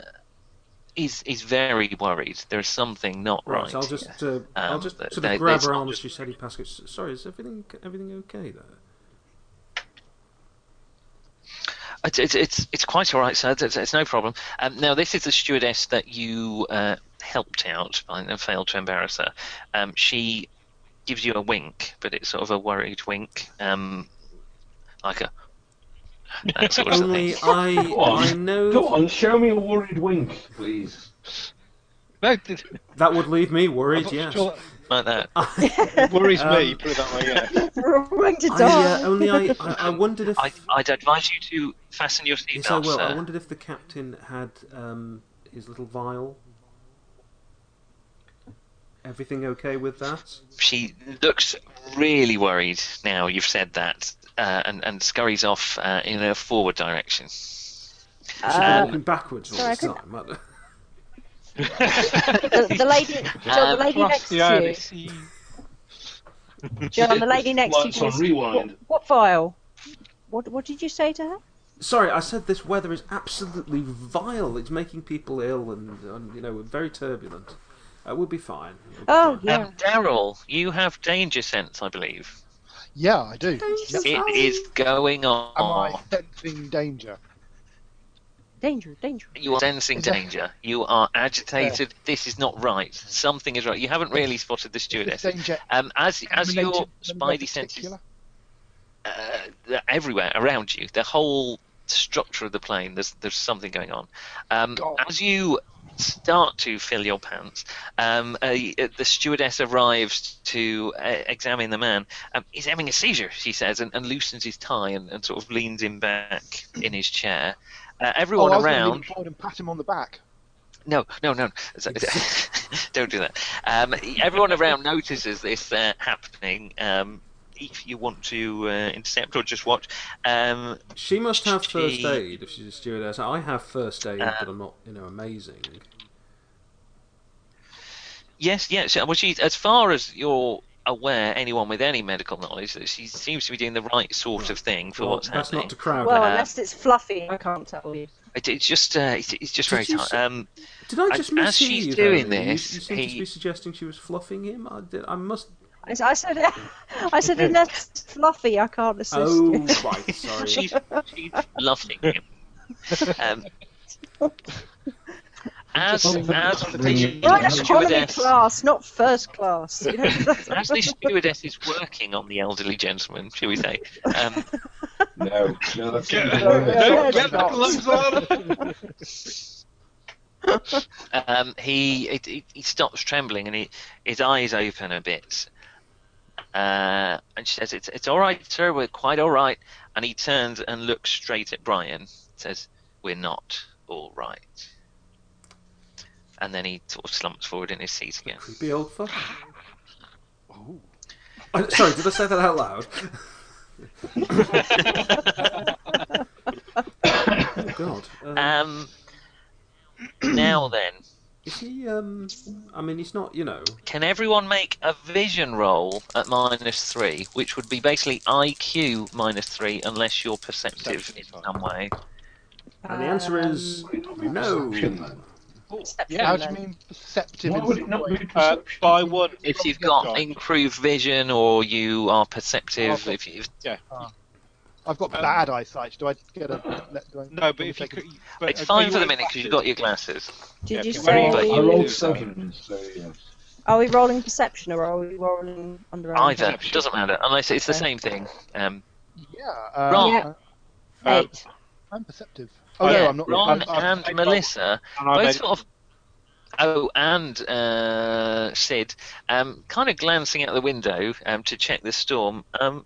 B: is is very worried. There's something not right.
C: So I'll just uh, I'll just
B: Um,
C: sort of
B: they-
C: grab
B: they-
C: her arm as she said he passed. Sorry, is everything everything okay there?
B: It's, it's, it's, it's quite all right, sir. It's, it's no problem. Um, now, this is the stewardess that you uh, helped out by- and failed to embarrass her. Um, she gives you a wink, but it's sort of a worried wink, um, like a that sort of
C: Only
B: thing.
C: I
F: Go on.
C: I know
F: Go on, show me a worried wink, please.
H: No, th-
C: that would leave me
H: I'm
C: worried.
H: not
C: Yes.
H: sure
B: Like that.
H: that worries me.
C: Um,
H: Put it that way. Yeah.
E: We're going to die.
C: I, uh, only I, I, I wondered if
B: I, I'd advise you to fasten your
C: yes, I
B: seatbelt,
C: will. I
B: sir.
C: wondered if the captain had um, his little vial. Everything okay with that?
B: She looks really worried now you've said that uh, and, and scurries off uh, in a forward direction.
C: She's been
E: Uh,
C: walking backwards all
E: sorry, I
C: the
E: couldn't-
C: time. uh, hadn't-
E: the, the lady, John, the lady next to you. John, the lady next to
F: Lights
E: you.
F: on
E: is-
F: rewind.
E: What, what file? What What did you say to her?
C: Sorry, I said this weather is absolutely vile. It's making people ill and, and you know very turbulent. Uh, we'll be fine. We'll be
E: Oh
C: fine.
E: yeah.
B: Um, Daryl, you have danger sense, I believe.
D: Yeah, I do. Yep.
B: It is going on.
D: Am I sensing danger?
E: danger, danger.
B: You are sensing
D: Is that-
B: danger. You are agitated. This is not right. Something is right. You haven't really spotted the
D: Is
B: stewardess.
D: this danger
B: Um, as as your
D: emanating from me in
B: spidey senses
D: particular?
B: uh, they're everywhere around you, the whole structure of the plane, there's there's something going on. Um,
D: God.
B: as you start to fill your pants, um, uh, the stewardess arrives to uh, examine the man. Um, he's having a seizure, she says, and, and loosens his tie and, and sort of leans him back in his chair. Uh,
D: Oh,
B: everyone
D: I was going to
B: around
D: lean forward and pat him on the back.
B: no, no, no. So- Don't do that. Um, everyone around notices this uh, happening. Um, if you want to uh, intercept or just watch, um,
C: She must have first
B: She-
C: aid if she's a stewardess. I have first aid,
B: Uh,
C: but I'm not, you know, amazing.
B: yes, yes. Well, she's as far as you're aware, anyone with any medical knowledge, that she seems to be doing the right sort of thing for
C: Well,
B: what's
C: that's
B: happening.
C: not to crowd.
E: Well,
C: her.
E: unless it's fluffy, I can't tell you.
B: It, it's just, uh, it's, it's just
C: Did
B: very
C: you
B: tight.
C: s-
B: Um,
C: Did I
B: I-
C: just
B: as
C: miss
B: she's
C: you?
B: doing
C: there? You-
B: this,
C: you, seem to
B: he-
C: be suggesting she was fluffing him. I, did, I must.
E: I, I said, I said, unless it's fluffy, I can't assist
C: Oh,
E: you.
C: right, sorry.
B: she's, she's loving him. Um, as as the
E: Right, economy
B: stewardess.
E: class, not first class. You know,
B: As this stewardess is working on the elderly gentleman, shall we say? Um,
F: No, no, that's
D: No,
E: get
D: no,
B: um, he, it, it, he stops trembling and he, his eyes open a bit. Uh, and she says, it's, it's all right, sir, we're quite all right. And he turns and looks straight at Brian, says, We're not all right. And then he sort of slumps forward in his seat again.
C: Creepy old fuck. Oh. Sorry, did I say that out loud? oh God. Um,
B: Um, now then,
C: is he? Um, I mean, he's not. You know.
B: Can everyone make a vision roll at minus three, which would be basically IQ minus three, unless you're perceptive
H: Perception
B: in
H: is fine.
B: some way?
C: And
E: Um,
C: the answer is no.
E: Yeah,
D: How do you
E: no.
D: mean perceptive?
F: Why
D: in
F: would
D: some
F: it not
D: way?
F: be
H: Uh,
F: perception?
H: by one.
B: If
D: Probably
B: you've got
D: not.
B: improved vision or you are perceptive,
H: Okay.
B: if you, if,
H: Yeah.
D: I've got
H: Um,
D: bad eyesight. Do I get a? let- do I-
H: No, but
D: double
H: if you
D: check
H: could.
D: it?
H: But
B: it's fine
H: are
B: for the
H: in
B: minute because you've
H: glasses?
B: got your glasses.
E: Did you
H: Yeah, I rolled-
F: I
E: say?
F: rolled
H: Yeah.
F: seven, so yeah.
E: Are we rolling perception or are we rolling under?
B: Either
H: perception.
B: it doesn't matter unless it's the
E: Okay.
B: same thing. Um,
D: Yeah. Uh,
B: Ron.
E: Yeah.
H: Um,
E: Eight.
D: I'm perceptive. Oh
H: Yeah,
D: no, I'm not.
B: Ron
D: I'm, I'm,
B: and Melissa
H: And I
B: both
H: made-
B: sort of. Oh, and uh, Sid, um, kind of glancing out the window um, to check the storm. Um,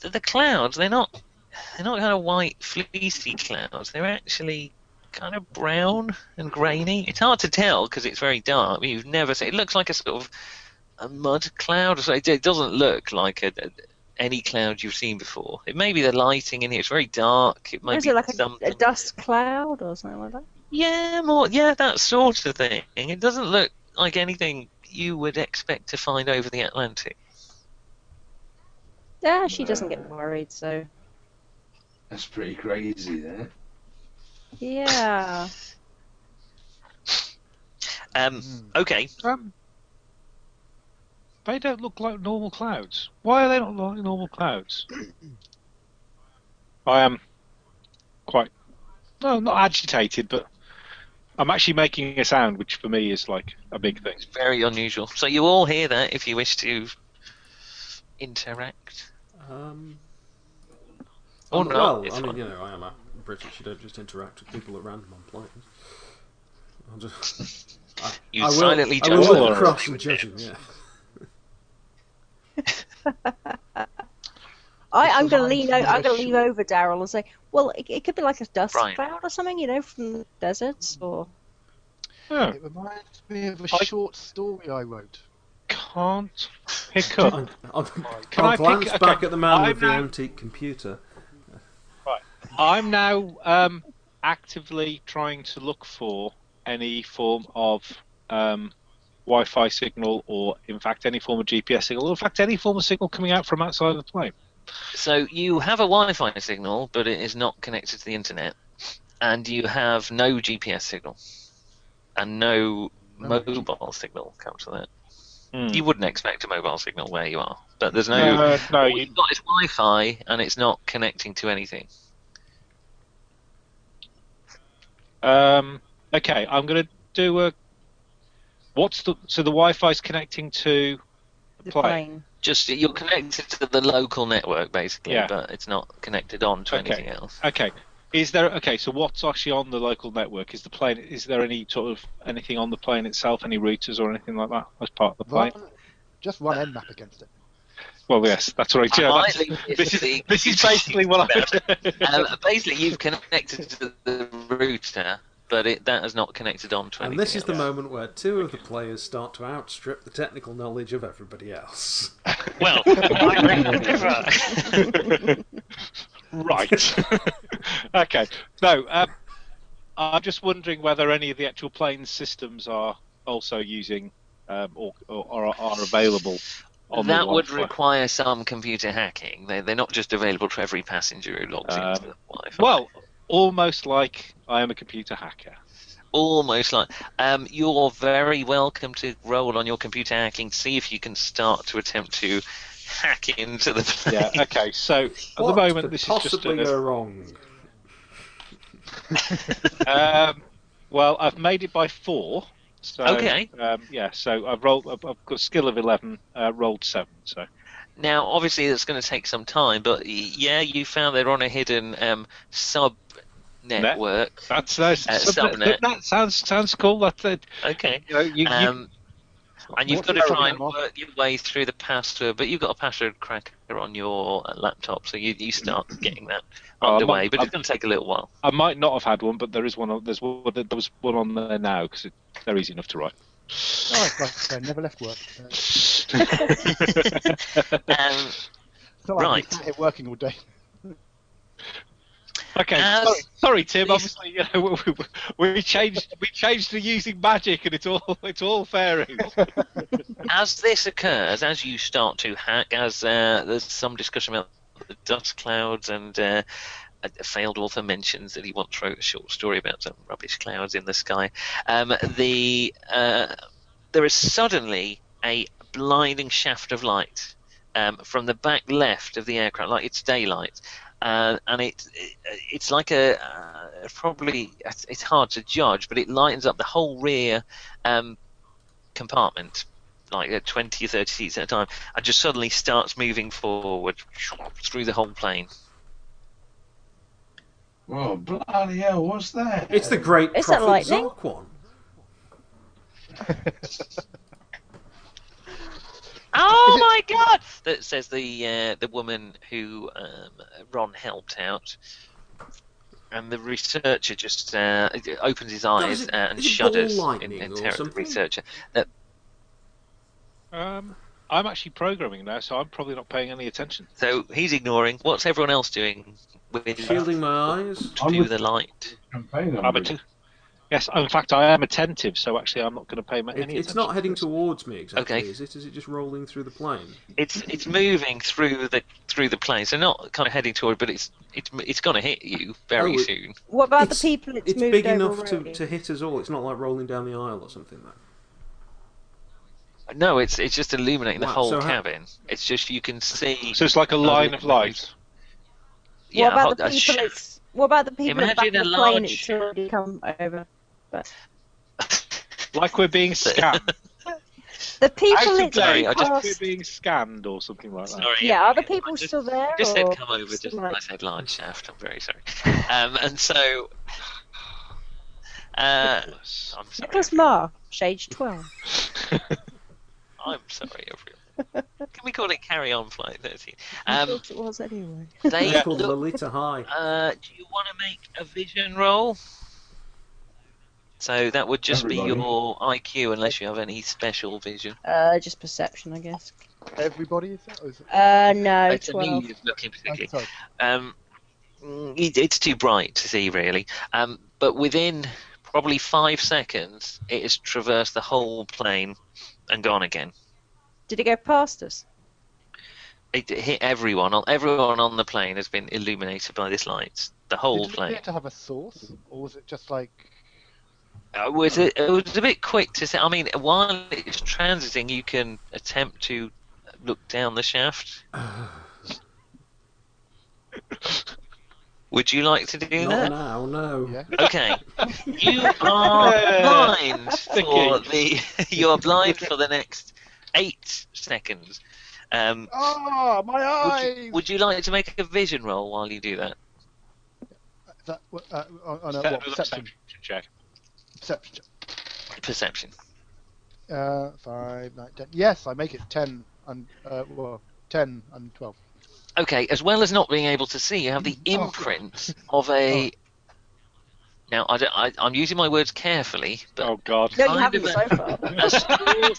B: the, the clouds—they're not—they're not kind of white, fleecy clouds. They're actually kind of brown and grainy. It's hard to tell because it's very dark. I mean, You've never seen. It looks like a sort of a mud cloud. or something. It doesn't look like a. a- any cloud you've seen before. It may be the lighting in here. It's very dark. It might
E: Is
B: be
E: it like a,
B: something.
E: a dust cloud or something like that?
B: Yeah, more yeah, that sort of thing. It doesn't look like anything you would expect to find over the Atlantic.
E: Yeah, she doesn't get worried, so
F: That's pretty crazy there.
E: yeah.
B: Um,
C: Mm.
D: Hmm,
B: okay,
H: Um, they don't look like normal clouds. Why are they not like normal clouds? I am quite no, not agitated, but I'm actually making a sound, which for me is like a big thing.
B: it's very unusual. So you all hear that if you wish to interact.
C: Um,
B: Or
H: Oh,
C: I'm-
B: not,
C: Um, Well,
B: it's
C: I mean,
B: fine.
C: you know, I am a British. You don't just interact with people at random on planes. I'll just. I,
B: You
C: I will,
B: silently
C: I will
B: judge
C: look
B: them.
C: across and judge them, yeah.
E: I, I'm going to
D: Design
E: lean. O- I'm going to
D: condition.
E: lean over Daryl and say, "Well, it, it could be like a dust
B: Right.
E: cloud or something, you know, from the deserts or."
H: Oh,
D: It reminds me of a
H: I-
D: short story I wrote.
H: can't pick up.
C: I'm, I'm,
H: Can
C: I'll
H: I pick-
C: glance
H: okay,
C: back at the man
H: I'm
C: with the
H: now-
C: antique computer.
H: I'm now um, actively trying to look for any form of um, Wi-Fi signal, or in fact, any form of GPS signal, or in fact, any form of signal coming out from outside of the plane.
B: So you have a Wi-Fi signal, but it is not connected to the internet, and you have no GPS signal, and no
D: No.
B: mobile signal comes to that.
H: Hmm.
B: You wouldn't expect a mobile signal where you are, but there's no.
H: No, no,
B: All
H: Oh, you,
B: you've got is Wi-Fi, and it's not connecting to anything.
H: Um, okay, I'm going to do a. What's the so the Wi-Fi's connecting to
E: The
H: Plane.
E: plane.
B: Just you're connected to the local network basically,
H: Yeah.
B: but it's not connected on to
H: Okay.
B: anything else.
H: okay. Is there okay? So what's actually on the local network? Is the plane? Is there any sort of anything on the plane itself? Any routers or anything like that as part of the plane?
D: Run, just run Nmap against it.
H: Well, yes, that's right.
B: I
H: Yeah,
B: might
H: that's-
B: leave it
H: this
B: to
H: is
B: the-
H: this is basically what
B: um,
H: I'm.
B: basically, you've connected to the router, but it, that is not connected on to anything.
C: And this is the
B: else.
C: moment where two of the players start to outstrip the technical knowledge of everybody else.
B: Well,
H: right. okay. No, um, I'm just wondering whether any of the actual plane systems are also using um, or, or, or are- are available. On
B: that
H: the
B: would
H: Wi-Fi.
B: require some computer hacking. They, they're not just available to every passenger who logs
H: Um,
B: into the Wi-Fi.
H: Well, almost like I am a computer hacker.
B: almost like um, you're very welcome to roll on your computer hacking. See if you can start to attempt to hack into the. Plane.
H: Yeah. Okay. So at
C: what
H: the moment,
C: could
H: this is just
C: possibly
H: an,
C: go wrong?
H: um, well, I've made it by four. So,
B: Okay.
H: Um, yeah. So I've rolled. I've, I've got a skill of eleven. Uh, rolled seven. So
B: Now, obviously, it's going to take some time, but y- yeah, you found they're on a hidden um, sub network.
H: that's that's
B: Uh,
H: so that,
B: subnet.
H: that- that sounds sounds cool. That, that
B: Okay.
H: you know you, you-
B: Um, and you've
D: What's
B: got to
D: the
B: try and
D: program of?
B: work your way through the password, but you've got a password cracker on your uh, laptop, so you, you start getting that
H: Oh, I'm
B: underway.
H: not-
B: but
H: I'm-
B: it's going to take a little while.
H: I might not have had one, but there is one. On, there's one. There was one on there now because they're easy enough to write.
D: Oh, it's like I never left work. Uh, It's
B: Um,
D: not like I've been
B: Right.
D: sat here working all day.
H: Okay,
B: As-
H: sorry, sorry, Tim.
B: these-
H: Obviously, you know we, we, we changed we changed to using magic, and it's all it's all fairies.
B: as this occurs, as you start to hack, as uh, there's some discussion about the dust clouds and uh, a a failed author mentions that he once wrote a short story about some rubbish clouds in the sky. Um, the uh, there is suddenly a blinding shaft of light um, from the back left of the aircraft, like it's daylight, uh, and it, it it's like a uh, probably it's it's hard to judge, but it lightens up the whole rear um, compartment like at 20 30 seats at a time and just suddenly starts moving forward through the whole plane
F: Oh, bloody hell, what's that?
C: It's the great
E: Is that
C: prophet
E: lightning?
C: Zarquan.
B: oh my god that says the uh, the woman who um, ron helped out and the researcher just uh, opens his eyes
C: is it-
B: and
C: is it
B: shudders
C: ball
B: in,
C: lightning
B: in
C: or
B: terror at the
C: something?
B: researcher that,
H: Um, I'm actually programming now, so I'm probably not paying any attention.
B: so he's ignoring what's everyone else doing with
C: Shielding my eyes.
B: to do
F: I'm
B: with the light
F: Campaign
H: I'm a
F: on
H: t- Yes, in fact, I am attentive, so actually, I'm not going to pay my.
C: It,
H: any
C: it's
H: attention
C: not
H: to
C: heading
H: this.
C: towards me exactly,
B: Okay.
C: is it? Is it just rolling through the plane?
B: It's it's moving through the through the plane, so not kind of heading toward, but it's it's it's going to hit you very
C: Oh, it-
B: soon.
E: What about
C: It's-
E: the people it's,
C: It's
E: moved
C: big
E: over
C: enough to,
E: already?
C: to hit us all. It's not like rolling down the aisle or something. Though.
B: No, it's it's just illuminating the
C: Wow,
B: whole
C: so how-
B: cabin. It's just you can see.
H: So it's like a line of light.
B: yeah,
E: what about
B: hold-
E: the
B: uh,
E: people?
B: sh-
E: It's what about the people at the back
B: Imagine
E: of the
B: a
E: plane?
B: large-
E: It's already come over. But
H: Like we're being scanned.
E: the people
B: Actually,
E: at
B: sorry,
E: the
B: I just-
H: like we're
E: past-
H: being scanned or something like that.
B: Sorry,
E: yeah, are the
B: I
E: people
B: just-
E: still there?
B: I just said
E: or-
B: come over. Just
E: Right.
B: I said line shaft. I'm very sorry. Um, and so, uh, I'm sorry.
E: Nicholas Marsh, age twelve.
B: I'm sorry, everyone. Can we call it Carry On Flight 13?
E: I
B: Um,
E: thought it was anyway.
B: they
C: It's called
B: look-
C: Lolita High.
B: uh, do you want to make a vision roll? So that would just be
F: Everybody.
B: your IQ, unless you have any special vision.
E: Uh, just perception, I guess.
D: Everybody is that? Or is it...
E: Uh, no,
B: It's
E: twelve.
B: Amelia's looking
D: Okay,
B: particularly.
D: sorry.
B: Um, it, it's too bright to see, really. Um, but within probably five seconds, it has traversed the whole plane and gone again.
E: Did it go past us?
B: It hit everyone. on- Everyone on the plane has been illuminated by this light. The whole
D: Did it
B: plane.
D: appear to have a source, or was it just like?
B: Uh, It was a, it was a bit quick to say. I mean, while it's transiting, you can attempt to look down the shaft. Would you like to do
C: Not
B: that?
C: now, no.
D: Yeah.
B: Okay, you are blind for the. You are blind for the next eight seconds. Um,
D: Ah, my
B: would,
D: eyes!
B: you, would you like to make a vision roll while you do that?
D: That, uh, on, on a,
H: Set
D: what,
H: another
D: perception,
H: perception check.
D: perception. check.
B: Perception.
D: Uh, five, nine, ten. Yes, I make it ten and uh, well, ten and twelve.
B: Okay, as well as not being able to see, you have the
D: Oh.
B: imprint of a. Now, I don't, I, I'm using my words carefully, but
H: Oh God.
E: No, you
B: Kind
E: haven't
B: of
E: so far.
B: a sort of,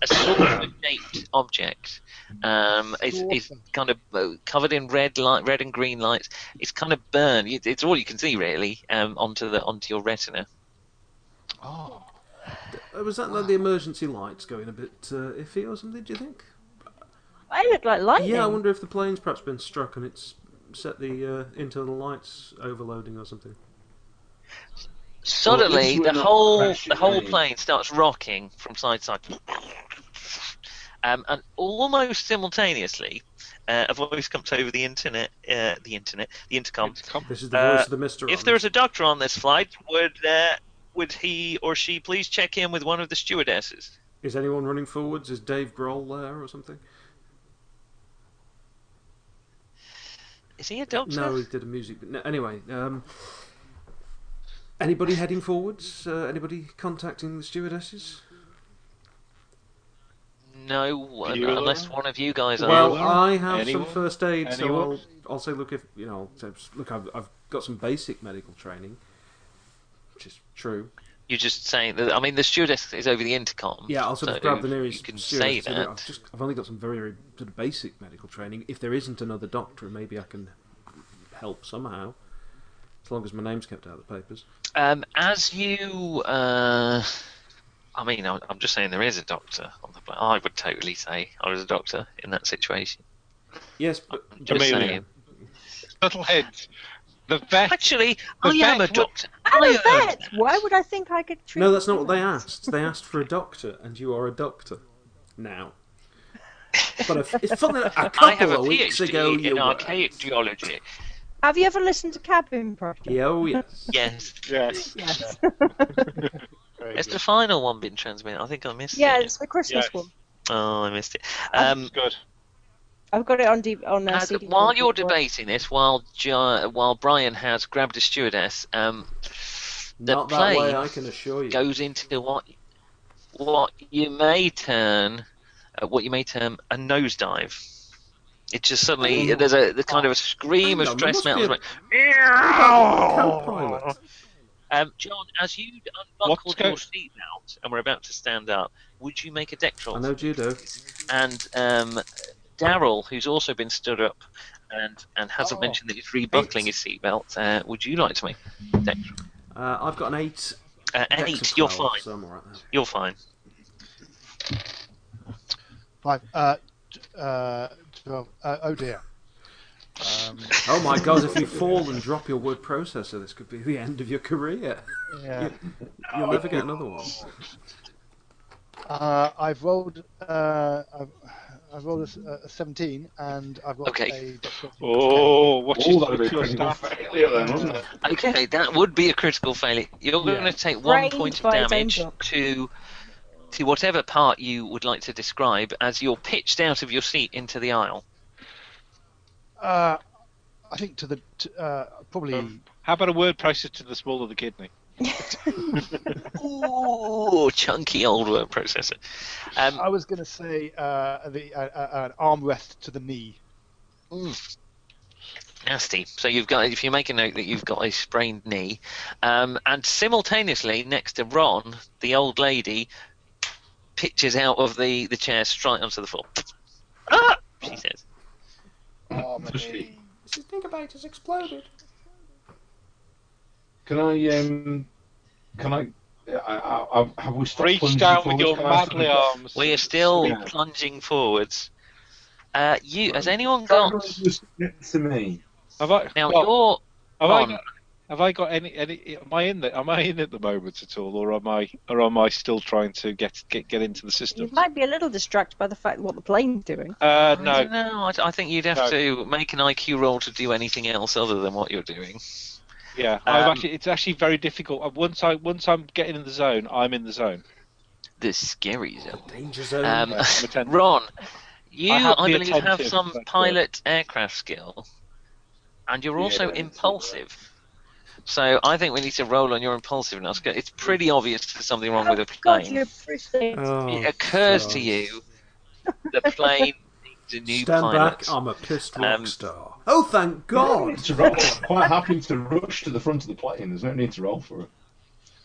B: a sort of shaped object. Um, it's, it's
D: Saucer.
B: kind of uh, covered in red light, red and green lights. It's kind of burned. It- It's all you can see really um, onto the onto your retina.
D: Oh,
C: Uh, Was that like the emergency lights going a bit uh, iffy or something? Do you think?
E: I look like lightning.
C: Yeah, I wonder if the plane's perhaps been struck and it's set the uh, internal lights overloading or something.
F: least
B: Suddenly,
F: we're
B: the
F: not
B: whole
F: crashing
B: the whole
F: any.
B: plane starts rocking from side to side, um, and almost simultaneously, uh, a voice comes over the internet, uh, the internet, the intercom.
H: It's com-
C: This is the voice
B: Uh,
C: of the Mister.
B: If there's a doctor on this flight, would uh, would he or she please check in with one of the stewardesses?
C: is anyone running forwards? Is Dave Grohl there or something?
B: Is he a doctor?
C: No, he did a music. No, anyway, um, anybody heading forwards? Uh, anybody contacting the stewardesses?
B: No, un-
H: Bueller?
B: unless one of you guys are.
C: Well,
H: Anyone?
C: I have
H: Anyone?
C: some first aid,
H: Anyone?
C: so I'll, I'll say, look, if you know, so- look, I've, I've got some basic medical training, which is true.
B: You're just saying that. I mean, the stewardess is over the intercom.
C: Yeah, I'll sort
B: so
C: of grab the
B: You
C: nearest
B: can say
C: stewardess. and say, look,
B: that.
C: I've just, I've only got some very, very sort of basic medical training. If there isn't another doctor, maybe I can help somehow, as long as my name's kept out of the papers.
B: Um, as you. Uh, I mean, I'm I'm just saying there is a doctor on the plane. I would totally say I was a doctor in that situation.
C: Yes, but
B: Just
H: Amelia.
B: saying.
H: Little hint. The vet.
B: Actually, I
H: The
B: am a
H: vet would-
B: doctor.
E: I'm
B: I
E: a
B: am-
E: vet. Why would I think I could treat?
C: no, that's not what they
E: humans?
C: asked. They asked for a doctor, and you are a doctor now. But if, it's funny. that A couple
B: I have a
C: of weeks
B: PhD
C: ago, you
B: in
C: were-
B: archaic geology.
E: Have you ever listened to Cabin Project?
C: Yeah, oh yes.
B: Yes.
H: Yes.
E: Yes.
D: very
B: It's the
D: good.
B: final one being transmitted. I think I missed
E: yeah,
B: it.
E: it's the Christmas
H: Yes.
E: one.
B: Oh, I missed it. Um,
H: Good.
E: I've got it on D- on uh,
B: As-
E: CD.
B: while you're debating this, while jo- while Brian has grabbed a stewardess, um, the
C: Not that
B: plane
C: way, I can assure you.
B: goes into what what you may turn uh, what you may term a nosedive. It just suddenly there's a the kind of a scream of
C: Oh, Hang on, there
B: stress
C: must be
B: metal.
C: Oh. Co-pilot.
B: Um, John, as you
H: What's
B: unbuckled
H: go-
B: your seatbelt and we're about to stand up, would you make a deck roll?
C: I know judo.
B: and um, Daryl, who's also been stood up and, and hasn't
D: Oh.
B: mentioned that he's rebuckling his seatbelt, uh, would you like to make?
C: Uh, I've got an eight
B: Uh,
C: Dex
B: eight.
C: of
B: You're
C: 12,
B: fine.
C: So I'm all right now.
B: You're fine.
D: Five. Uh, t- uh, twelve. Uh, oh dear. Um,
C: Oh my god, if you fall and drop your word processor, this could be the end of your career.
D: yeah.
C: You'll never get another one.
D: Uh, I've rolled. Uh, I've, I've rolled a s- a, seventeen, and I've got
B: Okay.
D: a dexterity.
H: Oh, watch
F: All that
H: it
F: would
H: with
F: be
H: your
F: pretty
H: staff.
F: failure then, wasn't it?
B: Okay, that would be a critical failure. You're
D: Yeah.
B: going to take one
E: Brained
B: point of
E: by its own
B: damage
E: book.
B: to to whatever part you would like to describe as you're pitched out of your seat into the aisle.
D: Uh, I think to the t- uh, probably.
H: How about a word processor to the small of the kidney?
B: Ooh, chunky old word processor. Um,
D: I was going to say uh, the uh, uh, an armrest to the knee.
B: mm, nasty. So you've got, if you make a note that you've got a sprained knee, um, and simultaneously next to Ron, the old lady pitches out of the the chair straight onto the floor. Ah, she says.
F: Especially-
C: Mrs. Dinkerbait has exploded.
F: Can I? Um, can I? I, I, I have we stopped
H: Reach
F: plunging
H: down with
F: forwards?
H: your
F: Can I-
H: manly arms.
B: We are still
F: Yeah.
B: plunging forwards. Uh, you has anyone
F: Can
B: got
F: I just get to me.
H: Have I,
B: now?
H: well,
B: You're
H: have I
B: on.
H: got, have I got any, any? Am I in? The, am I in at the moment at all, or am I? Or am I still trying to get get, get into the
E: You
H: system?
E: might be a little distracted by the fact what the plane's doing.
H: Uh,
B: I
H: no.
B: don't know. I, I think you'd have
H: No.
B: to make an IQ roll to do anything else other than what you're doing.
H: Yeah, I've
B: Um,
H: actually, it's actually very difficult. Uh, Once I once I'm getting in the zone, I'm in the zone.
B: The scary zone.
C: Danger zone.
B: Um,
H: Uh, I'm atten-
B: Ron, you
H: I
B: I,
H: have the
B: believe have
H: attentive,
B: some
H: but, uh,
B: pilot aircraft skill, and you're
F: Yeah,
B: also
F: that's all right.
B: impulsive. So I think we need to roll on your impulsiveness. 'cause It's pretty obvious there's something wrong with a plane.
E: Oh, God, you're bruising.
C: Oh,
B: it occurs to
C: God.
B: you the plane needs a new
C: Stand
B: pilot.
C: back, I'm a pissed rock
B: Um,
C: star. Oh, thank
F: No
C: God!
F: need to roll. I'm quite happy to rush to the front of the plane. There's no need to roll for it.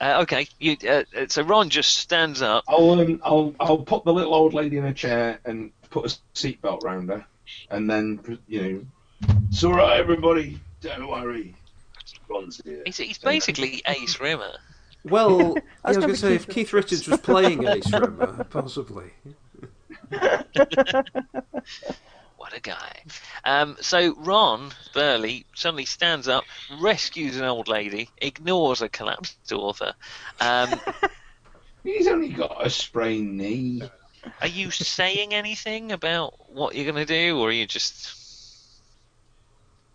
B: Uh, okay, you, uh, uh, so Ron just stands up.
F: I'll um, I'll I'll put the little old lady in a chair and put a seatbelt round her, and then you know, it's all right, everybody. Don't worry. Ron's here.
B: He's, he's basically Ace Rimmer.
C: Well, yeah, I was
E: gonna
C: going to
E: be
C: say, if
E: Keith
C: Keith Richards was playing Ace Rimmer, possibly.
B: What a guy. Um, so Ron Burley suddenly stands up, rescues an old lady, ignores a collapsed author. Um,
F: He's only got a sprained knee.
B: are you saying anything about what you're going to do, or are you just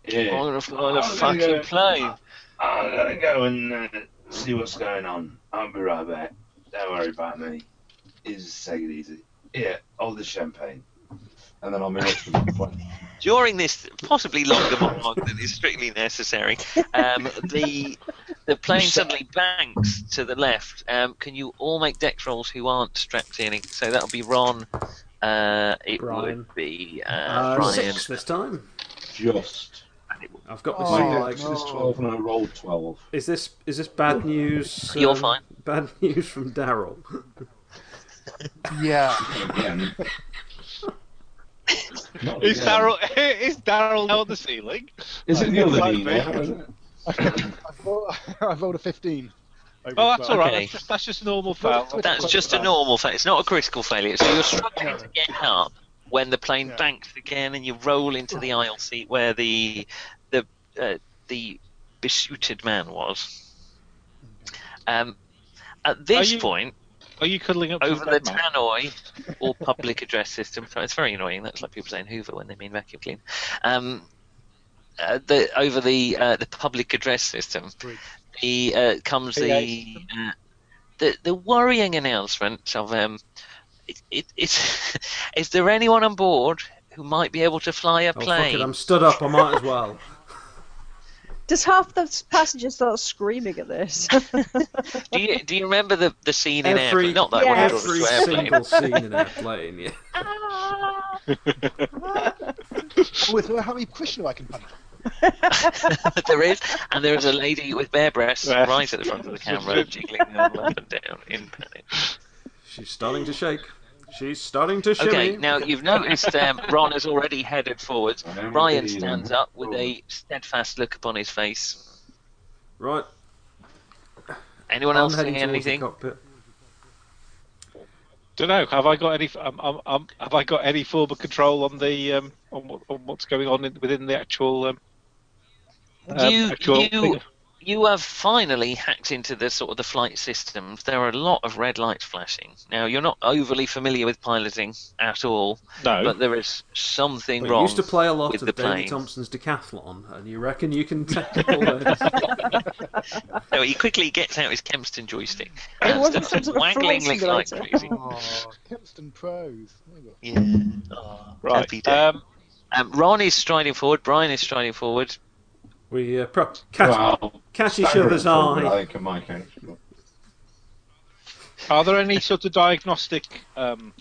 F: Yeah.
B: on a, on a
F: I'm gonna
B: fucking
F: go-
B: plane?
F: I'm gonna go and uh, see what's going on. I'll be right back. Don't worry about me. You Just take it easy. Yeah, all the champagne, and then I'll move up to the plane.
B: During this possibly longer monologue than is strictly necessary, um, the the plane suddenly banks to the left. Um, can you all make dex rolls who aren't strapped in? So that'll be Ron. Uh, it
C: Brian.
B: would be uh,
C: Uh,
B: Brian.
C: six this time.
F: Just.
C: I've got
F: My
D: Oh,
C: this.
F: dex
C: like,
F: is twelve, and I rolled twelve.
C: is this is this bad news? um,
B: You're fine.
C: Bad news from Daryl. Oh,
D: Yeah.
F: Again. Not
H: Is
F: again.
H: Daryl is Daryl now on the ceiling?
F: Is it the other
H: Might
F: knee?
H: be.
F: now, is it?
D: I've rolled, I've rolled a fifteen.
H: Oh, that's all right.
B: Okay.
H: That's just that's just normal
D: Well,
H: foul.
B: That's just a normal failure. It's not a critical failure. So you're struggling to get up when the plane
D: Yeah.
B: banks again, and you roll into the aisle seat where the the uh, the besuited man was. Um, at this
H: Are you-
B: point,
H: Are you cuddling up to
B: over
H: the
B: the
H: dead man?
B: tannoy or public address system, so it's very annoying. That's like people saying Hoover when they mean vacuum clean. Um, uh, the, over the uh, the public address system, the uh, comes the, uh, the the worrying announcement of um, it, it, it's is there anyone on board who might be able to fly a
C: Oh, fuck it,
B: plane?
C: I'm stood up, I might as well.
E: Does half the passengers start screaming at this?
B: do you do you remember the, the scene in
C: Every-
B: Airplane? Not that one.
E: Yes.
B: draws
C: Every
B: to Airplane.
C: single scene in Airplane, yeah.
D: With Harry Krishna, I can punch.
B: there is, and there is a lady with bare breasts
H: Yeah.
B: right at the front of the camera, jiggling them up and down in panic.
C: She's starting to shake. She's starting to shimmy.
B: Okay, now you've noticed um, Ron has already headed forwards.
F: I am
B: Ryan
F: indeed.
B: stands up with a steadfast look upon his face.
C: Right.
B: Anyone
C: I'm
B: else
C: heading
B: saying
C: towards
B: anything?
C: The cockpit.
H: Don't know. Have I got any? Um, um, um, have I got any form of control on the um, on, what, on what's going on in, within the actual? Um, um,
B: you
H: actual
B: Uh, you
H: thing?
B: you have finally hacked into the sort of the flight systems. There are a lot of red lights flashing. Now you're not overly familiar with piloting at all,
H: No.
B: but there is something
C: We
B: wrong.
C: used to play a lot
B: with
C: of
B: the
C: Davy
B: plane.
C: Thompson's decathlon, and you reckon you can tackle this?
B: So he quickly gets out his Kempston joystick
E: It
B: and
E: wasn't
B: starts
E: some sort of
B: waggling
E: flight
B: it like
E: simulator.
B: crazy.
D: Oh, Kempston Pros. There you go.
B: Yeah. Oh, happy
H: right.
B: day.
H: Um,
B: Um, Ron is striding forward. Brian is striding forward.
C: we uh, pro- catch,
F: Well,
C: catch each
F: staggering
C: other's
F: forward, I
C: eye.
F: think in my case. but-
H: are there any sort of diagnostic um,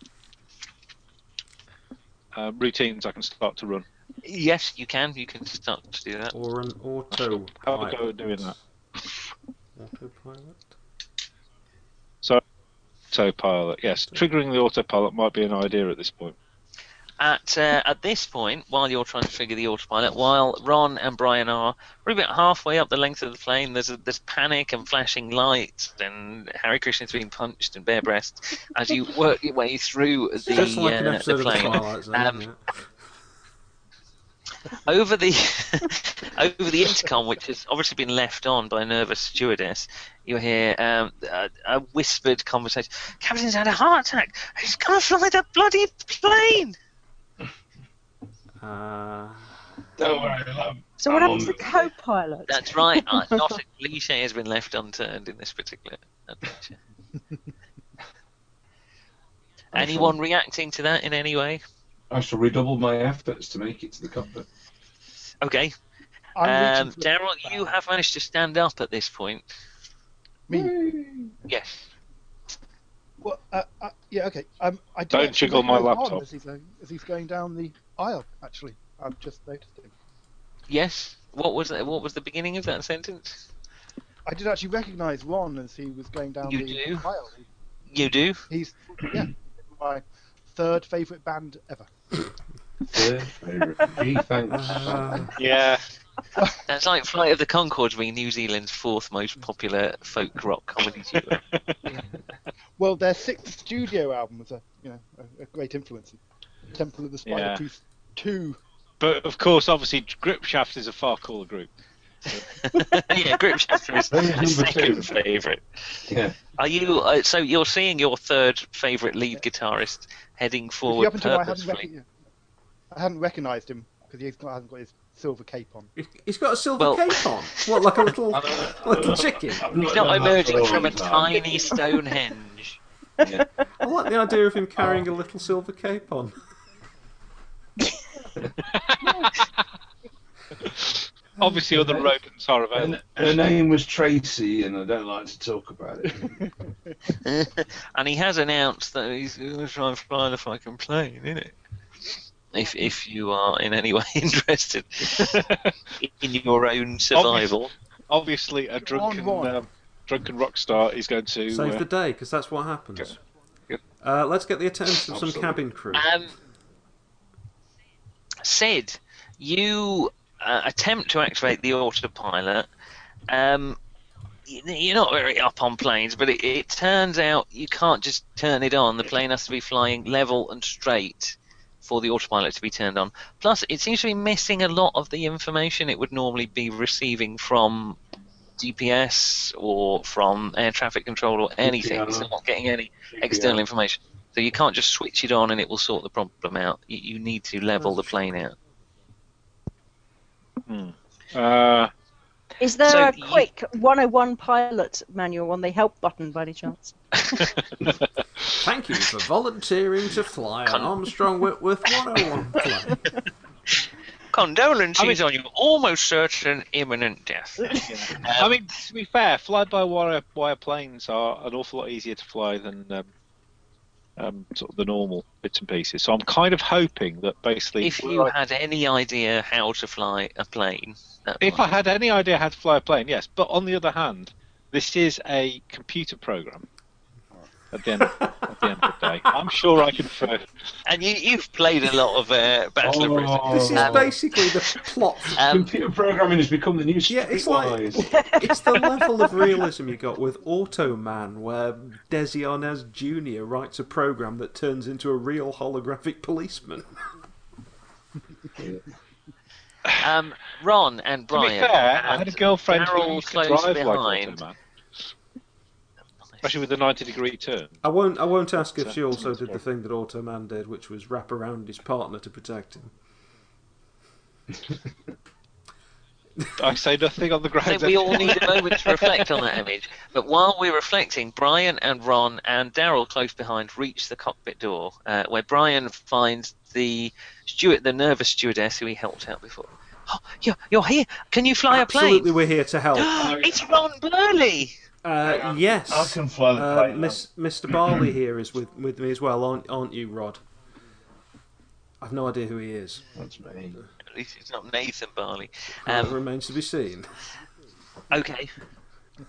H: uh, routines I can start to run?
B: Yes, you can. You can start to do that.
C: Or an autopilot.
H: Have a go at doing that.
C: Autopilot?
H: Autopilot. Yes, triggering the autopilot might be an idea at this point.
B: At uh, at this point, while you're trying to figure the autopilot, while Ron and Brian are probably about halfway up the length of the plane, there's a, there's panic and flashing lights, and Harry Christian's being punched and bare breast as you work your way through the,
C: Just like an
B: uh, the
C: episode of the
B: plane.
C: Twilight Zone.
B: Um,
C: yeah.
B: over the over the intercom, which has obviously been left on by a nervous stewardess, you hear um, a, a whispered conversation. Captain's had a heart attack. He's gonna fly that bloody plane.
C: Uh,
F: Don't worry, love.
E: So what happened
F: Um,
E: to the co-pilot?
B: That's right. Uh, not a cliche has been left unturned in this particular adventure. Anyone reacting to that in any way?
F: I shall redouble my efforts to make it to the cockpit.
B: Okay.
D: I'm
B: Um,
D: reaching for-
B: Daryl, you have managed to stand up at this point.
D: me.
B: Yes.
D: Well, uh, uh, yeah, okay. Um, I do
H: Don't
D: actually
H: jiggle my
D: recognise Arden
H: laptop.
D: As he's, going, as he's going down the aisle, actually, I've just noticed him.
B: Yes. What was that? What was the beginning of that sentence?
D: I did actually recognise Ron as he was going down
B: You
D: the
B: do?
D: aisle.
B: You do.
D: He's yeah, my third favourite band ever.
F: Third favourite. Gee, thanks.
C: uh,
H: Yeah.
B: That's like Flight of the Concords being New Zealand's fourth most popular folk rock comedy duo.
D: Well, their sixth studio album was a you know a, a great influence. Temple of the Spider
H: Yeah.
D: Priest two.
H: But of course, obviously, Gripshaft is a far cooler group.
B: yeah, Grip Shatter is
F: That is
B: my
F: number
B: second
F: two.
B: favourite.
F: yeah.
B: Are you? Uh, so you're seeing your third favourite lead guitarist heading
D: See,
B: forward
D: up until I hadn't,
B: purposefully.
D: recog- I hadn't recognised him because he hasn't got his silver cape on.
C: he- he's got a silver
B: Well-
C: cape on. What, like a little, little chicken?
B: He's not emerging from a tiny Stonehenge.
C: I like the idea of him carrying a little silver cape on.
H: Obviously, other rodents are available.
F: And her name was Tracy, and I don't like to talk about it.
B: and he has announced that he's going to try and fly the fucking plane, isn't it? If if you are in any way interested in your own survival,
H: Obviously, a drunken
D: Ron.
H: um, drunken rock star is going to.
C: Save
H: uh,
C: the day, because that's what happens.
H: Good.
C: Uh, let's get the attention of some
F: Absolutely.
C: cabin crew.
B: Um, Sid, you uh, attempt to activate the autopilot. Um, y- you're not very up on planes, but it, it turns out you can't just turn it on. The plane has to be flying level and straight for the autopilot to be turned on. Plus, it seems to be missing a lot of the information it would normally be receiving from GPS or from air traffic control or anything. It's not getting any external information. So you can't just switch it on and it will sort the problem out. You, you need to level the plane out.
H: Uh,
E: Is there
B: So
E: a
B: you-
E: quick 101 pilot manual on the help button by any chance?
C: Thank you for volunteering to fly an
B: Cunt.
C: Armstrong Whitworth 101 plane.
B: Condolences
H: I mean-
B: on your almost certain imminent death.
H: I mean, to be fair, fly-by-wire wire planes are an awful lot easier to fly than um, um, sort of the normal bits and pieces. So I'm kind of hoping that basically,
B: If you
H: I,
B: had any idea how to fly a plane, that
H: if I
B: might-
H: had any idea how to fly a plane, yes. But on the other hand, this is a computer program, at the end of, at the end of the day. I'm sure I uh, can. F-
B: And you, you've played a lot of uh, Battle of Britain.
F: Oh.
C: This is
B: Um,
C: basically the plot.
B: Um,
F: Computer programming has become the new
C: Yeah, it's like-
F: streetwise.
C: It's the level of realism you got with Automan, where Desi Arnaz Jr. writes a program that turns into a real holographic policeman.
B: um, Ron and
H: to be
B: Brian.
H: fair, I
B: and
H: had a girlfriend
B: Daryl
H: who used to
B: close
H: drive like
B: behind.
H: Automan, especially with the 90 degree turn.
C: I won't. I won't ask if
H: So-
C: she also did the thing that Automan did, which was wrap around his partner to protect him.
H: I say nothing on the
B: I think
H: ground.
B: we all need a moment to reflect on that image. But while we're reflecting, Brian and Ron and Daryl close behind reach the cockpit door, uh, where Brian finds the steward, the nervous stewardess who he helped out before. Oh, you're, you're here. Can you fly
C: Absolutely,
B: a plane?
C: we're here to help.
B: it's Ron Burley.
C: Uh,
F: I
C: yes,
F: can fly the
C: uh,
F: plane.
C: Miss, Mr. Barley here is with with me as well, aren't aren't you, Rod? I've no idea who he is.
F: That's me.
B: At least it's not Nathan Barley.
C: That
B: Um,
C: remains to be seen.
B: Okay.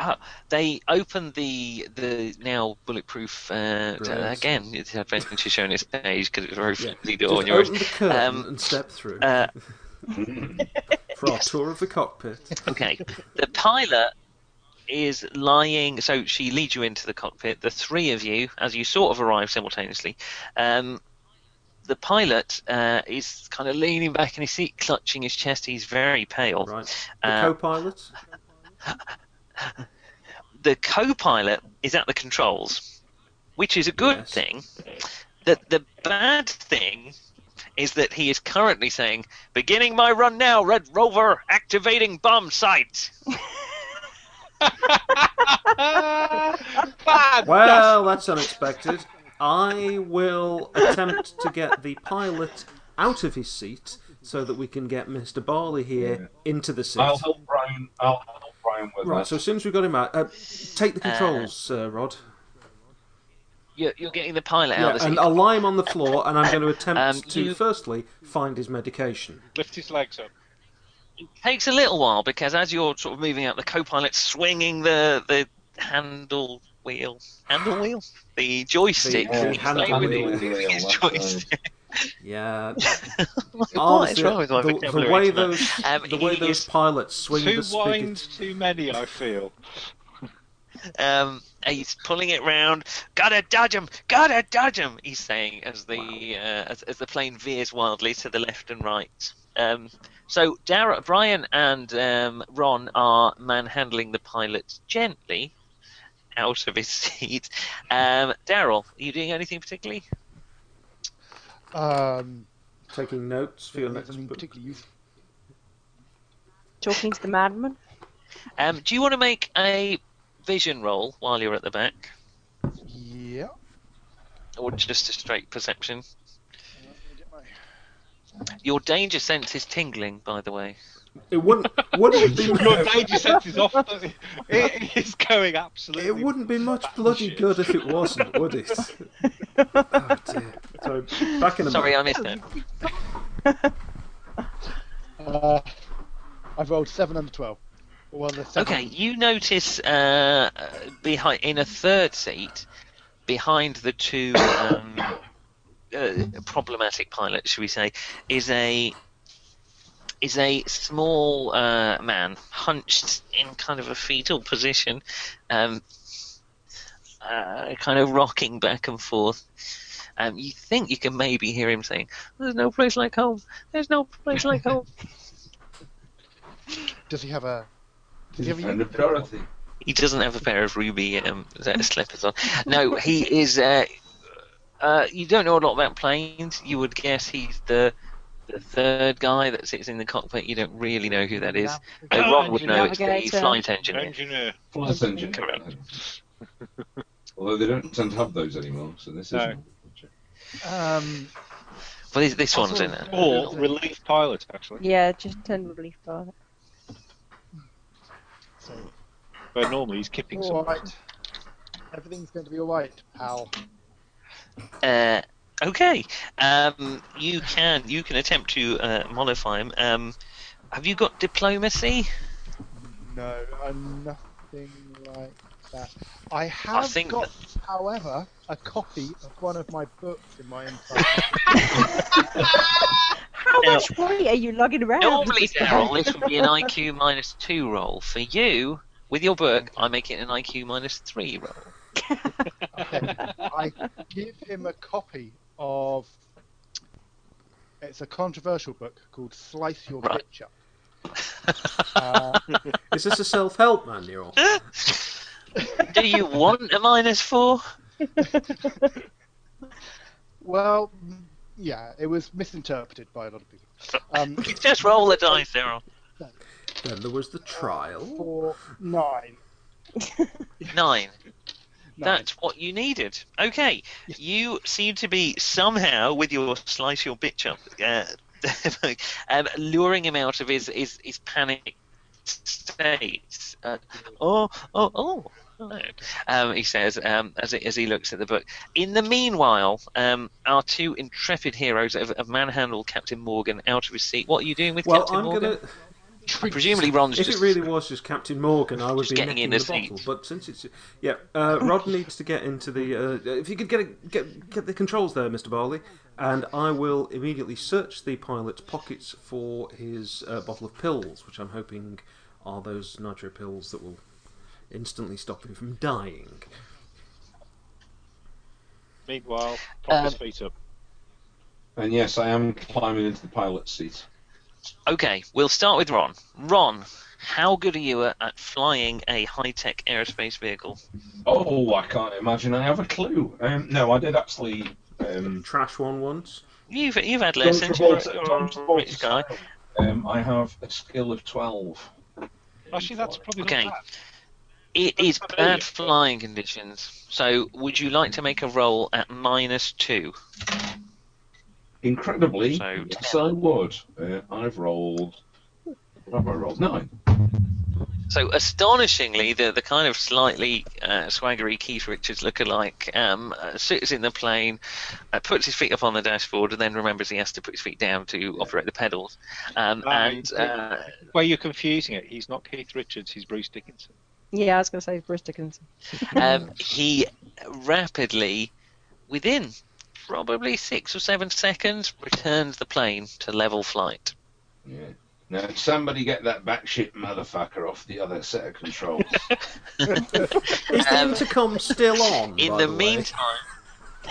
B: Oh, they open the the now bulletproof uh, d-
C: Brilliant.
B: again. It's adventure shown its age because it was a very flimsy door.
C: Just
B: on your
C: open the curtain
B: Um,
C: and step through
B: uh,
C: for our tour of the cockpit.
B: Okay. The pilot is lying. So she leads you into the cockpit. The three of you, as you sort of arrive simultaneously, um, the pilot uh, is kind of leaning back in his seat, clutching his chest. He's very pale.
C: Right, the
B: Uh,
C: co-pilot.
B: the co-pilot is at the controls, which is a good
C: Yes.
B: thing. The the bad thing is that he is currently saying, "Beginning my run now, Red Rover, activating bomb sight."
C: Well, that's unexpected. I will attempt to get the pilot out of his seat so that we can get Mr. Barley here into the seat.
F: I'll help Brian. I'll help Brian with
C: Right,
F: that.
C: so as soon as we got him out, uh, take the controls, uh, Rod.
B: oh, You're, you're getting the pilot out
C: Yeah,
B: of the
C: and
B: seat.
C: I'll lie him on the floor, and I'm going to attempt
B: Um,
C: to
B: you-
C: firstly find his medication.
H: Lift his legs up.
B: takes a little while because as you're sort of moving up, the co-pilot's swinging the the handle wheel, handle wheel, the joystick.
C: The, uh,
B: He's
C: handle
B: playing with
C: wheel.
B: it. His
F: That's
B: joystick.
C: Yeah,
B: What is
C: honestly,
B: wrong Oh, with my
C: the, the
B: vocabulary
C: way
B: tonight?
C: those
B: Um,
C: the way
B: he
C: those
B: is-
C: pilots swing
H: Two
C: the spigot.
H: wines too many, I feel.
B: Um, he's pulling it round. Gotta dodge him! Gotta dodge him! He's saying as the uh, as, as the plane veers wildly to the left and right. Um, so Dara, Brian, and um, Ron are manhandling the pilot gently out of his seat. Um, Daryl, are you doing anything particularly?
D: Um,
C: Taking notes for your next
D: something
C: book.
D: particularly useful.
E: Talking to the madman.
B: Um, do you want to make a vision roll while you're at the back,
D: Yeah.
B: or just a straight perception?
D: Get my-
B: Your danger sense is tingling, by the way.
C: It wouldn't wouldn't be
H: Your danger sense is off. the- It is going absolutely.
C: it wouldn't be much bloody
H: shit.
C: good if it wasn't, would it? oh dear. So back in a
B: Sorry,
C: minute.
B: I missed it.
D: Uh, I've rolled seven under twelve. Well, the seven.
B: Okay, you notice uh, behind in a third seat, behind the two um, uh, problematic pilots, should we say, is a is a small uh, man hunched in kind of a fetal position, um, uh, kind of rocking back and forth. Um, you think you can maybe hear him saying, "There's no place like home. There's no place like home."
D: Does he have a? Does he
F: He's a
D: have a?
F: friend of
D: uniform?
F: Dorothy.
B: He doesn't have a pair of ruby um, slippers on. No, he is. Uh, uh, you don't know a lot about planes. You would guess he's the the third guy that sits in the cockpit. You don't really know who that is. Uh, Ron would know. It's the
E: Navigator.
B: flight engineer.
H: Engineer.
F: Flight engineer.
B: Correct.
F: Although they don't tend to have those anymore, so this
H: No.
F: isn't.
D: Um,
B: Well, this, this one's in it.
H: Or relief pilot, actually.
E: Yeah, just turn relief bar.
D: so,
H: Where normally he's kipping
D: all
H: someone.
D: right. Everything's going to be all right, pal.
B: Uh, okay. Um, you can you can attempt to uh, modify him. Um, have you got diplomacy?
D: No, I'm nothing anything like that. I have
B: I think
D: got, however, a copy of one of my books in my inside.
E: How
B: Now-
E: much weight are you lugging around?
B: Normally,
E: with this
B: Daryl,
E: thing?
B: this would be an IQ minus two roll. For you, with your book, I make it an IQ minus three roll.
D: okay. I give him a copy of. It's a controversial book called "Slice Your
B: Right.
D: Bitch Up." Uh,
C: Is this a self help manual?
B: Do you want a minus four?
D: well, mm, yeah, it was misinterpreted by a lot of people. Um,
B: Just roll the dice, Daryl.
C: then there was the trial.
D: for nine,
B: Nine.
D: nine.
B: That's what you needed. Okay, you seem to be somehow with your slice your bitch up, uh, um, luring him out of his his, his panic state. Uh, oh, oh, oh. hello," Um, he says um, as, he, as he looks at the book. In the meanwhile, um, our two intrepid heroes have, have manhandled Captain Morgan out of his seat. What are you doing with
C: Well,
B: Captain
C: I'm
B: Morgan?
C: gonna.
B: Presumably, Ron's
C: If
B: just
C: it really was just Captain Morgan, I would
B: Just
C: be
B: getting
C: necking
B: in
C: the,
B: the seat.
C: bottle. But since it's yeah, uh, Rod needs to get into the. Uh, if you could get, a, get get the controls there, Mister Barley, and I will immediately search the pilot's pockets for his uh, bottle of pills, which I'm hoping are those nitro pills that will instantly stop him from dying.
H: Meanwhile, prop his
B: Um,
H: feet up.
F: And yes, I am climbing into the pilot's seat.
B: Okay, we'll start with Ron. Ron, how good are you at, at flying a high-tech aerospace vehicle?
F: Oh, I can't imagine I have a clue. Um, no, I did actually. Um,
C: Trash one once.
B: You've you've had
F: John
B: lessons. You're,
F: Travolta-
B: you're
C: um,
F: John
B: a rich guy.
F: Travolta style. Um, I have a skill of 12.
H: Actually, that's probably
B: Okay.
H: not
B: It is
H: That's
B: bad
H: brilliant.
B: flying conditions. So, would you like to make a roll at minus two?
F: Incredibly,
B: So,
F: yes, I would. Uh, I've rolled. Have I rolled nine?
B: So, astonishingly, the the kind of slightly uh, swaggery Keith Richards lookalike um, uh, sits in the plane, uh, puts his feet up on the dashboard, and then remembers he has to put his feet down to operate the pedals. Um,
H: Right.
B: and uh,
H: bad. Well, you're confusing it. He's not Keith Richards. He's Bruce Dickinson.
E: Yeah, I was going to say Bruce Dickinson.
B: um, he rapidly, within probably six or seven seconds, returns the plane to level flight.
F: Yeah. Now, somebody get that batshit motherfucker off the other set of controls.
C: Is the
B: Um,
C: intercom still on?
B: In
C: by
B: the,
C: way?
B: meantime,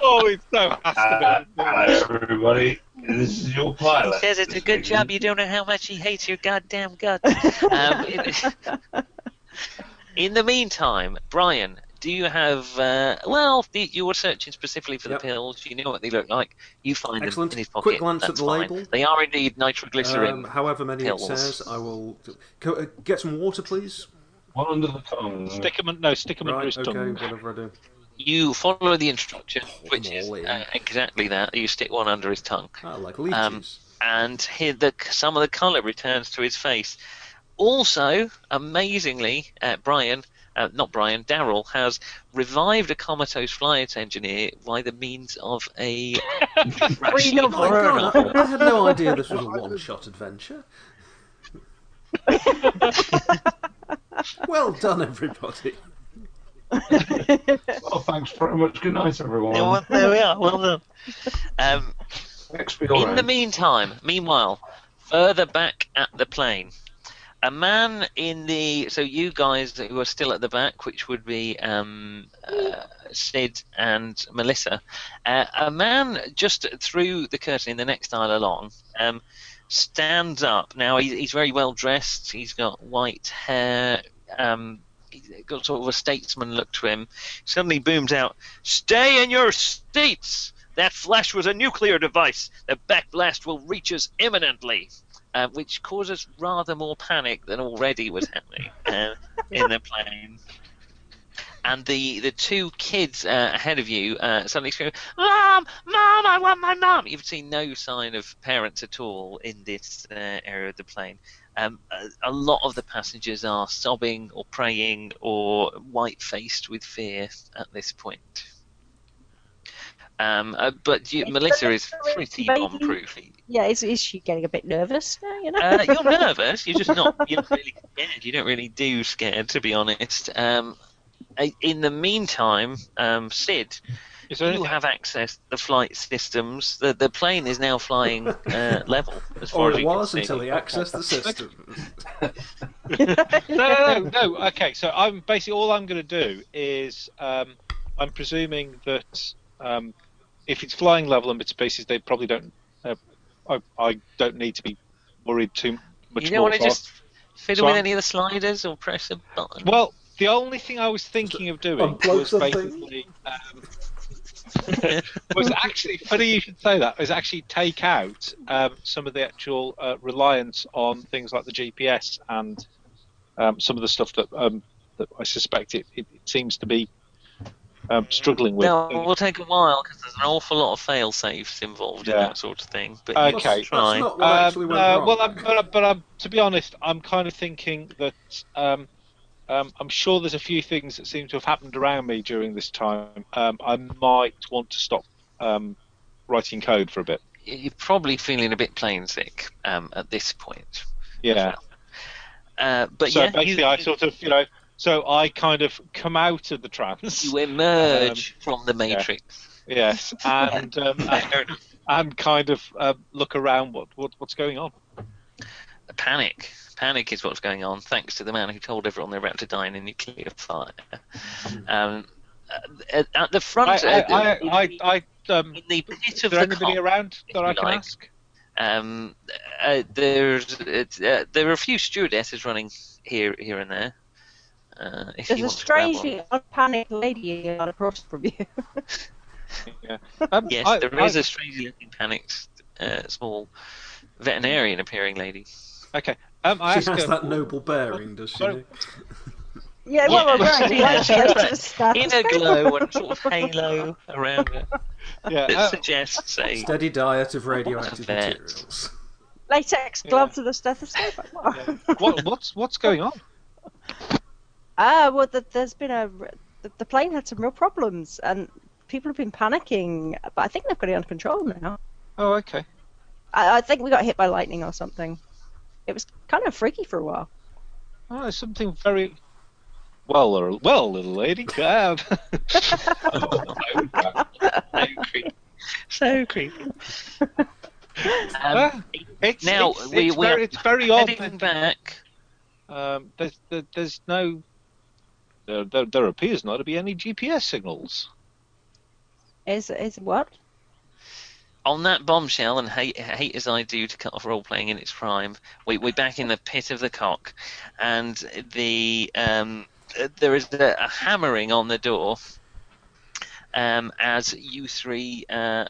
H: oh, it's so
C: Ah,
H: has
F: Uh,
H: to be.
F: hello, everybody. This is your
B: he
F: pilot.
B: says it's a good job. You don't know how much he hates your goddamn guts. Um, in, in the meantime, Brian, do you have? Uh, well, the, you were searching specifically for
C: Yep.
B: the pills. You know what they look like. You find
C: Excellent.
B: them in his
C: Quick
B: pocket.
C: glance at
B: That's
C: the
B: fine.
C: label.
B: They are indeed nitroglycerin.
C: Um, however many
B: pills.
C: it says, I will Co- uh, get some water, please.
F: One under the tongue.
H: Stick him, in- no, stick him under
C: Right,
H: his
C: okay,
H: tongue.
C: whatever I do.
B: You follow the instruction,
C: Pour
B: which
C: them
B: is
C: all in.
B: uh, exactly that. You stick one under his tongue,
C: Ah, like leeches.
B: Um, and here the some of the colour returns to his face. Also, amazingly, uh, Brian, uh, not Brian, Daryl has revived a comatose flight engineer by the means of a ration of
C: My God,
B: oil.
C: I, I had no idea this was a one-shot adventure. well done, everybody.
F: Oh, thanks very much. Good night, everyone.
B: Well, there we are. Well done. Um,
F: XP
B: In the
F: alright.
B: meantime, meanwhile, further back at the plane, a man in the so you guys who are still at the back, which would be um, uh, Sid and Melissa, uh, a man just through the curtain in the next aisle along um, stands up. Now he's, he's very well dressed. He's got white hair. Um, he's got sort of a statesman look to him. Suddenly booms out, "Stay in your seats!" That flash was a nuclear device. The backblast will reach us imminently, uh, which causes rather more panic than already was happening uh, in the plane. And the, the two kids uh, ahead of you uh, suddenly scream, "Mom, mom, I want my mom!" You've seen no sign of parents at all in this uh, area of the plane. Um, a, a lot of the passengers are sobbing or praying or white faced with fear at this point. Um, uh, but you, Melissa is pretty bomb proof.
E: Yeah, is, is she getting a bit nervous now? You know,
B: Uh, you're nervous. You're just not. You're not really scared. You don't really do scared, to be honest. Um, I- in the meantime, um, Sid,
H: Is there
B: you
H: anything,
B: have access to the flight systems. The the plane is now flying uh, level, as far
C: or
B: as
C: it
B: you can
C: was
B: see.
C: until he accessed the system.
H: no, no, no, no. Okay, so I'm basically all I'm going to do is um, I'm presuming that um, if it's flying level and bits and pieces, they probably don't. Uh, I, I don't need to be worried too much.
B: you don't
H: more
B: want to
H: so I'll-
B: just fiddle
H: so
B: with
H: I'm-
B: any of the sliders or press a button.
H: Well, the only thing I was thinking of doing
C: Unplug
H: was
C: something?
H: basically um, was actually funny you should say that is actually take out um, some of the actual uh, reliance on things like the GPS and um, some of the stuff that um, that I suspect it, it, it seems to be um, struggling with.
B: no, it will take a while because there's an awful lot of fail safes involved in
H: Yeah.
B: that sort of thing. But
H: Okay.
B: you
H: That's-
B: can
H: that's
B: try.
C: That's not what
H: Um,
C: actually went
H: uh,
C: wrong.
H: well, I'm, but, I'm- but I'm, to be honest, I'm kind of thinking that um, um, I'm sure there's a few things that seem to have happened around me during this time. Um, I might want to stop um, writing code for a bit.
B: You're probably feeling a bit plane sick um, at this point.
H: Yeah.
B: Uh, but
H: so
B: yeah, you-
H: basically, I sort of, you know, so I kind of come out of the trance.
B: You emerge from the matrix.
H: yes, and um, and, and kind of um, look around what, what what's going on.
B: Panic. Panic is what's going on, thanks to the man who told everyone they're about to die in a nuclear fire. Um, at, at the
H: I
B: front, uh,
H: I,
B: in,
H: I, I, I um,
B: in the pit
H: is
B: of
H: there
B: the
H: anybody
B: cop,
H: around that I
B: if you
H: can
B: like.
H: ask?
B: um, uh, there's it's, uh, there are a few stewardesses running here, here and there. Uh, if
E: there's
B: you
E: a
B: want to grab one.
E: strangely unpanicked lady out across from you.
H: Um,
B: Yes,
H: I-
B: there
H: I-
B: is a strangely looking panicked uh, small veterinarian appearing lady.
H: Okay. Um, I
C: she
H: ask
C: has
H: her-
C: that noble bearing, does she?
H: Sorry.
E: Yeah,
B: Yeah.
E: well, well, right,
B: Yeah.
E: right, she has to stand.
B: In a glow and sort of halo around her
H: Yeah,
B: that
H: uh,
B: suggests a
C: Steady diet of radioactive
B: Vet.
C: materials.
E: Latex gloves and a stethoscope. like, what?
H: uh, what, what's what's going on?
E: Ah, well, th there's been a r- the, the plane had some real problems, and people have been panicking. But I think they've got it under control now.
H: Oh, okay.
E: I, I think we got hit by lightning or something. It was kind of freaky for a while.
H: Oh, there's something very. Well, little- well, little lady. Um,
B: so creepy. So creepy. Um,
H: uh, it's,
B: now
H: it's,
B: we-
H: it's
B: we
H: very,
B: are
H: it's very odd.
B: heading
H: that,
B: back.
H: um, there's, there, there's no. There, there, there appears not to be any GPS signals.
E: Is is what?
B: On that bombshell, and hate, hate as I do to cut off role playing in its prime, we, we're back in the pit of the cock, and the um, uh, there is a, a hammering on the door um, as you three uh, uh,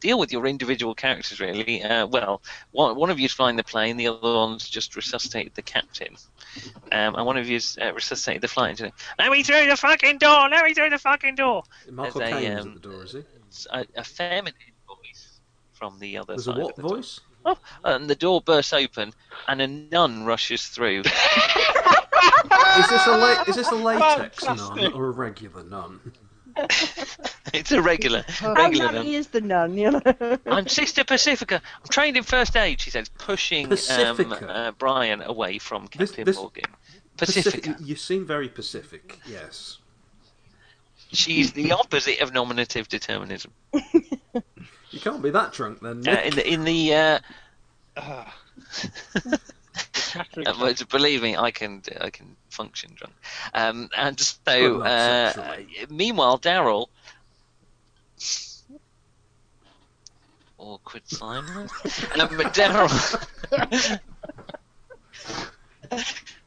B: deal with your individual characters, really. Uh, well, one, one of you's flying the plane, the other one's just resuscitated the captain, um, and one of you's uh, resuscitated the flight engineer. Let me through the fucking door! Let me through the fucking door!
C: Michael
B: There's a,
C: Caine's
B: um,
C: at the door, is he?
B: It's a, a feminine voice from the other
C: There's a
B: side.
C: what
B: of the door. Uh,
C: voice?
B: And the door bursts open, and a nun rushes through.
C: Is this a la- is this a latex nun
H: Fantastic.
C: or a regular nun?
B: it's a regular,
E: How
B: regular nun.
E: nutty is Oh, the nun? You know.
B: I'm Sister Pacifica. I'm trained in first aid. She says, pushing um,
C: Pacifica.
B: uh, Brian away from
C: This-
B: Captain
C: this-
B: Morgan. Pacifica.
C: Pacific- You seem very Pacific. Yes.
B: She's the opposite of nominative determinism.
C: You can't be that drunk then.
B: Uh,
C: Nick.
B: in the in the, uh,
H: Ah.
B: uh, well, believe me, I can I can function drunk. Um, and
C: But
B: so,
C: not
B: uh,
C: sexually.
B: meanwhile, Daryl. Awkward silence. um, but Daryl.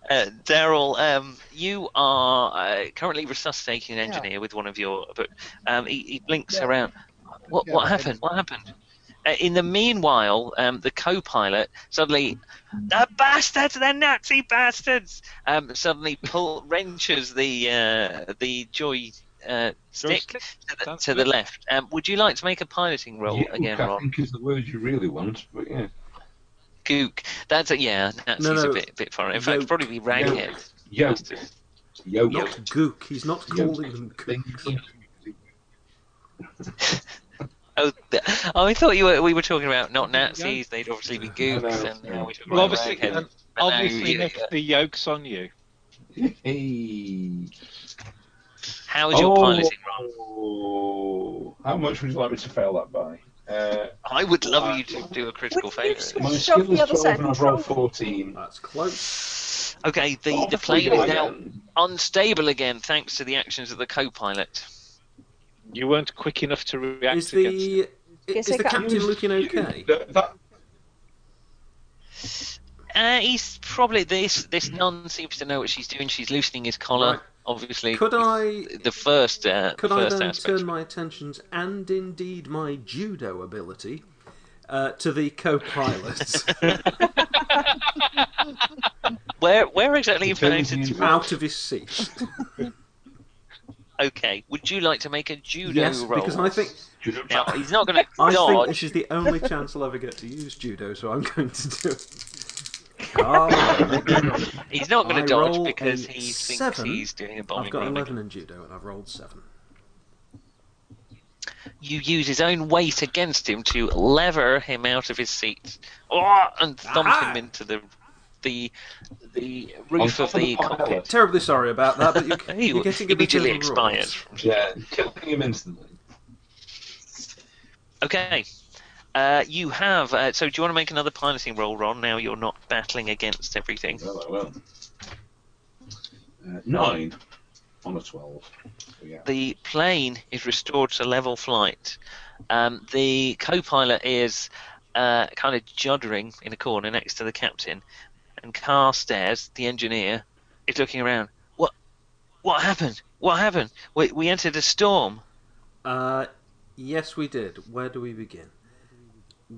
B: Uh, Daryl, um, you are uh, currently resuscitating an engineer with one of your. But um, he, he blinks
D: Yeah.
B: around. What
D: Yeah,
B: what
D: I-
B: happened? What happened? Uh, in the meanwhile, um, the co-pilot suddenly, the bastards, the Nazi bastards, um, suddenly pull wrenches the uh, the joy uh, stick
H: Joystick?
B: to the,
H: Sounds
B: to the
H: good.
B: left. Um, would you like to make a piloting roll
F: Gook,
B: again,
F: I
B: Ron?
F: think is the word you really want, but yeah.
B: Gook. That's a, yeah. Nazi's a
C: no,
B: bit bit far. In fact,
C: yoke.
B: it'd probably be ragged.
F: Yo, yo,
C: Not gook. He's not
F: Yo.
C: calling them gook.
B: Oh, th- oh, I thought you were, we were talking about not Nazis. They'd obviously be gooks, and now we're talking
H: Well,
B: about
H: obviously,
B: Americans.
H: um,
B: But now
H: obviously,
B: you-
H: Nick, the yoke's on you.
F: Hey.
B: How is your piloting wrong?
F: Oh, how much would you like me to fail that by? Uh,
B: I would love
F: Uh,
B: you to do a critical
E: Would
B: failure.
E: you
F: my
E: Shove
F: skill
E: the
F: is
E: other
F: 12
E: side
F: and I've
E: control.
F: rolled 14.
C: That's close.
B: Okay, the,
F: Oh,
B: the
F: that's pretty
B: plane is
F: good
B: now
F: again.
B: unstable again thanks to the actions of the co-pilot.
H: You weren't quick enough to react
C: Is
H: against it.
C: the is
E: Guess
C: the
E: I got-
C: captain looking okay?
F: That- that-
B: Uh, he's probably this this nun seems to know what she's doing. She's loosening his collar.
C: Mm-hmm. Right.
B: Obviously,
C: Could I
B: the first uh,
C: could
B: the
C: I
B: first
C: then
B: aspect.
C: turn my attentions and indeed my judo ability uh, to the co-pilots
B: Where where exactly you
F: Determines
B: pronounce it?
F: you-
C: out of his seat?
B: Okay, would you like to make a judo
C: yes,
B: roll?
C: because I think
B: now he's not going to
C: I think
B: dodge.
C: this is the only chance I'll ever get to use judo, so I'm going to do it. Carl,
B: He's not going
C: I
B: to dodge
C: roll
B: because
C: a
B: he thinks
C: seven.
B: he's doing a bombing.
C: I've got
B: run.
C: 11 in judo and I've rolled 7.
B: You use his own weight against him to lever him out of his seat, oh, and thump
C: Aha!
B: him into the the the roof
F: On
B: of
F: top of
B: the
F: the pilot.
B: cockpit.
C: Terribly sorry about that, but you're,
B: He
C: you're getting a bit of
B: immediately
C: a roar.
B: expires.
F: Yeah, killing him instantly.
B: Okay. Uh, you have. Uh, so, do you want to make another piloting roll, Ron? Now you're not battling against everything.
F: Well, I will. Uh, nine on a 12. So, yeah.
B: The plane is restored to level flight. Um, the co pilot is uh, kind of juddering in a corner next to the captain. And Carstairs, the engineer, is looking around. What What happened? What happened? We, we entered a storm.
C: Uh, yes, we did. Where do we begin?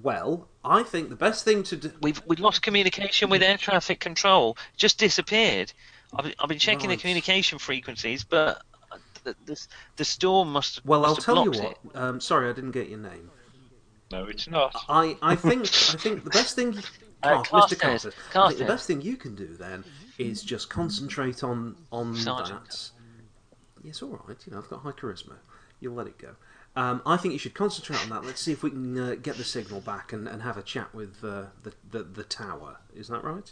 C: Well, I think the best thing to do.
B: We've, we lost communication with air traffic control. Just disappeared. I've, been- I've been checking
C: Right.
B: the communication frequencies, but the, the, the storm must have.
C: Well, I'll
B: must have
C: tell you
B: blocked
C: what. Um, sorry, I didn't get your name.
H: No, it's not.
C: I, I think I think the best thing,
B: Uh,
C: Car-
B: Carstairs,
C: Mr. Carter, I think the
B: Carstairs.
C: best thing you can do then is just concentrate on on
B: Sergeant.
C: that. Yes, all right. You know, I've got high charisma. You'll let it go. Um, I think you should concentrate on that. Let's see if we can uh, get the signal back and, and have a chat with uh, the, the the tower. Is that right?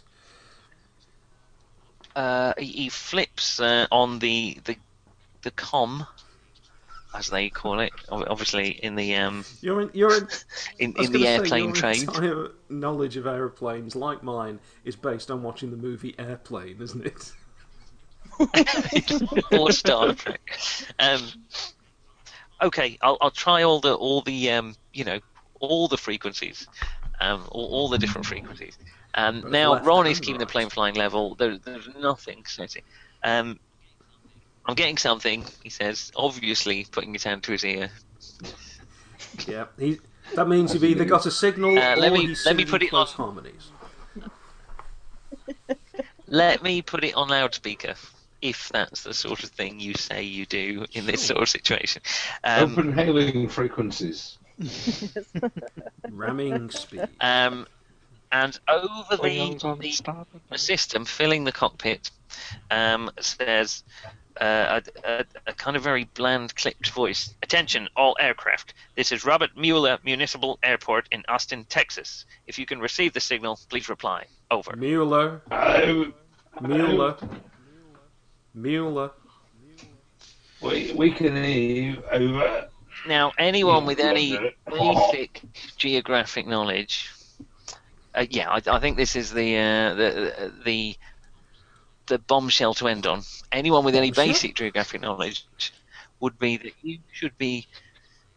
B: uh, he- he flips uh, on the, the the com, as they call it, ob- obviously in the um,
C: You're in, you're in,
B: in,
C: I was
B: in the
C: gonna say,
B: airplane
C: your
B: trade.
C: Entire knowledge of aeroplanes, like mine, is based on watching the movie Airplane, isn't it?
B: or Star Trek. Um, okay, I'll, I'll try all the all the um, you know all the frequencies, um, all, all the different frequencies. Um,
C: Both
B: now
C: left
B: Ron
C: and
B: is keeping the
C: right.
B: plane flying level. There, there's nothing. So it's- Um, I'm getting something, he says, obviously putting his hand to his ear.
C: Yeah, he, that means you've
F: As you
C: either
F: do.
C: got a signal
B: Uh, let
C: or
B: me-
C: he's
B: let me
C: singing
B: put it
C: close
B: on-
C: harmonies.
B: Let me put it on loudspeaker, if that's the sort of thing you say you do in this sort of situation. Um,
F: Open hailing frequencies.
C: Ramming speed.
B: um, and over
H: Young's
B: the,
H: on
B: the
H: starboard.
B: assistant filling the cockpit um, says uh, a, a, a kind of very bland, clipped voice Attention, all aircraft. This is Robert Mueller Municipal Airport in Austin, Texas. If you can receive the signal, please reply. Over.
C: Mueller,
F: Oh,
C: Mueller, Mueller.
F: we, we can hear you. Over.
B: Now, anyone with
F: Yeah,
B: any
F: yeah.
B: basic geographic knowledge, uh, yeah, I, I think this is the uh, the the the bombshell to end on. Anyone with any
C: Bombshell?
B: basic geographic knowledge would be that you should be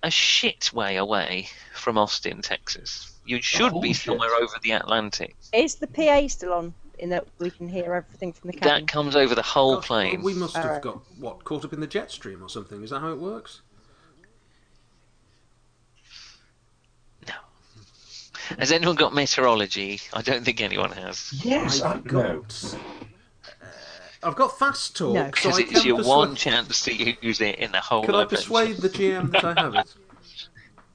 B: a shit way away from Austin, Texas. You
C: Oh,
B: should be
F: Holy
B: somewhere
F: shit.
B: over the Atlantic.
E: Is the PA still on? In that we can hear everything from the cabin.
B: That comes over the whole
C: Gosh,
B: plane.
C: We must have
E: Alright.
C: got what caught up in the jet stream or something. Is that how it works?
B: Has anyone got meteorology? I don't think anyone has.
F: Yes,
H: Oh,
F: I
C: I've
F: know.
C: got. uh, I've got fast talk.
E: No.
C: so
B: Because
C: I
B: it's
C: can
B: your
C: persuade-
B: one chance to use it in the whole
C: Can I
B: adventure.
C: persuade the GM that I have it?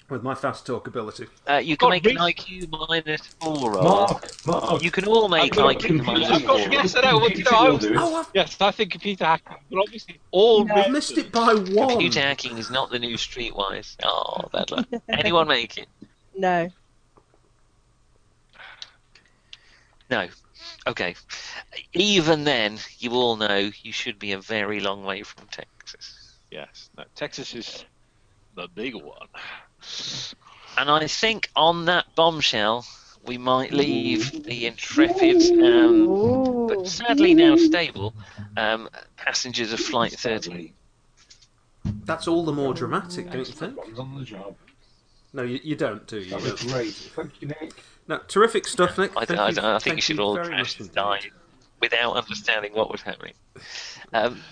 C: with my fast talk ability.
B: Uh, you can
H: God,
B: make an IQ minus four roll.
F: Mark, Mark.
B: You can all make
F: got a
B: IQ
F: computer.
B: minus
F: I've got-
B: four.
H: yes, I know. Well, you know, I
F: Computer
H: was-
F: will do it.
C: Oh, I've
H: Yes, I think computer hacking, but obviously all
E: No.
H: reasons.
C: I've missed it by one.
B: Computer hacking is not the new streetwise. Oh, bad luck. Anyone make it?
E: No.
B: No. Okay. Even then, you all know you should be a very long way from Texas.
H: Yes, no, Texas is the big one.
B: And I think on that bombshell, we might leave the intrepid, um, but sadly now stable, um, passengers of Flight 30.
F: Sadly.
C: That's all the more dramatic, don't you think?
F: Buttons on the job.
C: No, you, you don't, do you?
F: That was great. Thank you, Nick.
C: No, terrific stuff, Nick.
B: I,
C: Thank
B: I- I
C: you-
B: think
C: thank
B: you should all
C: very
B: crash
C: much
B: and die without understanding what was happening. Um,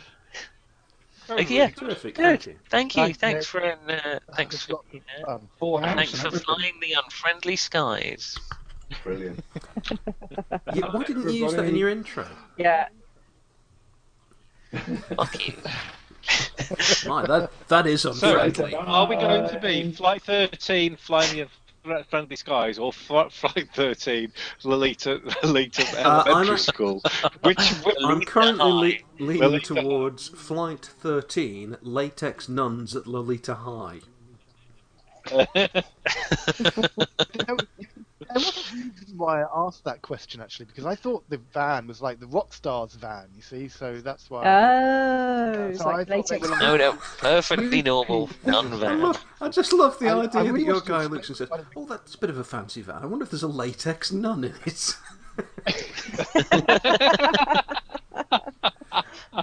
B: Oh, yeah,
C: Terrific,
B: Good.
C: thank you.
B: thank you.
D: Thanks,
B: Thanks
D: Nick.
B: for uh, thanks
D: It's
B: for,
D: not- Um,
F: Four hours.
B: thanks
F: and
B: for
F: everything.
B: flying the unfriendly skies.
F: Brilliant.
C: You- why didn't you use that in your intro?
E: Yeah.
B: Fuck you.
C: My, that, that is unfriendly.
H: Are we going
F: Uh,
H: to be Flight 13 flying in fr- friendly skies or fl- Flight 13 Lolita, Lolita Elementary
C: Uh, I'm a-
H: School? Which, which
C: I'm currently le- leaning
H: Lolita High.
C: towards Flight 13, Latex Nuns at Lolita High.
D: there was a reason why I asked that question actually, because I thought the van was like the rock stars van, you see. So that's why.
E: Oh, it's
D: So I
E: like
D: thought they
E: latex.
D: were like-
B: No, no, perfectly normal, none
C: I,
B: van.
C: love, I just love the
D: I- I
C: idea
D: really
C: that your
D: want to
C: guy
D: explain
C: looks and says,
D: quite a bit.
C: "Oh, that's a bit of a fancy van. I wonder if there's a latex nun in it." I'm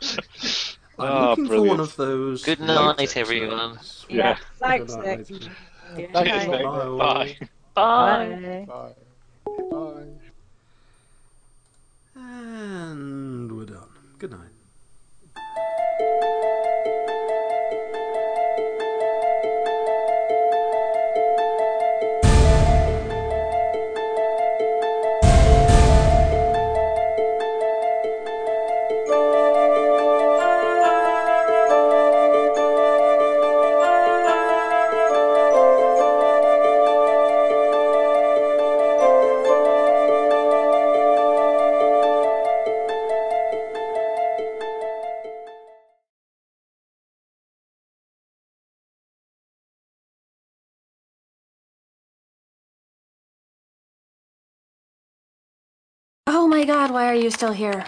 H: Ah,
C: looking for one
H: brilliant.
C: of those.
B: Oh, Good night,
C: latex
B: everyone.
C: nuns.
H: Yeah.
E: Yeah. Thanks,
C: Good night, ladies
E: Nick.
C: and gentlemen.
E: Yeah.
D: Thanks,
E: Bye.
C: Bye.
D: Nick.
C: all.
H: Bye.
B: Bye.
E: Bye.
D: Bye. Bye.
C: And we're done. Good night.
J: Oh my god, why are you still here?